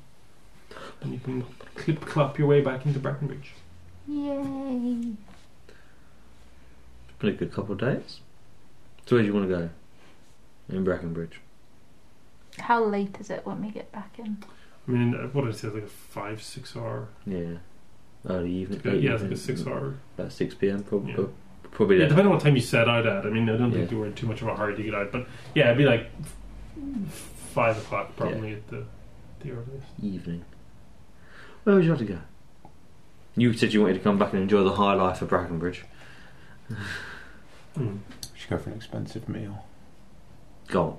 [SPEAKER 1] and you can clip clap your way back into Brackenbridge.
[SPEAKER 3] Yay!
[SPEAKER 2] It's been a good couple of days. So where do you want to go? In Brackenbridge.
[SPEAKER 3] How late is it when we get back in?
[SPEAKER 1] I mean, uh, what did I say? Like a five, six hour.
[SPEAKER 2] Yeah. Early evening.
[SPEAKER 1] Yeah,
[SPEAKER 2] late
[SPEAKER 1] Uh, yeah it's like
[SPEAKER 2] evening.
[SPEAKER 1] a six hour
[SPEAKER 2] About six p.m. Probably.
[SPEAKER 1] Yeah.
[SPEAKER 2] Probably.
[SPEAKER 1] Yeah,
[SPEAKER 2] Yeah,
[SPEAKER 1] depending on what time you set out at. I mean, I don't
[SPEAKER 2] Yeah.
[SPEAKER 1] think you were in too much of a hurry to get out, but yeah, it'd be like f- five o'clock probably at the the earliest.
[SPEAKER 2] evening. Where would you like to go? You said you wanted to come back and enjoy the high life of Brackenbridge. Hmm.
[SPEAKER 1] Mm.
[SPEAKER 4] We should go for an expensive meal.
[SPEAKER 2] Go on.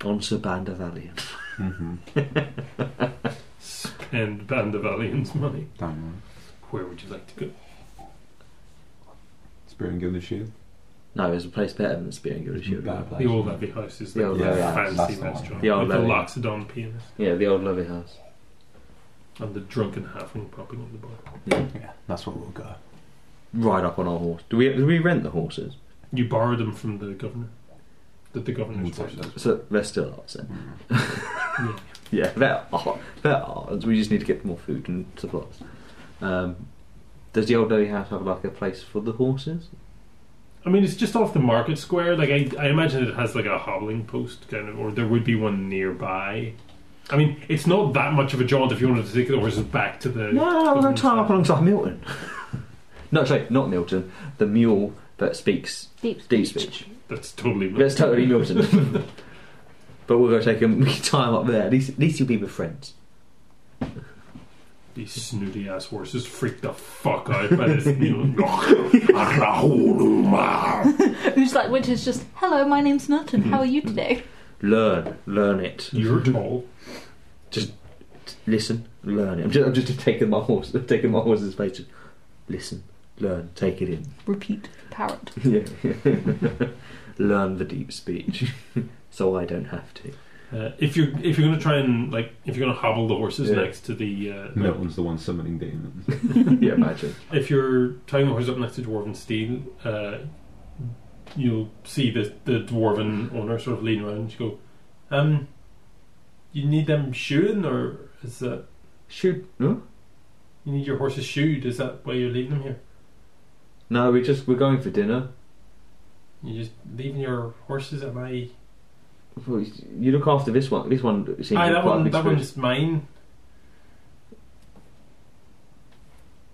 [SPEAKER 2] then. On Sir Bandavalian.
[SPEAKER 4] Mm-hmm.
[SPEAKER 1] Spend Bandavalian's money.
[SPEAKER 4] Damn
[SPEAKER 1] Where would you like to go?
[SPEAKER 4] Spearing Gilded Shield.
[SPEAKER 2] No, there's a place better than Spearing Guild Shield.
[SPEAKER 4] Bad place.
[SPEAKER 1] The old Abbey House is
[SPEAKER 2] The
[SPEAKER 1] the,
[SPEAKER 2] old
[SPEAKER 1] the
[SPEAKER 2] Abbey House,
[SPEAKER 1] fancy
[SPEAKER 4] that's the one.
[SPEAKER 1] restaurant
[SPEAKER 2] The
[SPEAKER 1] with
[SPEAKER 2] old
[SPEAKER 1] the
[SPEAKER 2] Abbey.
[SPEAKER 1] Loxodon pianist
[SPEAKER 2] Yeah, the old Lovey House.
[SPEAKER 1] and the drunken halfling popping on the bar.
[SPEAKER 4] Yeah, that's where we'll go.
[SPEAKER 2] Ride up on our horse. Do we? Do we rent the horses?
[SPEAKER 1] You borrowed them from the governor. That the governor's
[SPEAKER 4] We'll
[SPEAKER 1] horse.
[SPEAKER 4] take those.
[SPEAKER 2] So they're still ours then.
[SPEAKER 1] Yeah.
[SPEAKER 4] Mm.
[SPEAKER 2] Yeah, they're ours. They're ours. We just need to get more food and supplies. Um, does the old Lovey House have like a place for the horses?
[SPEAKER 1] I mean, it's just off the market square. Like I, I imagine it has like a hobbling post kind of, or there would be one nearby. I mean, it's not that much of a jaunt if you wanted to take the horses back to the.
[SPEAKER 2] No, no, no, we're going
[SPEAKER 1] government
[SPEAKER 2] to tie 'em
[SPEAKER 1] side.
[SPEAKER 2] up alongside Milton. no, sorry, not Milton. The mule that speaks
[SPEAKER 3] Deep
[SPEAKER 2] deep
[SPEAKER 3] speech.
[SPEAKER 2] speech.
[SPEAKER 1] That's totally.
[SPEAKER 2] That's totally Milton. but we'll go take him, we can tie him up there. At least, at least he'll be with friends.
[SPEAKER 1] These snooty ass horses freak the fuck out by this. You know,
[SPEAKER 3] Who's like, which is just, hello, my name's Merton. How are you today?
[SPEAKER 2] Learn, learn it.
[SPEAKER 1] you're tall.
[SPEAKER 2] Listen, learn it. I'm just, I'm just taking my horse, taking my horse's face. Just listen, learn, take it in.
[SPEAKER 3] Repeat, parrot.
[SPEAKER 2] Yeah. learn the deep speech, so I don't have to.
[SPEAKER 1] Uh, if you're if you're gonna try and like if you're gonna hobble the horses
[SPEAKER 2] Yeah.
[SPEAKER 1] next to the uh,
[SPEAKER 4] Milton's the one summoning demons.
[SPEAKER 2] yeah, imagine.
[SPEAKER 1] if you're tying the horse up next to Dwarven Steel, uh, you'll see the, the Dwarven owner sort of lean around and she go, um, you need them shoeing or is that,
[SPEAKER 2] Shoot, no.
[SPEAKER 1] you need your horses shoed, is that why you're leaving them here?
[SPEAKER 2] No, we just we're going for dinner.
[SPEAKER 1] You just leaving your horses at my...
[SPEAKER 2] You look after this one. This one seems
[SPEAKER 1] Aye,
[SPEAKER 2] to be
[SPEAKER 1] that,
[SPEAKER 2] quite
[SPEAKER 1] one,
[SPEAKER 2] big.
[SPEAKER 1] that
[SPEAKER 2] experience.
[SPEAKER 1] one's mine.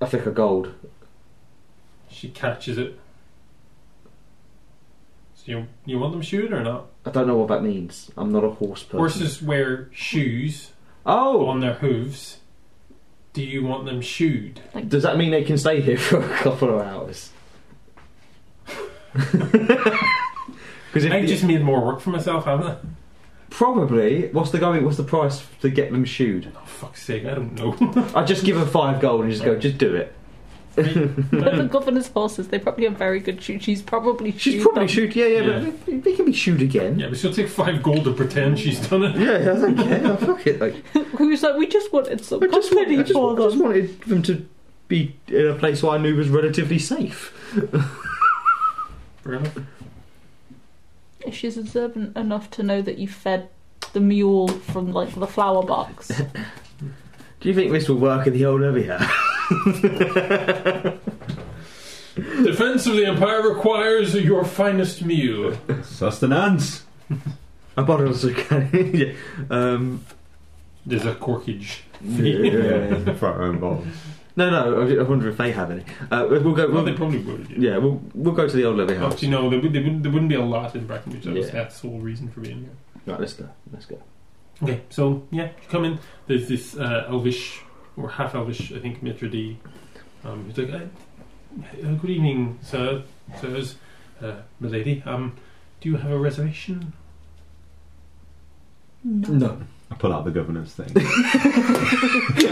[SPEAKER 2] I think a gold.
[SPEAKER 1] She catches it. So you, you want them shoed or not?
[SPEAKER 2] I don't know what that means. I'm not a horse person.
[SPEAKER 1] Horses wear shoes
[SPEAKER 2] Oh,
[SPEAKER 1] on their hooves. Do you want them shoed?
[SPEAKER 2] does that mean they can stay here for a couple of hours? Because if
[SPEAKER 1] I
[SPEAKER 2] the-
[SPEAKER 1] just made more work for myself, haven't I?
[SPEAKER 2] probably, what's the going? What's the price to get them shoed?
[SPEAKER 1] Oh, fuck's sake, I don't know.
[SPEAKER 2] I just give her five gold and just go, just do it.
[SPEAKER 3] But the governor's horses, they probably have very good shoes. She's probably
[SPEAKER 2] She's
[SPEAKER 3] shoed
[SPEAKER 2] probably
[SPEAKER 3] them.
[SPEAKER 2] shoot. Yeah, yeah, but they, they can be shoot again.
[SPEAKER 1] yeah, but she'll take five gold to pretend she's done it.
[SPEAKER 2] Yeah, I don't care. Fuck it. Like,
[SPEAKER 3] Who's like, we just wanted some
[SPEAKER 2] I just, want,
[SPEAKER 3] company
[SPEAKER 2] I, just,
[SPEAKER 3] for
[SPEAKER 2] I
[SPEAKER 3] them.
[SPEAKER 2] just wanted them to be in a place where I knew was relatively safe.
[SPEAKER 1] Fair enough.
[SPEAKER 3] If she's observant enough to know that you fed the mule from like the flower box.
[SPEAKER 2] Do you think this will work in the old Levy house?
[SPEAKER 1] Defense of the Empire requires your finest meal.
[SPEAKER 4] Sustenance!
[SPEAKER 2] I bought it on Zucchini. yeah. Um,
[SPEAKER 1] There's a corkage.
[SPEAKER 2] yeah,
[SPEAKER 4] front row involved.
[SPEAKER 2] No, no. I was- I wonder if they have any. Uh, we'll go.
[SPEAKER 1] Well,
[SPEAKER 2] We'll,
[SPEAKER 1] they probably would. Yeah.
[SPEAKER 2] yeah, we'll we'll go to the old Levy house.
[SPEAKER 1] Actually, no, there, would, there, wouldn't, there wouldn't be a lot in Brackenridge. That was
[SPEAKER 2] Yeah.
[SPEAKER 1] Eth's whole reason for being here.
[SPEAKER 2] Right, let's go. Let's go.
[SPEAKER 1] Okay, so, yeah, you come in. There's this uh, elvish, or half elvish, I think, maitre d. Um, who's like, uh, good evening, sir, sirs, uh, milady. Um, do you have a reservation?
[SPEAKER 2] No.
[SPEAKER 4] I pull out the governance thing.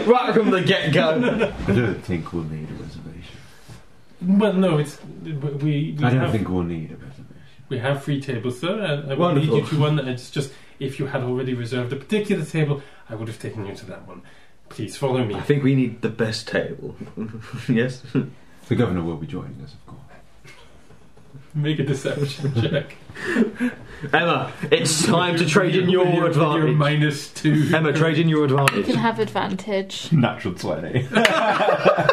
[SPEAKER 2] right from the get go.
[SPEAKER 4] I don't think we'll need a reservation.
[SPEAKER 1] Well, no, it's we. we
[SPEAKER 4] I don't
[SPEAKER 1] have,
[SPEAKER 4] think we'll need a reservation.
[SPEAKER 1] We have free tables, sir. I, I would lead
[SPEAKER 2] Wonderful.
[SPEAKER 1] you to one. It's just if you had already reserved a particular table, I would have taken you to that one. Please follow me.
[SPEAKER 2] I think we need the best table. yes.
[SPEAKER 4] The governor will be joining us, of course.
[SPEAKER 1] Make a deception check.
[SPEAKER 2] Emma, it's time to
[SPEAKER 1] With
[SPEAKER 2] trade in your
[SPEAKER 1] with with Your
[SPEAKER 2] advantage.
[SPEAKER 1] minus two.
[SPEAKER 2] Emma, trade in your
[SPEAKER 3] You can
[SPEAKER 2] advantage.
[SPEAKER 3] have advantage.
[SPEAKER 4] Natural 20.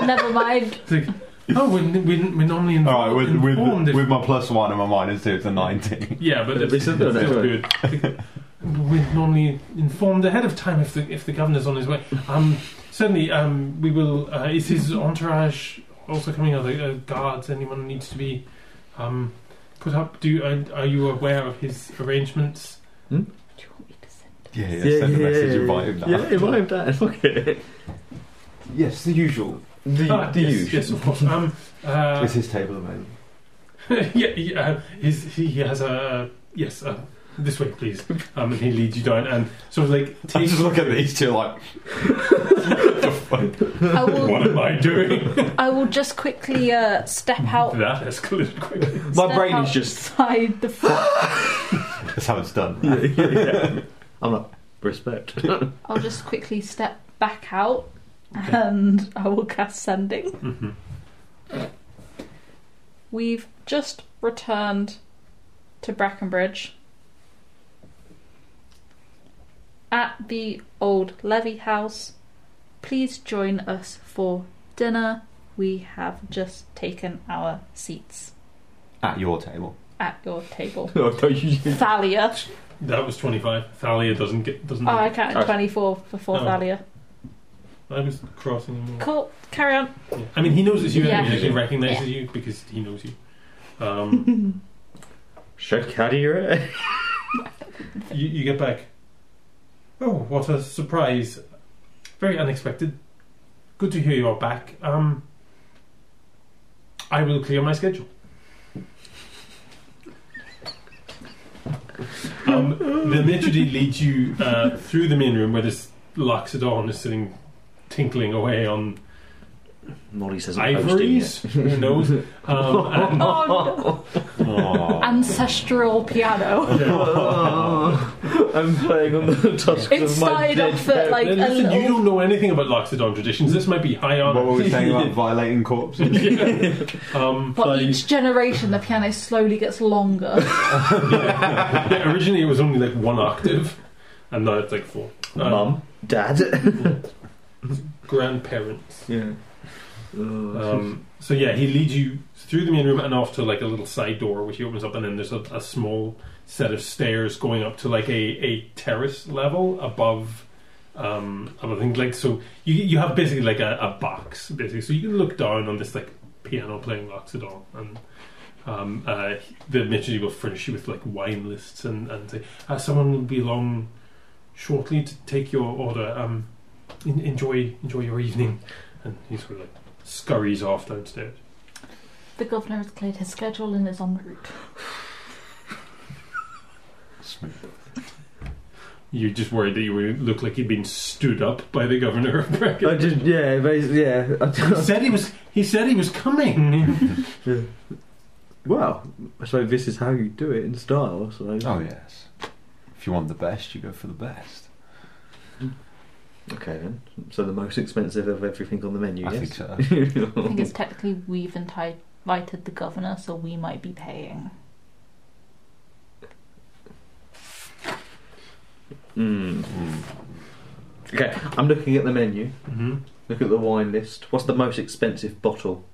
[SPEAKER 3] Never mind.
[SPEAKER 1] It's like, oh, we're, we're, we're normally in,
[SPEAKER 4] Alright, with, with,
[SPEAKER 1] informed. if-
[SPEAKER 4] with my plus one and my minus two, it's a 19.
[SPEAKER 1] yeah, but it's,
[SPEAKER 2] It's
[SPEAKER 1] it's
[SPEAKER 2] still
[SPEAKER 1] still
[SPEAKER 2] good,
[SPEAKER 1] good. We're normally informed ahead of time if the if the governor's on his way. Um, certainly, um, we will. Uh, is his entourage also coming? Are the uh, guards? Anyone needs to be um, put up? Do uh, are you aware of his arrangements?
[SPEAKER 3] Do you want me to send?
[SPEAKER 4] Yeah, yeah, send a message, invite him down.
[SPEAKER 2] Yeah, invite him down. Fuck it.
[SPEAKER 4] Yes, the usual.
[SPEAKER 2] The,
[SPEAKER 1] Ah,
[SPEAKER 2] the
[SPEAKER 1] yes,
[SPEAKER 2] usual.
[SPEAKER 1] yes, of course. Um, uh,
[SPEAKER 4] his table available?
[SPEAKER 1] yeah, yeah uh, his, he has a yes. Uh, this way, please. Um, and he leads you down and sort of like
[SPEAKER 4] I
[SPEAKER 1] takes
[SPEAKER 4] just look at these two like.
[SPEAKER 1] the fuck?
[SPEAKER 3] I will,
[SPEAKER 1] What am I doing?
[SPEAKER 3] I will just quickly uh, step out.
[SPEAKER 1] That escalated quickly.
[SPEAKER 3] step
[SPEAKER 2] brain is just-
[SPEAKER 3] outside the front.
[SPEAKER 4] That's how it's done.
[SPEAKER 2] I'm like, respect.
[SPEAKER 3] I'll just quickly step back out, and I will cast sending.
[SPEAKER 1] hmm
[SPEAKER 3] We've just returned to Brackenbridge at the old Levy house. Please join us for dinner. We have just taken our seats
[SPEAKER 4] At your table.
[SPEAKER 3] at your table.
[SPEAKER 2] No, no, Oh, you-
[SPEAKER 3] Thalia.
[SPEAKER 1] That was twenty-five. Thalia doesn't get
[SPEAKER 2] Hmm.
[SPEAKER 1] doesn't.
[SPEAKER 3] Oh, I counted
[SPEAKER 2] Alright.
[SPEAKER 3] 24 before
[SPEAKER 1] Oh.
[SPEAKER 3] Thalia.
[SPEAKER 1] I was crossing him. off.
[SPEAKER 3] Cool. Carry on.
[SPEAKER 1] Yeah. I mean, he knows it's you.
[SPEAKER 3] Yeah.
[SPEAKER 1] I mean, he recognizes you because he knows you. Um,
[SPEAKER 8] Should carry your
[SPEAKER 1] you, you get back. Oh, what a surprise! Very unexpected. Good to hear you're back. Um, I will clear my schedule. Um, the maitre d' leads you uh, through the main room where this Loxodon is sitting tinkling away on
[SPEAKER 2] Molly says I'm posting
[SPEAKER 1] ivories.
[SPEAKER 2] it.
[SPEAKER 1] Who knows? Um, and-
[SPEAKER 3] Oh, no. Ancestral piano.
[SPEAKER 2] I'm playing on the tusks
[SPEAKER 3] It
[SPEAKER 2] of my
[SPEAKER 3] started
[SPEAKER 2] dead
[SPEAKER 3] off at like a
[SPEAKER 1] Now, listen, you
[SPEAKER 3] little.
[SPEAKER 1] don't know anything about Loxodon traditions. This might be high
[SPEAKER 4] What were
[SPEAKER 1] honor.
[SPEAKER 4] we saying about violating corpses?
[SPEAKER 1] um,
[SPEAKER 3] But
[SPEAKER 1] like-
[SPEAKER 3] each generation, the piano slowly gets longer.
[SPEAKER 1] yeah. Yeah, originally it was only like one octave, and now it's like four. Um,
[SPEAKER 2] mum, dad.
[SPEAKER 1] Grandparents.
[SPEAKER 2] Yeah.
[SPEAKER 1] Um, so yeah, he leads you through the main room and off to like a little side door, which he opens up, and then there's a, a small set of stairs going up to like a, a terrace level above. Um, above things like so, you you have basically like a, a box, basically, so you can look down on this like piano playing Loxodon, and um, uh, the maitre d' will furnish you with like wine lists and and say, uh, someone will be along shortly to take your order. Um, en- enjoy enjoy your evening, and he sort of like scurries off downstairs.
[SPEAKER 3] The governor has cleared his schedule and is en route.
[SPEAKER 4] Smooth.
[SPEAKER 1] You just worried that you would look like you'd been stood up by the governor of
[SPEAKER 2] I
[SPEAKER 1] Brecon.
[SPEAKER 2] just yeah, basically, yeah. I
[SPEAKER 1] He
[SPEAKER 2] just-
[SPEAKER 1] said he was. He said he was coming.
[SPEAKER 2] well, I suppose this is how you do it in style. So
[SPEAKER 4] Oh, yes. If you want the best, you go for the best.
[SPEAKER 2] okay then. So the most expensive of everything on the menu.
[SPEAKER 4] I
[SPEAKER 2] yes?
[SPEAKER 4] think so.
[SPEAKER 3] I think it's technically we've enti- invited the governor, so we might be paying.
[SPEAKER 2] Mm.
[SPEAKER 4] Mm.
[SPEAKER 2] Okay, I'm looking at the menu.
[SPEAKER 1] hmm
[SPEAKER 2] Look at the wine list. What's the most expensive bottle?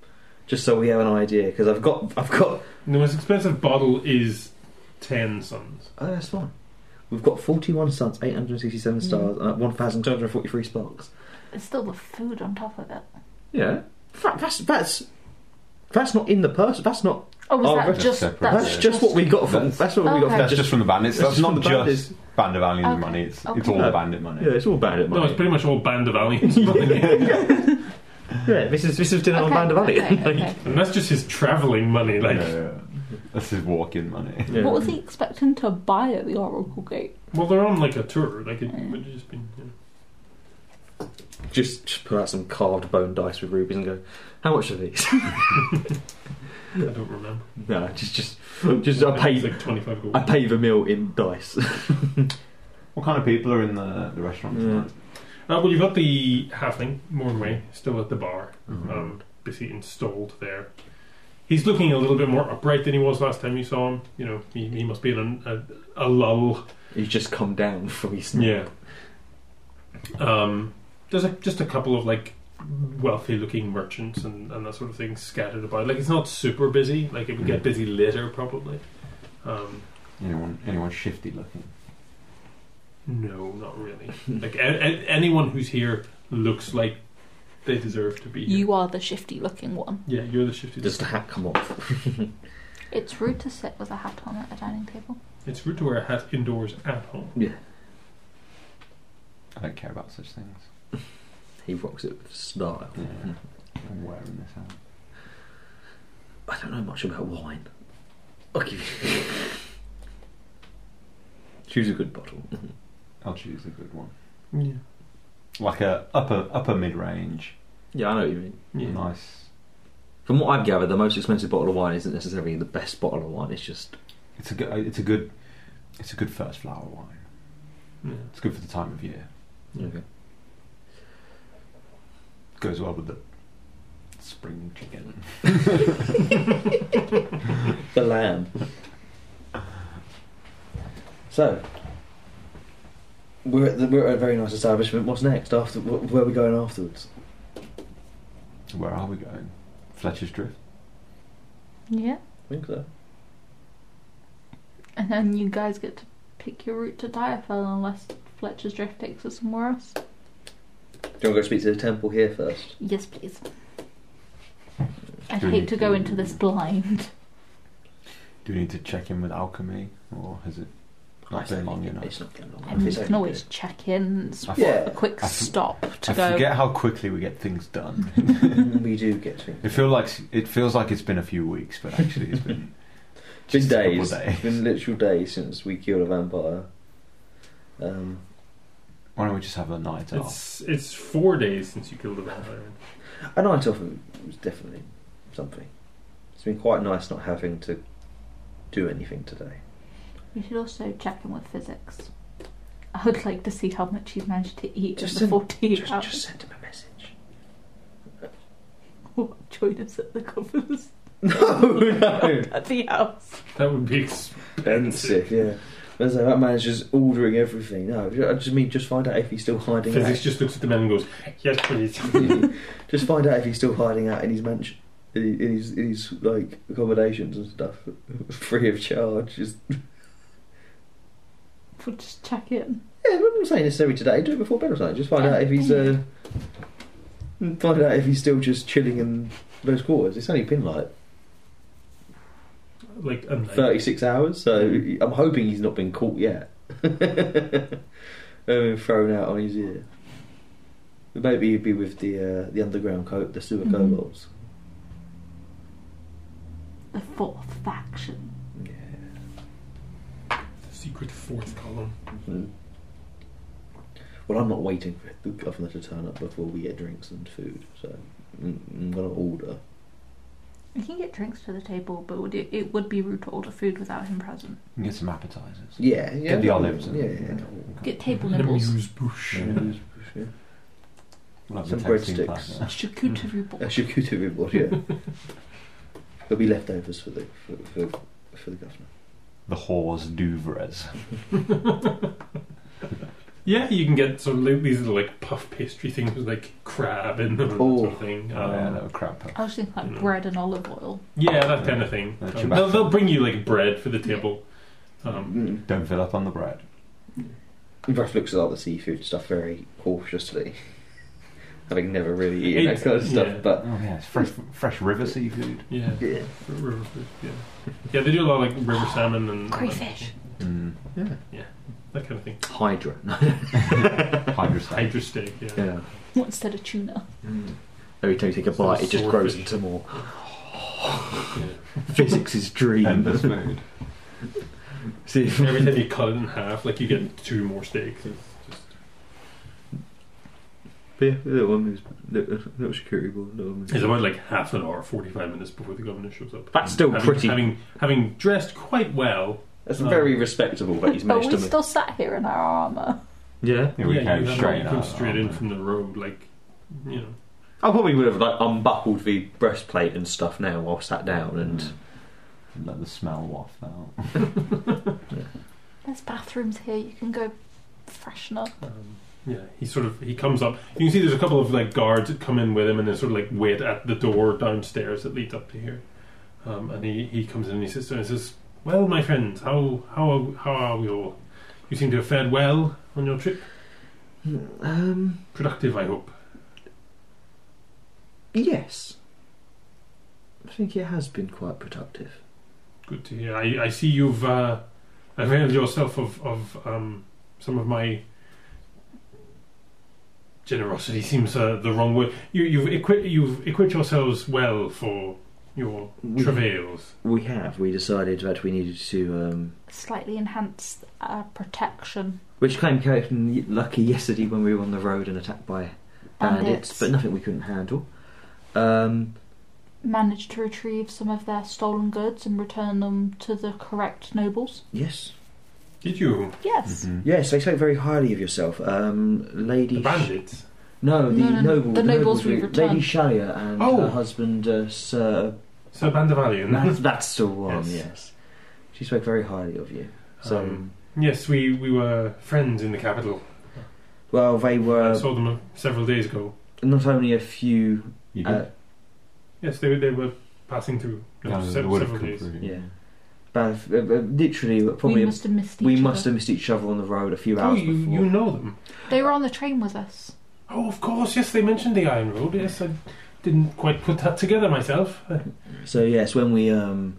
[SPEAKER 2] Just so we have an idea, because I've got, I've got.
[SPEAKER 1] The most expensive bottle is ten suns.
[SPEAKER 2] Oh, that's fine. We've got 41 suns,
[SPEAKER 3] Hmm.
[SPEAKER 2] 867 stars, uh, and 1,243 sparks.
[SPEAKER 3] There's still the food on top of it.
[SPEAKER 2] Yeah, Fa- that's that's that's not in the purse. That's not.
[SPEAKER 3] Oh, was
[SPEAKER 2] Oh,
[SPEAKER 3] that
[SPEAKER 4] that's
[SPEAKER 3] just
[SPEAKER 4] separate,
[SPEAKER 2] That's,
[SPEAKER 3] that's
[SPEAKER 4] yeah.
[SPEAKER 2] just what we got from.
[SPEAKER 4] That's-
[SPEAKER 2] That's, what we got
[SPEAKER 3] Okay.
[SPEAKER 2] from.
[SPEAKER 4] That's just, from the bandits.
[SPEAKER 2] that's
[SPEAKER 4] That's
[SPEAKER 2] just
[SPEAKER 4] not
[SPEAKER 2] from the bandits.
[SPEAKER 4] just Band of Aliens
[SPEAKER 3] Okay.
[SPEAKER 4] money, it's, it's
[SPEAKER 3] Okay.
[SPEAKER 4] all the bandit money.
[SPEAKER 2] Yeah, it's all bandit money.
[SPEAKER 1] No, it's pretty much all Band of Aliens. money.
[SPEAKER 2] Yeah, this is this is dinner on
[SPEAKER 3] Okay,
[SPEAKER 2] Band of Alley.
[SPEAKER 3] okay, okay.
[SPEAKER 1] and that's just his traveling money. Like,
[SPEAKER 4] Yeah, yeah. That's his walk in money.
[SPEAKER 2] Yeah.
[SPEAKER 3] What was he expecting to buy at the Oracle Gate?
[SPEAKER 1] well, they're on like a tour. Like, it would just been. You know.
[SPEAKER 2] Just, just pull out some carved bone dice with rubies and go. How much are these?
[SPEAKER 1] I don't remember.
[SPEAKER 2] no, just just just I
[SPEAKER 1] It's
[SPEAKER 2] pay
[SPEAKER 1] like twenty-five gold. Uh,
[SPEAKER 2] I pay the meal in dice.
[SPEAKER 4] What kind of people are in the, the restaurant
[SPEAKER 2] Yeah.
[SPEAKER 4] tonight?
[SPEAKER 1] Uh, well, you've got the halfling, Mornway, still at the bar,
[SPEAKER 2] Mm-hmm.
[SPEAKER 4] Mhm.
[SPEAKER 1] um, busy installed there. He's looking a little bit more upright than he was last time you saw him. You know, he, he must be in a, a, a lull.
[SPEAKER 2] He's just come down from his
[SPEAKER 1] Um, there's a, just a couple of like wealthy looking merchants and, and that sort of thing scattered about. Like, it's not super busy. Like, it would get
[SPEAKER 4] Mhm.
[SPEAKER 1] busy later probably. Um,
[SPEAKER 4] Anyone, anyone shifty looking?
[SPEAKER 1] no, not really. Like, a, a- anyone who's here looks like they deserve to be here.
[SPEAKER 3] You are the shifty looking one.
[SPEAKER 1] yeah, you're the shifty.
[SPEAKER 2] Does the hat come off?
[SPEAKER 3] It's rude to sit with a hat on at a dining table.
[SPEAKER 1] It's rude to wear a hat indoors at home.
[SPEAKER 2] Yeah,
[SPEAKER 4] I don't care about such things.
[SPEAKER 2] he rocks it with style.
[SPEAKER 4] Yeah. I'm wearing this out.
[SPEAKER 2] I don't know much about wine. I'll give you. Choose a good bottle. Mm-hmm.
[SPEAKER 4] I'll choose a good one.
[SPEAKER 1] Yeah.
[SPEAKER 4] like a upper upper mid range.
[SPEAKER 2] Yeah, I know what you mean.
[SPEAKER 1] Yeah.
[SPEAKER 4] Nice.
[SPEAKER 2] From what I've gathered, the most expensive bottle of wine isn't necessarily the best bottle of wine. It's just
[SPEAKER 4] It's a good. It's a good. It's a good first flower wine.
[SPEAKER 1] Yeah.
[SPEAKER 4] It's good for the time of year.
[SPEAKER 2] okay.
[SPEAKER 4] Goes well with the spring chicken.
[SPEAKER 2] the lamb. so we're at the, we're at a very nice establishment. What's next? After wh- where are we going afterwards?
[SPEAKER 4] Where are we going? Fletcher's Drift.
[SPEAKER 3] Yeah.
[SPEAKER 2] I think so.
[SPEAKER 3] And then you guys get to pick your route to Diafel unless Fletcher's Drift takes us somewhere else.
[SPEAKER 2] Do you want to go speak to the temple here first?
[SPEAKER 3] Yes, please. I'd
[SPEAKER 4] Do we
[SPEAKER 3] hate
[SPEAKER 4] need
[SPEAKER 3] to go
[SPEAKER 4] to-
[SPEAKER 3] into this blind.
[SPEAKER 4] Do we need to check in with alchemy, or has it? Not been long enough.
[SPEAKER 2] It's not been long
[SPEAKER 3] I
[SPEAKER 2] enough.
[SPEAKER 3] mean,
[SPEAKER 2] It's
[SPEAKER 3] you can
[SPEAKER 2] only
[SPEAKER 3] always check in. It's
[SPEAKER 4] I f-
[SPEAKER 3] a
[SPEAKER 2] Yeah.
[SPEAKER 3] quick
[SPEAKER 4] I f-
[SPEAKER 3] stop to
[SPEAKER 4] I
[SPEAKER 3] go.
[SPEAKER 4] forget how quickly we get things done.
[SPEAKER 2] been- we do get to.
[SPEAKER 4] It feels like it feels like it's been a few weeks, but actually it's been
[SPEAKER 2] It's
[SPEAKER 4] just a couple
[SPEAKER 2] been days.
[SPEAKER 4] days.
[SPEAKER 2] It's been literal days since we killed a vampire. Um,
[SPEAKER 4] Why don't we just have a night off?
[SPEAKER 1] It's it's four days since you killed a vampire.
[SPEAKER 2] a night off was definitely something. It's been quite nice not having to do anything today.
[SPEAKER 3] You should also check in with physics. I would like to see how much you managed to eat
[SPEAKER 2] Just
[SPEAKER 3] in the
[SPEAKER 2] an-
[SPEAKER 3] 48
[SPEAKER 2] Just,
[SPEAKER 3] hours.
[SPEAKER 2] just send him a message.
[SPEAKER 3] Join us at the covers
[SPEAKER 2] No, Oh, no.
[SPEAKER 3] at the house.
[SPEAKER 1] That would be ex-
[SPEAKER 2] Expensive, yeah. That's like that manager's ordering everything. No, I just mean just find out if he's still hiding
[SPEAKER 1] physics. Just looks at the man and goes, "Yes, please."
[SPEAKER 2] out. just find out if he's still hiding out in his mansion, in in his, in his like accommodations and stuff, free of charge. Just
[SPEAKER 3] We'll just check in.
[SPEAKER 2] Yeah, I'm not saying necessarily today. Do it before bed or something. Just find
[SPEAKER 3] Yeah,
[SPEAKER 2] out if he's.
[SPEAKER 3] yeah.
[SPEAKER 2] Uh, mm, find out if he's still just chilling in those quarters. It's only been like
[SPEAKER 1] Like a night.
[SPEAKER 2] 36 hours, so
[SPEAKER 4] Mm.
[SPEAKER 2] I'm hoping he's not been caught yet. um, thrown out on his ear. But Maybe he'd be with the uh, the underground co- the sewer
[SPEAKER 3] Mhm.
[SPEAKER 2] kobolds.
[SPEAKER 3] The fourth faction.
[SPEAKER 2] Yeah.
[SPEAKER 1] Secret fourth column.
[SPEAKER 2] Mhm. Well, I'm not waiting for the governor to turn up before we get drinks and food, so I'm I'm gonna order.
[SPEAKER 3] You can get drinks for the table, but would it, it would be rude to order food without him present.
[SPEAKER 4] And get some appetizers.
[SPEAKER 2] Yeah, yeah.
[SPEAKER 4] Get the olives and-
[SPEAKER 2] Yeah, yeah.
[SPEAKER 3] Get table nibbles,
[SPEAKER 1] bush.
[SPEAKER 4] Yeah.
[SPEAKER 2] yeah.
[SPEAKER 4] Like the
[SPEAKER 2] Some
[SPEAKER 4] tasting
[SPEAKER 2] breadsticks.
[SPEAKER 4] platter.
[SPEAKER 3] charcuterie board.
[SPEAKER 2] A charcuterie board, yeah. There'll be leftovers for the for, for, for the governor.
[SPEAKER 4] The whores d'oeuvres.
[SPEAKER 1] Yeah, you can get sort of like, these little like puff pastry things with like crab in them and that sort
[SPEAKER 2] Oh.
[SPEAKER 1] of thing.
[SPEAKER 4] Oh,
[SPEAKER 1] Um,
[SPEAKER 4] yeah, that were crab
[SPEAKER 3] I was thinking like
[SPEAKER 1] Mm.
[SPEAKER 3] bread and olive oil.
[SPEAKER 1] yeah, that kind of thing.
[SPEAKER 4] That's
[SPEAKER 1] Um,
[SPEAKER 4] your
[SPEAKER 1] they'll,
[SPEAKER 4] back.
[SPEAKER 1] they'll bring you like bread for the table. Um,
[SPEAKER 2] Mm.
[SPEAKER 4] Don't fill up on the bread.
[SPEAKER 2] Ruff looks at all the seafood stuff very cautiously, having never really eaten
[SPEAKER 1] It's-
[SPEAKER 2] that kind of stuff.
[SPEAKER 1] yeah.
[SPEAKER 2] But
[SPEAKER 4] Oh yeah, it's fresh, fresh river seafood.
[SPEAKER 1] yeah,
[SPEAKER 2] yeah,
[SPEAKER 1] r- river fish. Yeah, yeah, they do a lot of like river salmon and
[SPEAKER 3] Crayfish.
[SPEAKER 4] Mm.
[SPEAKER 1] that kind of thing.
[SPEAKER 2] Hydra.
[SPEAKER 4] Hydra steak.
[SPEAKER 1] Hydra steak. Yeah.
[SPEAKER 2] yeah.
[SPEAKER 9] Mm.
[SPEAKER 3] Instead of tuna.
[SPEAKER 2] Every time you take a
[SPEAKER 1] Sort of
[SPEAKER 2] bite, it just grows
[SPEAKER 1] swordfish.
[SPEAKER 2] into more.
[SPEAKER 1] Yeah.
[SPEAKER 2] Physics is dream.
[SPEAKER 4] Endless food.
[SPEAKER 2] See,
[SPEAKER 1] Every time you cut it in half, like you get two more steaks. It's just-
[SPEAKER 2] yeah, that one was little, little security board. Little
[SPEAKER 1] It's about like half an hour, forty-five minutes before the governor shows up.
[SPEAKER 2] That's still
[SPEAKER 1] having,
[SPEAKER 2] pretty.
[SPEAKER 1] Having having dressed quite well.
[SPEAKER 2] That's
[SPEAKER 1] um,
[SPEAKER 2] very respectable that he's
[SPEAKER 3] But
[SPEAKER 2] managed
[SPEAKER 3] Oh, we
[SPEAKER 2] to.
[SPEAKER 3] still sat here in our armour.
[SPEAKER 2] yeah.
[SPEAKER 4] Yeah, we
[SPEAKER 1] yeah,
[SPEAKER 4] came
[SPEAKER 1] you have-
[SPEAKER 4] straight
[SPEAKER 1] you come
[SPEAKER 4] out.
[SPEAKER 1] straight in from the road, like you know.
[SPEAKER 2] I probably would have like unbuckled the breastplate and stuff now while sat down and.
[SPEAKER 4] Mm. let the smell waft out.
[SPEAKER 3] There's bathrooms here. You can go freshen up.
[SPEAKER 1] Um, yeah, he sort of he comes up. You can see there's a couple of like guards that come in with him and then sort of like wait at the door downstairs that leads up to here. Um, and he, he comes in and he sits down and says, "Well, my friends, how how how are we all? You seem to have fared well on your trip. Mm.
[SPEAKER 2] Um.
[SPEAKER 1] Productive, I hope.
[SPEAKER 2] Yes. I think it has been quite productive.
[SPEAKER 1] Good to hear. I, I see you've uh, availed yourself of of um, some of my." Generosity seems uh, the wrong word. You, you've equipped you've equipped yourselves well for your
[SPEAKER 2] We,
[SPEAKER 1] travails.
[SPEAKER 2] we have. We decided that we needed to. Um,
[SPEAKER 3] Slightly enhance our uh, protection
[SPEAKER 9] Which came came lucky yesterday when we were on the road and attacked by bandits,
[SPEAKER 3] Bandits.
[SPEAKER 9] but nothing we couldn't handle. Um,
[SPEAKER 3] Managed to retrieve some of their stolen goods and return them to the correct nobles.
[SPEAKER 9] yes,
[SPEAKER 1] Did you?
[SPEAKER 9] Mm-hmm.
[SPEAKER 3] Yes.
[SPEAKER 4] Mhm.
[SPEAKER 1] Mm-hmm.
[SPEAKER 9] yes, they spoke very highly of yourself, um, Lady.
[SPEAKER 1] The
[SPEAKER 9] Sh-
[SPEAKER 1] bandits.
[SPEAKER 9] no, the
[SPEAKER 3] No, no, no,
[SPEAKER 9] noble,
[SPEAKER 3] the nobles we
[SPEAKER 9] were-
[SPEAKER 3] returned.
[SPEAKER 9] Lady Shalia and
[SPEAKER 1] Oh.
[SPEAKER 9] her husband uh, Sir.
[SPEAKER 1] So Bandavalian.
[SPEAKER 9] That's, that's the one.
[SPEAKER 1] Yes.
[SPEAKER 9] Yes. she spoke very highly of you. So,
[SPEAKER 1] Um, Yes, we, we were friends in the capital.
[SPEAKER 9] well, they
[SPEAKER 1] I
[SPEAKER 9] were
[SPEAKER 1] saw them uh, several days ago.
[SPEAKER 9] not only a few
[SPEAKER 4] You
[SPEAKER 9] Uh,
[SPEAKER 4] did?
[SPEAKER 1] Yes, they, were- they were passing through. No,
[SPEAKER 4] Yeah,
[SPEAKER 1] se-
[SPEAKER 4] they would have
[SPEAKER 1] several
[SPEAKER 4] come
[SPEAKER 1] days.
[SPEAKER 4] through.
[SPEAKER 9] Yeah. But uh, uh, literally, probably
[SPEAKER 3] we must have missed each
[SPEAKER 9] we
[SPEAKER 3] other.
[SPEAKER 9] must have missed each other on the road a few
[SPEAKER 1] Oh,
[SPEAKER 9] hours
[SPEAKER 1] you,
[SPEAKER 9] before.
[SPEAKER 1] you know them.
[SPEAKER 3] They were on the train with us.
[SPEAKER 1] Oh, of course, yes, they mentioned the Iron Road. Yes, I didn't quite put that together myself. Uh,
[SPEAKER 9] So
[SPEAKER 2] So yes, when we um,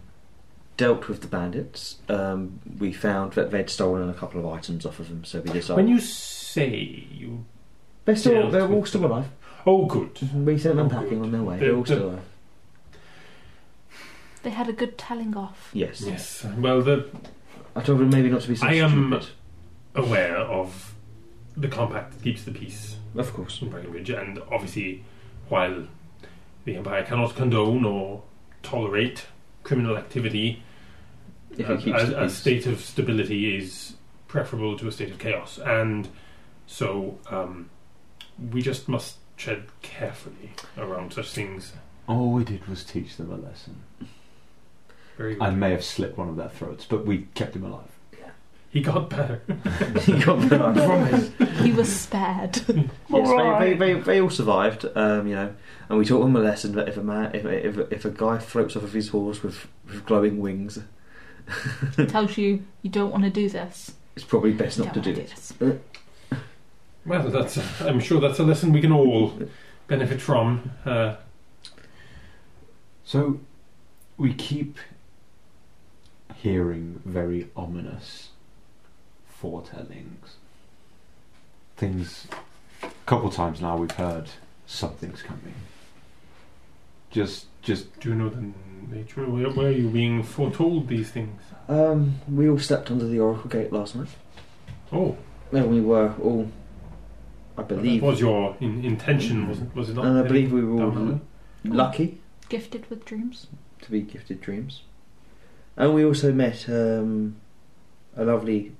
[SPEAKER 2] dealt with the bandits, um, we found that they'd stolen a couple of items off of them. So we decided
[SPEAKER 1] When you say you.
[SPEAKER 2] they're still
[SPEAKER 1] dealt
[SPEAKER 2] they're all
[SPEAKER 1] with
[SPEAKER 2] still alive.
[SPEAKER 1] Oh, good.
[SPEAKER 2] We sent them
[SPEAKER 1] Oh,
[SPEAKER 2] packing
[SPEAKER 1] good.
[SPEAKER 2] on their way.
[SPEAKER 1] They're-
[SPEAKER 2] They're, all
[SPEAKER 1] they're-
[SPEAKER 2] still alive.
[SPEAKER 3] They had a good telling off.
[SPEAKER 2] Yes.
[SPEAKER 1] Yes, well, the
[SPEAKER 2] I um, told them maybe not to be so
[SPEAKER 1] I am-
[SPEAKER 2] stupid.
[SPEAKER 1] aware of the compact that keeps the peace
[SPEAKER 2] Of course.
[SPEAKER 1] in Breckenridge, and obviously, while the Empire cannot condone or tolerate criminal activity,
[SPEAKER 2] If
[SPEAKER 1] a,
[SPEAKER 2] it keeps
[SPEAKER 1] a-
[SPEAKER 2] the
[SPEAKER 1] a
[SPEAKER 2] peace.
[SPEAKER 1] state of stability is preferable to a state of chaos, and so um, we just must tread carefully around such things.
[SPEAKER 4] All we did was teach them a lesson.
[SPEAKER 1] Very
[SPEAKER 4] I
[SPEAKER 1] well.
[SPEAKER 4] may have slit one of their throats, but we kept him alive.
[SPEAKER 1] He got better.
[SPEAKER 2] You got that, I promise.
[SPEAKER 3] He was spared.
[SPEAKER 2] Yes, they, they, they, they all survived, um, you know, and we taught them a lesson that if a man, if, if, if a guy floats off of his horse with, with glowing wings,
[SPEAKER 3] Tells you you don't want to do this.
[SPEAKER 2] it's probably best not
[SPEAKER 3] Don't
[SPEAKER 2] to do
[SPEAKER 3] wanna
[SPEAKER 2] it.
[SPEAKER 3] this.
[SPEAKER 1] Well, that's. I'm sure that's a lesson we can all benefit from. Uh,
[SPEAKER 4] So, we keep hearing very ominous foretellings. Things. A couple times now we've heard something's coming. Just, just
[SPEAKER 1] Do you know the nature? Where where are you being foretold these things?
[SPEAKER 2] Um, we all stepped under the Oracle Gate last night.
[SPEAKER 1] Oh,
[SPEAKER 2] No, we were all, I
[SPEAKER 1] that
[SPEAKER 2] believe, Mm.
[SPEAKER 1] was your in- intention, was it? Was it not?
[SPEAKER 2] and I believe we were
[SPEAKER 1] Down
[SPEAKER 2] all
[SPEAKER 1] that
[SPEAKER 2] lucky
[SPEAKER 3] Gifted with dreams.
[SPEAKER 2] to be gifted dreams. And we also met um, a lovely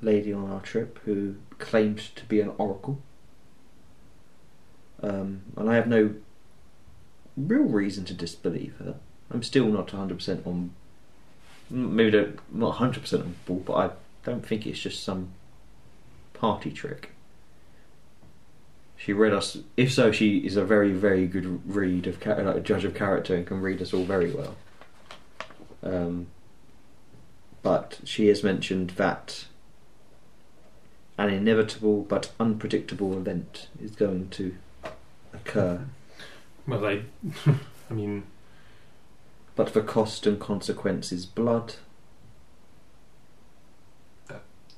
[SPEAKER 2] lady on our trip who claimed to be an oracle. Um, and I have no real reason to disbelieve her. I'm still not 100% on. m- Maybe don't- not 100% on board, but I don't think it's just some party trick. She read us. If so, she is a very, very good read of char- like a judge of character and can read us all very well. Um, but she has mentioned that an inevitable but unpredictable event is going to occur,
[SPEAKER 1] Well, I, I mean,
[SPEAKER 2] but the cost and consequence is blood.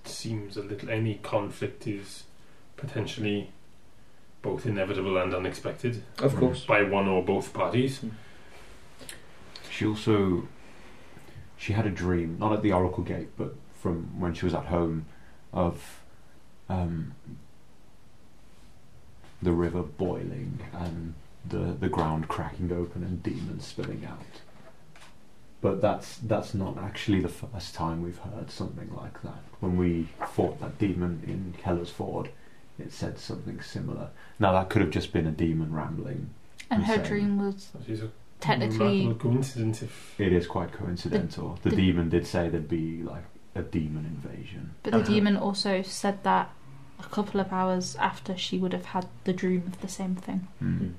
[SPEAKER 1] seems a little. Any conflict is potentially both inevitable and unexpected
[SPEAKER 2] Of
[SPEAKER 4] Mm.
[SPEAKER 2] course,
[SPEAKER 1] by one or both parties.
[SPEAKER 4] She also she had a dream, not at the Oracle Gate, but from when she was at home, of um, the river boiling and the the ground cracking open and demons spilling out. But that's that's not actually the first time we've heard something like that. When we fought that demon in Keller's Ford, it said something similar. Now that could have just been a demon rambling.
[SPEAKER 3] And her
[SPEAKER 4] Insane.
[SPEAKER 3] dream was
[SPEAKER 1] That is a
[SPEAKER 3] technically
[SPEAKER 1] remarkable coincidence. If
[SPEAKER 4] It is quite coincidental. The,
[SPEAKER 3] the-
[SPEAKER 4] demon did say there'd be like a demon invasion.
[SPEAKER 3] But the
[SPEAKER 2] Uh-huh.
[SPEAKER 3] demon also said that a couple of hours after she would have had the dream of the same thing.
[SPEAKER 4] Hmm.
[SPEAKER 2] Mm.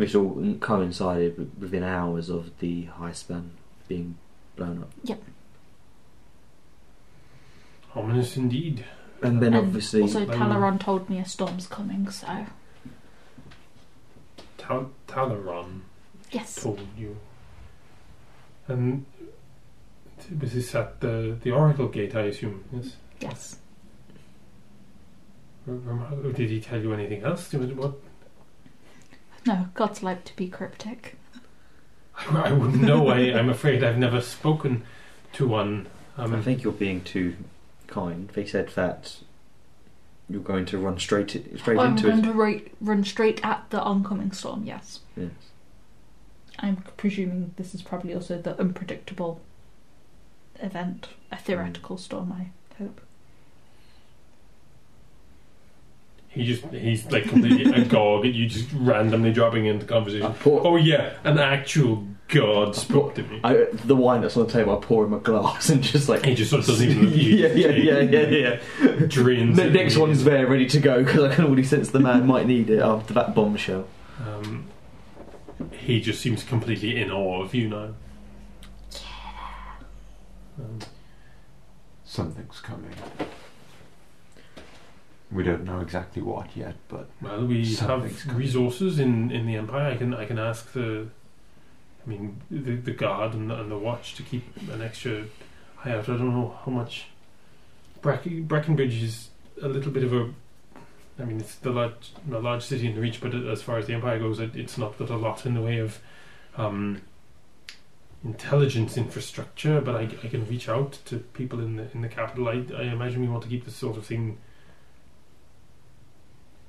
[SPEAKER 2] which all coincided with- within hours of the high span being blown up.
[SPEAKER 1] ominous indeed.
[SPEAKER 2] And then
[SPEAKER 3] And
[SPEAKER 2] obviously,
[SPEAKER 3] also,
[SPEAKER 1] they were-
[SPEAKER 3] Talaron told me a storm's coming, so
[SPEAKER 1] Tal- Talaron
[SPEAKER 3] yes,
[SPEAKER 1] told you, and this is at the the Oracle Gate, I assume. Yes.
[SPEAKER 3] yes.
[SPEAKER 1] Remarkable. Did he tell you anything else? Did- What
[SPEAKER 3] No, gods like to be cryptic.
[SPEAKER 1] I wouldn't know. I, I'm afraid I've never spoken to one. Um,
[SPEAKER 2] I think you're being too kind. They said that you're going to run straight straight
[SPEAKER 3] I'm
[SPEAKER 2] into
[SPEAKER 3] going
[SPEAKER 2] it.
[SPEAKER 3] to right, run straight at the oncoming storm, yes.
[SPEAKER 2] Yes.
[SPEAKER 3] I'm presuming this is probably also the unpredictable event, a theoretical storm, I hope.
[SPEAKER 1] He just he's like completely agog at you just randomly dropping into
[SPEAKER 2] I
[SPEAKER 1] conversation.
[SPEAKER 2] pour,
[SPEAKER 1] Oh yeah, an actual god spoke to me.
[SPEAKER 2] I, the wine that's on the table. I pour in my glass and just like
[SPEAKER 1] He just sort of doesn't even look at you.
[SPEAKER 2] yeah, yeah, yeah, yeah, yeah.
[SPEAKER 1] yeah. Drains.
[SPEAKER 2] The
[SPEAKER 1] it.
[SPEAKER 2] next one's there, ready to go because I can already sense the man might need it after that bombshell.
[SPEAKER 1] Um, he just seems completely in awe of you now. Um,
[SPEAKER 4] Something's coming. We don't know exactly what yet, but
[SPEAKER 1] well, we
[SPEAKER 4] Something's
[SPEAKER 1] have
[SPEAKER 4] coming.
[SPEAKER 1] resources in, in the empire. I can I can ask the, I mean the, the guard and the, and the watch to keep an extra eye out. I don't know how much. Brack- Brackenbridge is a little bit of a. I mean, it's the large, a large city in the reach, but as far as the empire goes, it, it's not got a lot in the way of um, intelligence infrastructure. But I, I can reach out to people in the in the capital. I, I imagine we want to keep this sort of thing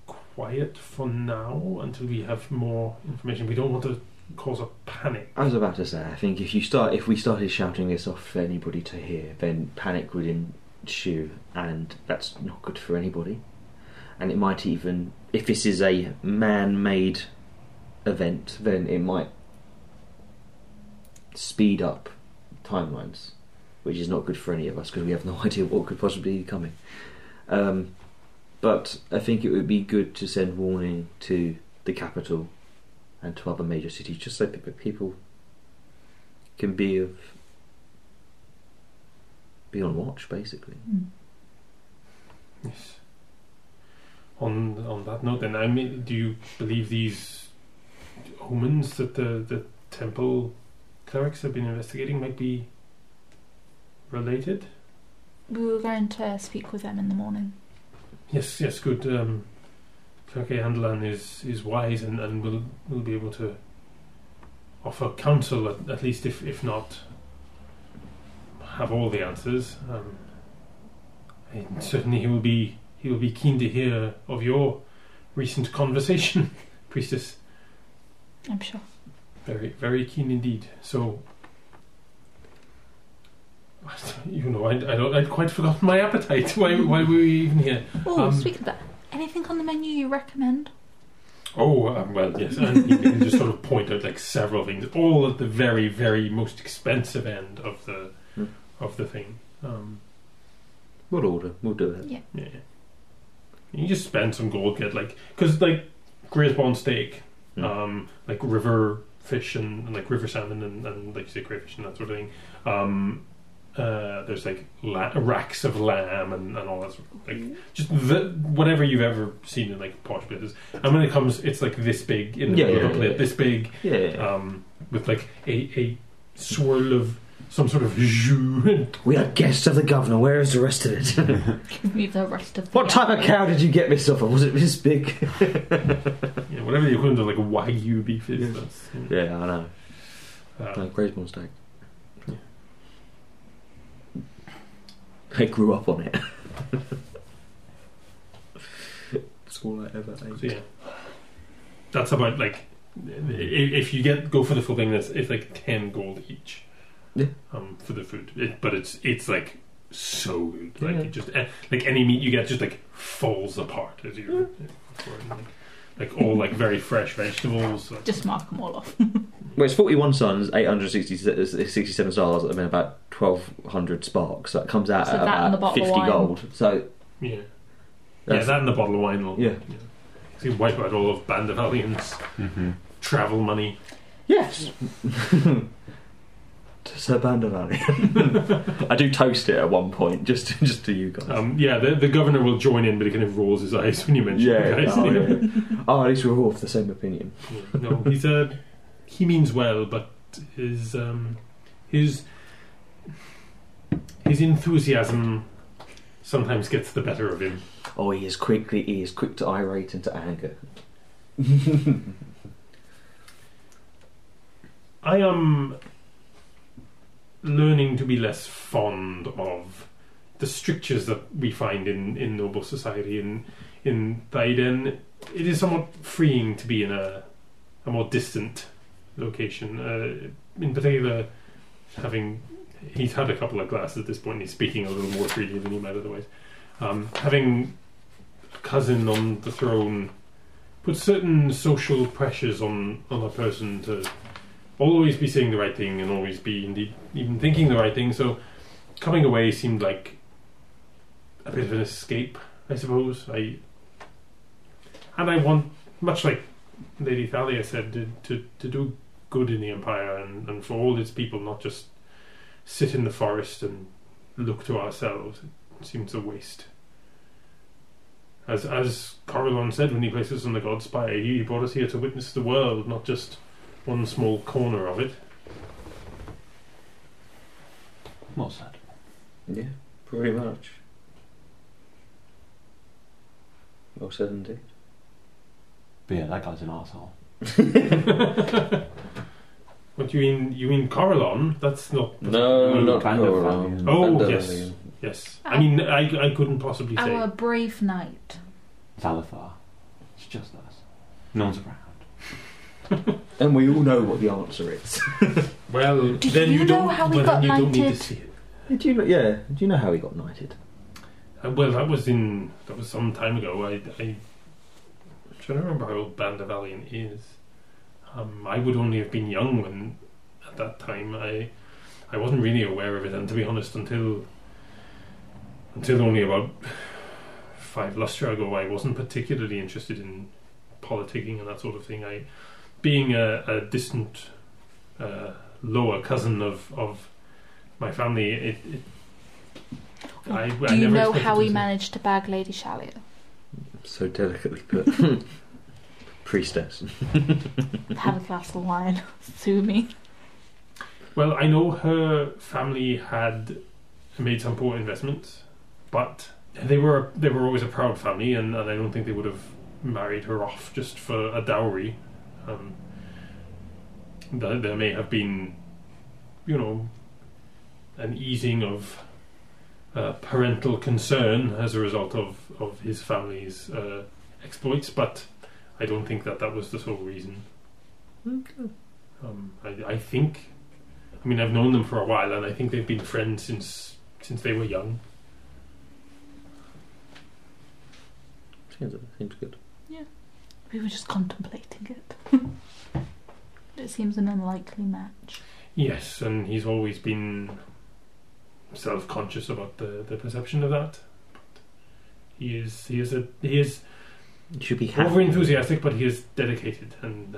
[SPEAKER 1] quiet for now until we have more information. We don't want to cause a panic.
[SPEAKER 2] I was about to say, I think if you start, if we started shouting this off for anybody to hear, then panic would ensue, and that's not good for anybody. And it might even, if this is a man-made event, then it might speed up timelines, which is not good for any of us because we have no idea what could possibly be coming. Um, but I think it would be good to send warning to the capital and to other major cities, just so that people can be of be on watch, basically.
[SPEAKER 3] Mm.
[SPEAKER 1] Yes. On on that note, then, I mean, do you believe these omens that the the temple clerics have been investigating might be related?
[SPEAKER 3] We were going to speak with them in the morning.
[SPEAKER 1] Yes, yes, good. Um, Clerk Andalan is is wise and and will will be able to offer counsel at, at least if if not have all the answers. Um, and certainly he will be he will be keen to hear of your recent conversation, priestess.
[SPEAKER 3] I'm sure.
[SPEAKER 1] Very very keen indeed. So. You know, I, I don't, I'd quite forgotten my appetite. Why, why were we even here?
[SPEAKER 3] Oh,
[SPEAKER 1] Um,
[SPEAKER 3] speaking of that, anything on the menu you recommend?
[SPEAKER 1] Oh um, well, yes, and you can just sort of point out like several things, all at the very, very most expensive end of the
[SPEAKER 2] Hmm.
[SPEAKER 1] of the thing. Um,
[SPEAKER 2] We'll order. We'll do it.
[SPEAKER 1] yeah, you just spend some gold, get like because like Grisbon steak,
[SPEAKER 2] Hmm.
[SPEAKER 1] um, like river fish and, and like river salmon and, and like you say crayfish and that sort of thing. Um, uh, there's like la- racks of lamb and, and all that sort of like just the, whatever you've ever seen in like posh places. And when it comes, it's like this big in the
[SPEAKER 2] Yeah,
[SPEAKER 1] middle
[SPEAKER 2] yeah,
[SPEAKER 1] of a plate,
[SPEAKER 2] yeah.
[SPEAKER 1] this big
[SPEAKER 2] Yeah.
[SPEAKER 1] um, with like a, a swirl of some sort of jus.
[SPEAKER 2] we are guests of the governor. Where is the rest of it?
[SPEAKER 3] Give me the rest of the
[SPEAKER 2] what type of cow did you get, Miss Suffer? Was it this big?
[SPEAKER 1] yeah, whatever the equivalent of like wagyu beef is.
[SPEAKER 2] Yeah.
[SPEAKER 1] That's,
[SPEAKER 2] yeah, I know.
[SPEAKER 1] uh,
[SPEAKER 2] No, Gray's steak. I grew up on it. That's all I ever
[SPEAKER 1] so yeah, that's about like i- if you get go for the full thing, that's it's like ten gold each.
[SPEAKER 2] Yeah.
[SPEAKER 1] Um, for the food, it, but it's it's like so good. Like
[SPEAKER 2] Yeah.
[SPEAKER 1] it just eh, like any meat you get just like falls apart as you.
[SPEAKER 2] Mm.
[SPEAKER 1] eh, Like, like all like very fresh vegetables. Like,
[SPEAKER 3] Just mark them all off.
[SPEAKER 2] Well, it's 41 suns, 867 stars, I mean, about 1,200 sparks. So it comes out
[SPEAKER 3] So
[SPEAKER 2] at
[SPEAKER 3] that and the
[SPEAKER 2] about
[SPEAKER 3] bottle of
[SPEAKER 2] 50
[SPEAKER 3] wine.
[SPEAKER 2] gold. So,
[SPEAKER 1] yeah. Yeah,
[SPEAKER 2] that's-
[SPEAKER 1] that and the bottle of wine will.
[SPEAKER 2] Yeah.
[SPEAKER 1] So you wipe out all of Bandavalian's
[SPEAKER 4] mm-hmm.
[SPEAKER 1] travel money.
[SPEAKER 2] yes! To Sir Bandavali. I do toast it at one point, just to, just to you guys.
[SPEAKER 1] Um, yeah, the, the governor will join in, but he kind of rolls his eyes when you mention
[SPEAKER 2] yeah,
[SPEAKER 1] the guy's
[SPEAKER 2] oh,
[SPEAKER 1] name.
[SPEAKER 2] yeah, yeah. Oh, at least we're all of the same opinion.
[SPEAKER 1] Yeah, No, he's a. He means well, but his um, his his enthusiasm sometimes gets the better of him.
[SPEAKER 2] Oh, he is quickly, he is quick to irate and to anger.
[SPEAKER 1] I am learning to be less fond of the strictures that we find in, in noble society in in Thaiden, it is somewhat freeing to be in a a more distant location. Uh, in particular, having he's had a couple of glasses at this point, and he's speaking a little more freely than he might otherwise. Um, having a cousin on the throne puts certain social pressures on on a person to always be saying the right thing and always be indeed even thinking the right thing. So coming away seemed like a bit of an escape, I suppose. I and I want much like Lady Thalia said to to, to do good in the Empire and, and for all its people, not just sit in the forest and look to ourselves. It seems a waste. As as Corillon said when he placed us on the Godspire, he brought us here to witness the world, not just one small corner of it.
[SPEAKER 4] Well said.
[SPEAKER 6] Yeah, pretty much. Well said indeed.
[SPEAKER 4] But yeah, that guy's an asshole.
[SPEAKER 1] What you mean? You mean Corillon? That's not.
[SPEAKER 6] No,
[SPEAKER 1] Mm,
[SPEAKER 6] not
[SPEAKER 4] kind of
[SPEAKER 6] Corallian.
[SPEAKER 4] Valiant.
[SPEAKER 1] Oh,
[SPEAKER 6] Bandolian.
[SPEAKER 1] yes. Yes, I mean I, I couldn't possibly say.
[SPEAKER 3] Oh. Our brave knight.
[SPEAKER 4] Zalathar. It's just us. No one's around.
[SPEAKER 6] And we all know what the answer is.
[SPEAKER 1] Well,
[SPEAKER 3] Do
[SPEAKER 1] then
[SPEAKER 3] you
[SPEAKER 1] you,
[SPEAKER 3] know
[SPEAKER 1] don't.
[SPEAKER 3] how we
[SPEAKER 1] well,
[SPEAKER 3] got
[SPEAKER 1] then you don't need to
[SPEAKER 3] knighted?
[SPEAKER 1] see it.
[SPEAKER 6] do you know, yeah, do you know how he got knighted?
[SPEAKER 1] Uh, well, that was in that was some time ago. I, I am trying to remember how old Bandavalian is. Um, I would only have been young when at that time. I I wasn't really aware of it, and to be honest, until until only about five lustre ago, I wasn't particularly interested in politicking and that sort of thing. I being a, a distant uh, lower cousin of of my family, it. it I, I
[SPEAKER 3] Do you
[SPEAKER 1] never
[SPEAKER 3] know
[SPEAKER 1] expected
[SPEAKER 3] how
[SPEAKER 1] to
[SPEAKER 3] we
[SPEAKER 1] see-
[SPEAKER 3] managed to bag Lady Shalia?
[SPEAKER 6] So delicately put. Priestess.
[SPEAKER 3] Have a glass of wine. Sue me.
[SPEAKER 1] Well, I know her family had made some poor investments, but they were they were always a proud family, and, and I don't think they would have married her off just for a dowry. Um, there, there may have been, you know, an easing of uh, parental concern as a result of of his family's uh, exploits, but I don't think that that was the sole reason. Um, I, I think I mean, I've known them for a while, and I think they've been friends since since they were young.
[SPEAKER 6] Seems, seems good.
[SPEAKER 3] We were just contemplating it. it seems an unlikely match.
[SPEAKER 1] Yes, and he's always been self-conscious about the, the perception of that. He is he is a he is
[SPEAKER 6] You should be happy.
[SPEAKER 1] over enthusiastic, but he is dedicated, and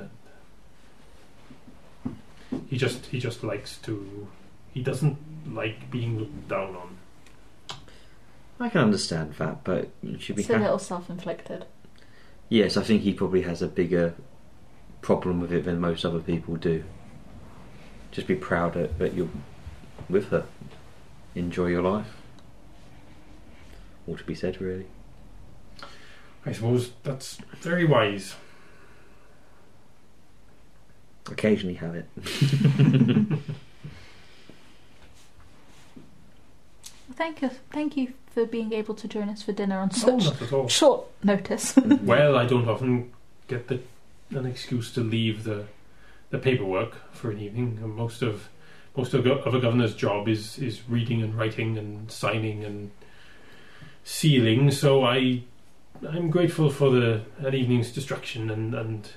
[SPEAKER 1] uh, he just he just likes to he doesn't like being looked down on.
[SPEAKER 6] I can understand that, but you should be
[SPEAKER 3] It's a
[SPEAKER 6] happy.
[SPEAKER 3] little self-inflicted.
[SPEAKER 6] Yes, I think he probably has a bigger problem with it than most other people do. Just be proud that that you're with her. Enjoy your life. All to be said, really.
[SPEAKER 1] I suppose that's very wise.
[SPEAKER 6] Occasionally have it.
[SPEAKER 3] Thank you. Thank you for being able to join us for dinner on
[SPEAKER 1] Oh,
[SPEAKER 3] such
[SPEAKER 1] not at all.
[SPEAKER 3] short notice.
[SPEAKER 1] Well, I don't often get the, an excuse to leave the the paperwork for an evening. And most of most of, go- of a governor's job is is reading and writing and signing and sealing. So I I'm grateful for the an evening's distraction and and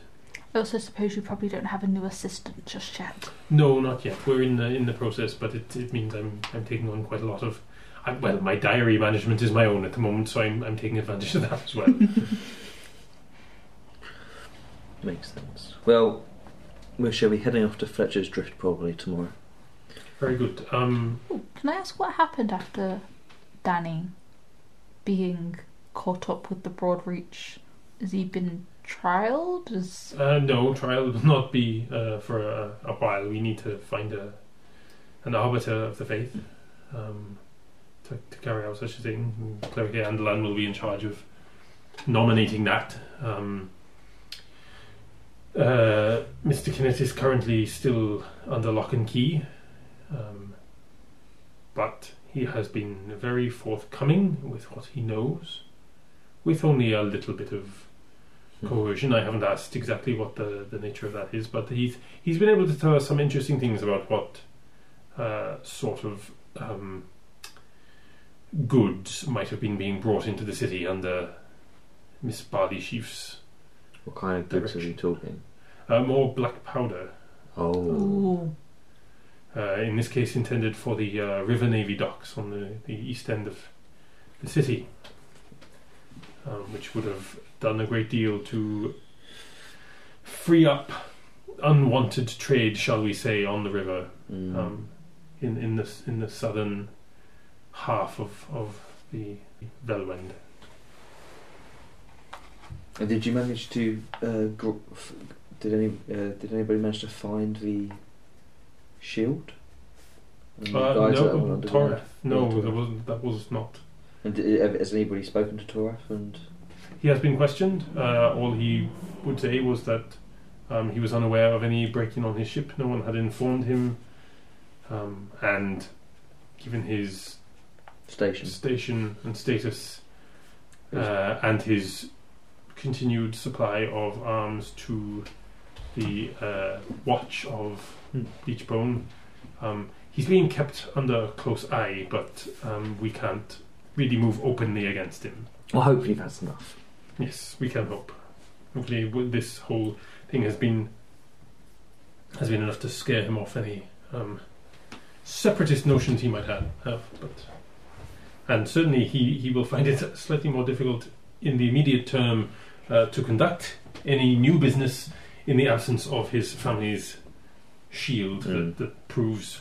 [SPEAKER 3] I also suppose you probably don't have a new assistant just yet.
[SPEAKER 1] no, not yet. We're in the in the process, but it, it means I'm I'm taking on quite a lot of. I, well, my diary management is my own at the moment, so I'm I'm taking advantage of that as well.
[SPEAKER 6] Makes sense. Well, we shall be heading off to Fletcher's Drift probably tomorrow.
[SPEAKER 1] Very good. Um,
[SPEAKER 3] Can I ask what happened after Danny being caught up with the broad reach? Has he been trialed? Is
[SPEAKER 1] Uh, no, trial will not be uh, for a, a while. We need to find a an arbiter of the faith um, to, to carry out such a thing. Cleric Andalan will be in charge of nominating that. Um, uh, Mr. Kinnett is currently still under lock and key, um, but He has been very forthcoming with what he knows, with only a little bit of coercion. I haven't asked exactly what the, the nature of that is, but he's he's been able to tell us some interesting things about what uh, sort of um, goods might have been being brought into the city under Miss Barley Sheaf's
[SPEAKER 2] What kind of goods are we
[SPEAKER 1] Direction.
[SPEAKER 2] talking?
[SPEAKER 1] uh, more black powder.
[SPEAKER 2] Oh,
[SPEAKER 3] Ooh.
[SPEAKER 1] uh, in this case intended for the uh, River Navy docks on the, the east end of the city, um, which would have done a great deal to free up unwanted trade, shall we say, on the river
[SPEAKER 2] Mm.
[SPEAKER 1] um, in, in, the, s- in the southern half of, of the Velwend.
[SPEAKER 2] And did you manage to? Uh, gr- f- did any? Uh, did anybody manage to find the shield? And the
[SPEAKER 1] Uh,
[SPEAKER 2] guys that went
[SPEAKER 1] no,
[SPEAKER 2] under the-
[SPEAKER 1] Toreth. No,
[SPEAKER 2] Toreth.
[SPEAKER 1] that was, that was not.
[SPEAKER 2] And did, have- has anybody spoken to Toraf? And
[SPEAKER 1] He has been questioned. Uh, all he would say was that um, he was unaware of any breaking on his ship. No one had informed him. Um, and given his
[SPEAKER 2] station.
[SPEAKER 1] station and status uh, and his continued supply of arms to the uh, watch of
[SPEAKER 10] Hmm.
[SPEAKER 1] Leechbone, um, he's being kept under close eye, but um, we can't really move openly against him.
[SPEAKER 10] Well, hopefully that's enough.
[SPEAKER 1] Yes, we can hope. Hopefully, w- this whole thing has been has been enough to scare him off any um, separatist notions he might have. have but and certainly, he he will find it slightly more difficult in the immediate term uh, to conduct any new business in the absence of his family's shield
[SPEAKER 2] Mm.
[SPEAKER 1] that, that proves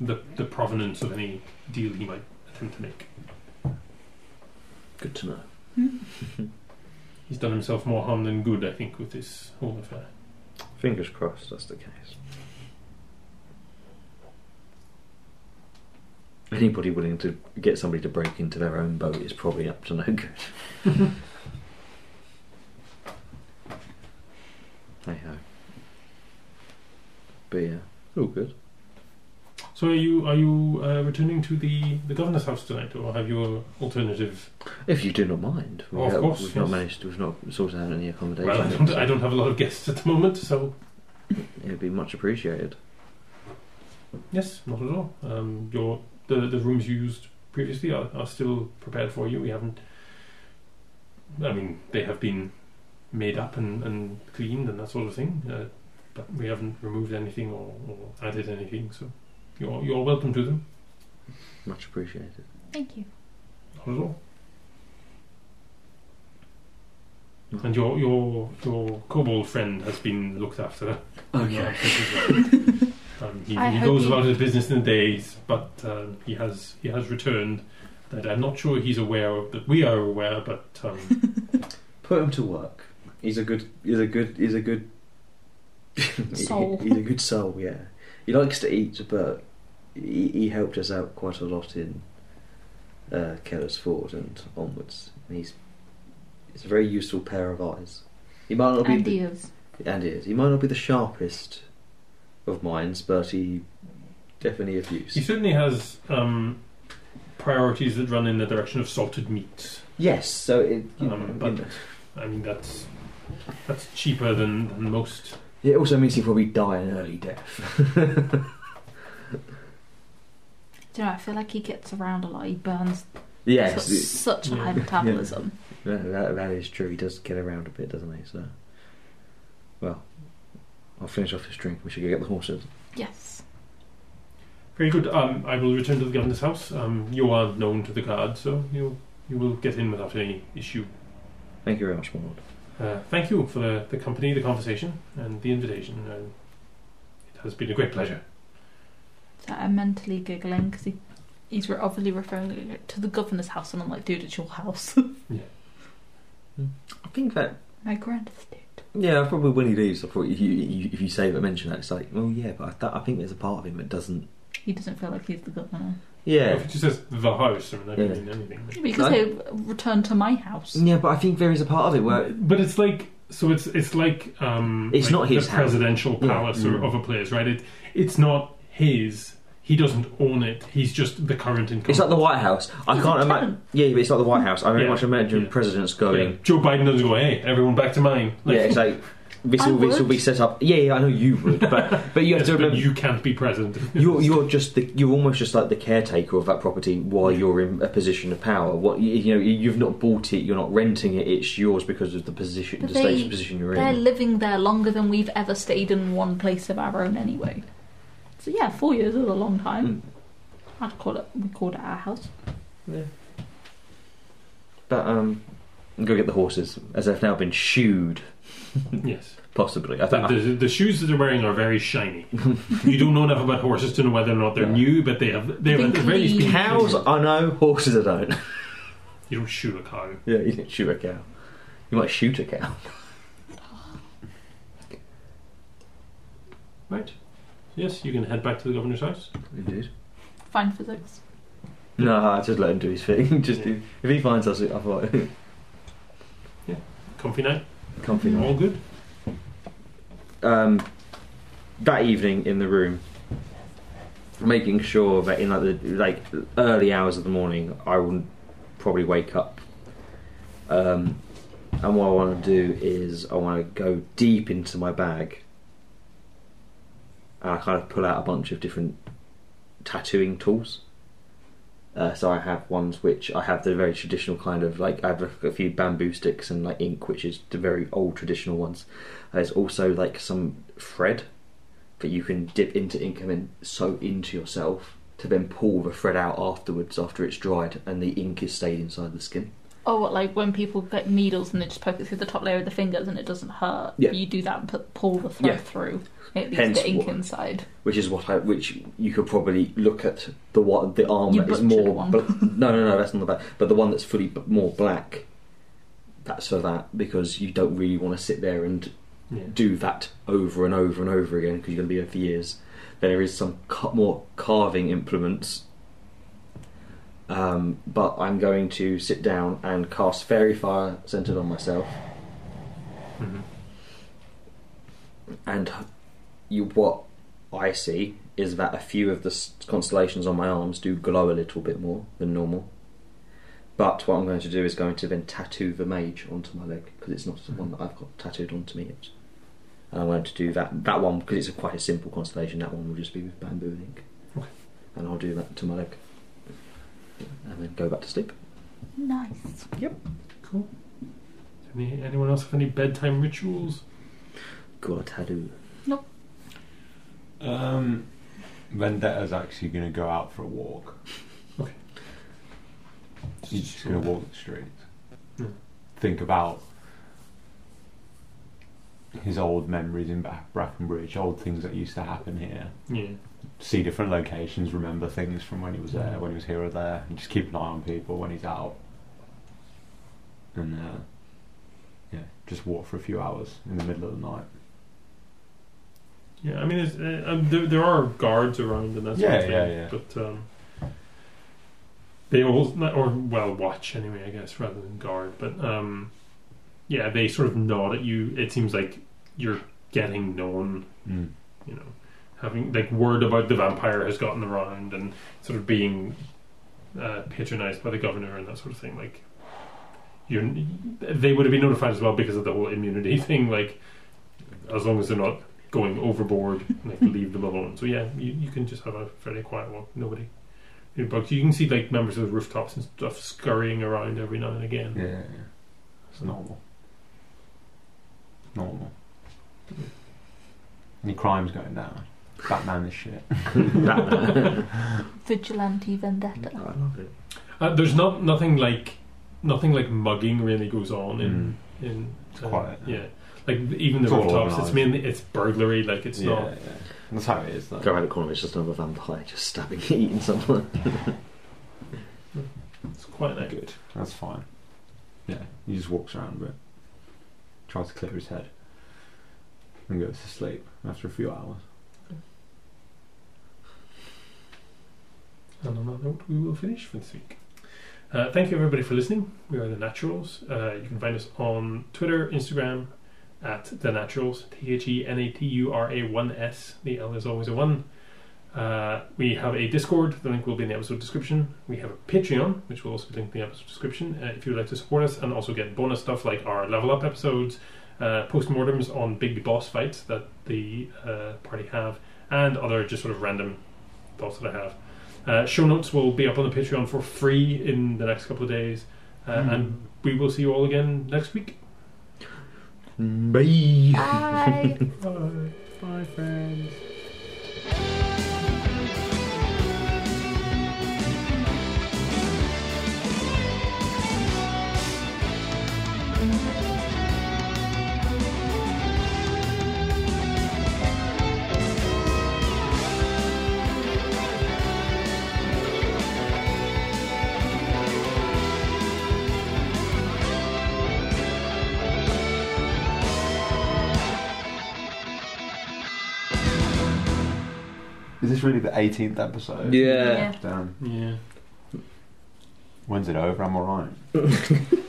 [SPEAKER 1] the the provenance of any deal he might attempt to make.
[SPEAKER 2] Good to know.
[SPEAKER 3] Hmm.
[SPEAKER 1] He's done himself more harm than good, I think, with this whole affair.
[SPEAKER 10] Fingers crossed that's the case.
[SPEAKER 2] Anybody willing to get somebody to break into their own boat is probably up to no good. hey ho. But yeah, all good.
[SPEAKER 1] So are you are you uh, returning to the, the governor's house tonight, or have you an alternative?
[SPEAKER 2] If you do not mind, we
[SPEAKER 1] Oh, of
[SPEAKER 2] have,
[SPEAKER 1] course,
[SPEAKER 2] we've not
[SPEAKER 1] yes.
[SPEAKER 2] managed, we've not sorted out any accommodation.
[SPEAKER 1] Well, I
[SPEAKER 2] yet,
[SPEAKER 1] don't,
[SPEAKER 2] so
[SPEAKER 1] I don't have a lot of guests at the moment, so
[SPEAKER 2] It'd be much appreciated.
[SPEAKER 1] yes, not at all. Um, your the, the rooms you used previously are, are still prepared for you. We haven't. I mean, they have been made up and, and cleaned and that sort of thing, uh, but we haven't removed anything or, or added anything. So you're you're welcome to them.
[SPEAKER 2] Much appreciated.
[SPEAKER 3] Thank you.
[SPEAKER 1] Not at all. And your your your kobold friend has been looked after.
[SPEAKER 2] Okay.
[SPEAKER 1] um, he
[SPEAKER 3] I
[SPEAKER 1] he
[SPEAKER 3] hope
[SPEAKER 1] goes
[SPEAKER 3] he-
[SPEAKER 1] about his business in the days, but um, he has he has returned. That I'm not sure he's aware of, that we are aware, but um,
[SPEAKER 2] Put him to work. He's a good. He's a good. He's a good.
[SPEAKER 3] Soul.
[SPEAKER 2] he's a good soul. Yeah. He likes to eat, but he, he helped us out quite a lot in uh, Keller's Ford and onwards. And he's it's a very useful pair of eyes. He might not be
[SPEAKER 3] And
[SPEAKER 2] the-
[SPEAKER 3] ears.
[SPEAKER 2] and ears. He might not be the sharpest of minds, but he definitely of use.
[SPEAKER 1] he certainly has um, priorities that run in the direction of salted meats.
[SPEAKER 2] Yes. So it. you know,
[SPEAKER 1] Um, but
[SPEAKER 2] you know.
[SPEAKER 1] I mean that's that's cheaper than, than most.
[SPEAKER 2] It also means he'll probably die an early death.
[SPEAKER 3] Do you know, I feel like he gets around a lot. He burns
[SPEAKER 2] yes.
[SPEAKER 3] su- such a high
[SPEAKER 1] Yeah.
[SPEAKER 3] metabolism.
[SPEAKER 2] No, that, that is true. He does get around a bit, doesn't he? So, well, I'll finish off this drink. We should go get the horses.
[SPEAKER 3] Yes.
[SPEAKER 1] Very good. Um, I will return to the governor's house. Um, you are known to the guard, so you you will get in without any issue.
[SPEAKER 2] Thank you very much, my lord.
[SPEAKER 1] Uh, thank you for the, the company, the conversation, and the invitation. Uh, it has been a great pleasure.
[SPEAKER 3] So I'm mentally giggling because he, he's re- obviously referring to the governor's house, and I'm like, dude, it's your house.
[SPEAKER 2] I think that
[SPEAKER 3] My grandfather did.
[SPEAKER 2] yeah, probably when he leaves, I probably if you, you if you say that mention that, it's like, well, yeah, but I, th- I think there's a part of him that doesn't.
[SPEAKER 3] He doesn't feel like he's the governor.
[SPEAKER 2] Yeah,
[SPEAKER 1] If it just says the house, I mean, that
[SPEAKER 2] Yeah.
[SPEAKER 1] doesn't mean anything.
[SPEAKER 3] But you could say, return to my house.
[SPEAKER 2] yeah, but I think there is a part of it where
[SPEAKER 1] But it's like so. It's it's like um,
[SPEAKER 2] It's
[SPEAKER 1] like
[SPEAKER 2] not his
[SPEAKER 1] the
[SPEAKER 2] house.
[SPEAKER 1] presidential
[SPEAKER 2] Yeah.
[SPEAKER 1] palace or
[SPEAKER 2] Mm.
[SPEAKER 1] of a place, right? It it's not his. He doesn't own it. He's just the current incumbent.
[SPEAKER 2] It's like the White House. I
[SPEAKER 3] He's
[SPEAKER 2] can't
[SPEAKER 3] a
[SPEAKER 2] imagine.
[SPEAKER 3] tenant.
[SPEAKER 2] Yeah, but it's like the White House. I very
[SPEAKER 1] Yeah.
[SPEAKER 2] much imagine
[SPEAKER 1] Yeah.
[SPEAKER 2] presidents
[SPEAKER 1] Yeah.
[SPEAKER 2] going.
[SPEAKER 1] Joe Biden doesn't go, hey, everyone back to mine.
[SPEAKER 2] Yeah,
[SPEAKER 1] Like,
[SPEAKER 2] it's like this
[SPEAKER 3] I
[SPEAKER 2] will this
[SPEAKER 3] would.
[SPEAKER 2] will be set up. Yeah, yeah, I know you would, but but you have
[SPEAKER 1] yes,
[SPEAKER 2] to
[SPEAKER 1] but
[SPEAKER 2] remember.
[SPEAKER 1] you can't be president.
[SPEAKER 2] You're, you're just the, you're almost just like the caretaker of that property while you're in a position of power. What you, you know, you've not bought it, you're not renting it. It's yours because of the position,
[SPEAKER 3] But
[SPEAKER 2] the status
[SPEAKER 3] they-
[SPEAKER 2] position you're
[SPEAKER 3] They're
[SPEAKER 2] in.
[SPEAKER 3] living there longer than we've ever stayed in one place of our own, anyway. So yeah, four years is a long time. I'd call it. We called it our house.
[SPEAKER 2] But um, go get the horses as they've now been shooed.
[SPEAKER 1] yes.
[SPEAKER 2] Possibly, I
[SPEAKER 1] The,
[SPEAKER 2] think.
[SPEAKER 1] the, the shoes that they're wearing are very shiny. you don't know enough about horses to know whether or not they're
[SPEAKER 2] Yeah.
[SPEAKER 1] new, but they have they have at the very least been
[SPEAKER 3] Clean.
[SPEAKER 2] Cows,
[SPEAKER 1] cleaned.
[SPEAKER 2] I know. Horses, I don't.
[SPEAKER 1] You don't shoot a cow.
[SPEAKER 2] yeah, you didn't shoot a cow. You might shoot a cow.
[SPEAKER 1] Right. Yes, you can head back to the governor's house.
[SPEAKER 2] Indeed.
[SPEAKER 3] Fine physics.
[SPEAKER 2] No, I just let him do his thing. just do, if he finds us, I thought
[SPEAKER 1] Comfy night.
[SPEAKER 2] comfy.
[SPEAKER 3] Mm.
[SPEAKER 1] All good.
[SPEAKER 2] um, that evening in the room, making sure that in like the like early hours of the morning, I will probably wake up. Um, and what I want to do is I want to go deep into my bag, and I kind of pull out a bunch of different tattooing tools. Uh, so I have ones which I have the very traditional kind of like I have a, a few bamboo sticks and like ink, which is the very old traditional ones. There's also like some thread that you can dip into ink and then soak into yourself to then pull the thread out afterwards after it's dried and the ink is stayed inside the skin.
[SPEAKER 3] Oh, what like when people get needles and they just poke it through the top layer of the fingers and it doesn't hurt.
[SPEAKER 2] Yeah.
[SPEAKER 3] You do that and put, pull the thread
[SPEAKER 2] Yeah.
[SPEAKER 3] through. It leaves
[SPEAKER 2] Hence
[SPEAKER 3] the ink
[SPEAKER 2] why-
[SPEAKER 3] inside.
[SPEAKER 2] Which is what I, which you could probably look at the one, the arm
[SPEAKER 3] You
[SPEAKER 2] that is
[SPEAKER 3] butchered
[SPEAKER 2] more.
[SPEAKER 3] one.
[SPEAKER 2] Bl- no, no, no, that's not the back. But the one that's fully b- more black, that's for that because you don't really want to sit there and
[SPEAKER 1] Yeah.
[SPEAKER 2] do that over and over and over again because you're going to be there for years. There is some cut more carving implements, um, but I'm going to sit down and cast fairy fire centered on myself.
[SPEAKER 1] Mhm.
[SPEAKER 2] And you, what I see is that a few of the s- constellations on my arms do glow a little bit more than normal. But what I'm going to do is going to then tattoo the mage onto my leg because it's not the one that I've got tattooed onto me yet. And I'm going to do that that one because it's a quite a simple constellation. That one will just be with bamboo and ink.
[SPEAKER 1] Okay.
[SPEAKER 2] And I'll do that to my leg. And then go back to sleep.
[SPEAKER 3] Nice.
[SPEAKER 1] Cool. Any, anyone else have any bedtime rituals?
[SPEAKER 2] Got a tattoo.
[SPEAKER 4] Um, Vendetta's actually going to go out for a walk. He's just going to walk the streets. Hmm.
[SPEAKER 1] Yeah.
[SPEAKER 4] Think about his old memories in Bra- Brackenbridge, old things that used to happen here.
[SPEAKER 1] Yeah.
[SPEAKER 4] See different locations, remember things from when he was there, when he was here or there, and just keep an eye on people when he's out. And uh, yeah, just walk for a few hours in the middle of the night.
[SPEAKER 1] Yeah, I mean, it's, uh, um, there, there are guards around and that sort
[SPEAKER 4] Yeah,
[SPEAKER 1] of thing,
[SPEAKER 4] yeah, yeah.
[SPEAKER 1] but um, they all or well watch anyway, I guess, rather than guard. But um, yeah, they sort of nod at you. It seems like you're getting known,
[SPEAKER 4] Mm.
[SPEAKER 1] you know, having like word about the vampire has gotten around and sort of being uh, patronized by the governor and that sort of thing. Like, you, they would have been notified as well because of the whole immunity thing. Like, as long as they're not going overboard, like leave them alone. So yeah, you, you can just have a fairly quiet walk. Nobody, any bugs. You can see like members of the rooftops and stuff scurrying around every now and again.
[SPEAKER 4] Yeah, yeah, yeah. It's normal. Normal. Any crimes going down? Batman is shit.
[SPEAKER 3] Vigilante vendetta.
[SPEAKER 2] I love it.
[SPEAKER 1] Uh, there's not nothing like nothing like mugging really goes on
[SPEAKER 4] Mm.
[SPEAKER 1] in in. uh,
[SPEAKER 4] It's quiet.
[SPEAKER 1] Yeah, like even the
[SPEAKER 4] It's all
[SPEAKER 1] rooftops. It's
[SPEAKER 4] organised.
[SPEAKER 1] mainly it's burglary. Like it's
[SPEAKER 4] yeah,
[SPEAKER 1] not.
[SPEAKER 4] yeah. That's how it is, though.
[SPEAKER 2] Go around the corner, it's just another vampire just stabbing, eating someone.
[SPEAKER 1] It's quite like
[SPEAKER 4] Good. That's fine. Yeah, he just walks around a bit, tries to clear his head, and goes to sleep after a few hours.
[SPEAKER 1] And on that note, we will finish for this week. Uh, thank you everybody for listening. We are the Naturals. Uh, you can find us on Twitter, Instagram, at the Naturals. T H E N A T U R A one S. The L is always a one. Uh, we have a Discord, the link will be in the episode description. We have a Patreon, which will also be linked in the episode description, uh, if you would like to support us and also get bonus stuff like our level up episodes, uh, postmortems on big boss fights that the uh, party have, and other just sort of random thoughts that I have. Uh, show notes will be up on the Patreon for free in the next couple of days, uh, and we will see you all again next week.
[SPEAKER 2] Bye.
[SPEAKER 3] Bye.
[SPEAKER 1] Bye, bye, friends.
[SPEAKER 4] Is this really the 18th episode?
[SPEAKER 2] Yeah.
[SPEAKER 3] Yeah.
[SPEAKER 4] Damn.
[SPEAKER 1] Yeah.
[SPEAKER 4] When's it over? I'm alright.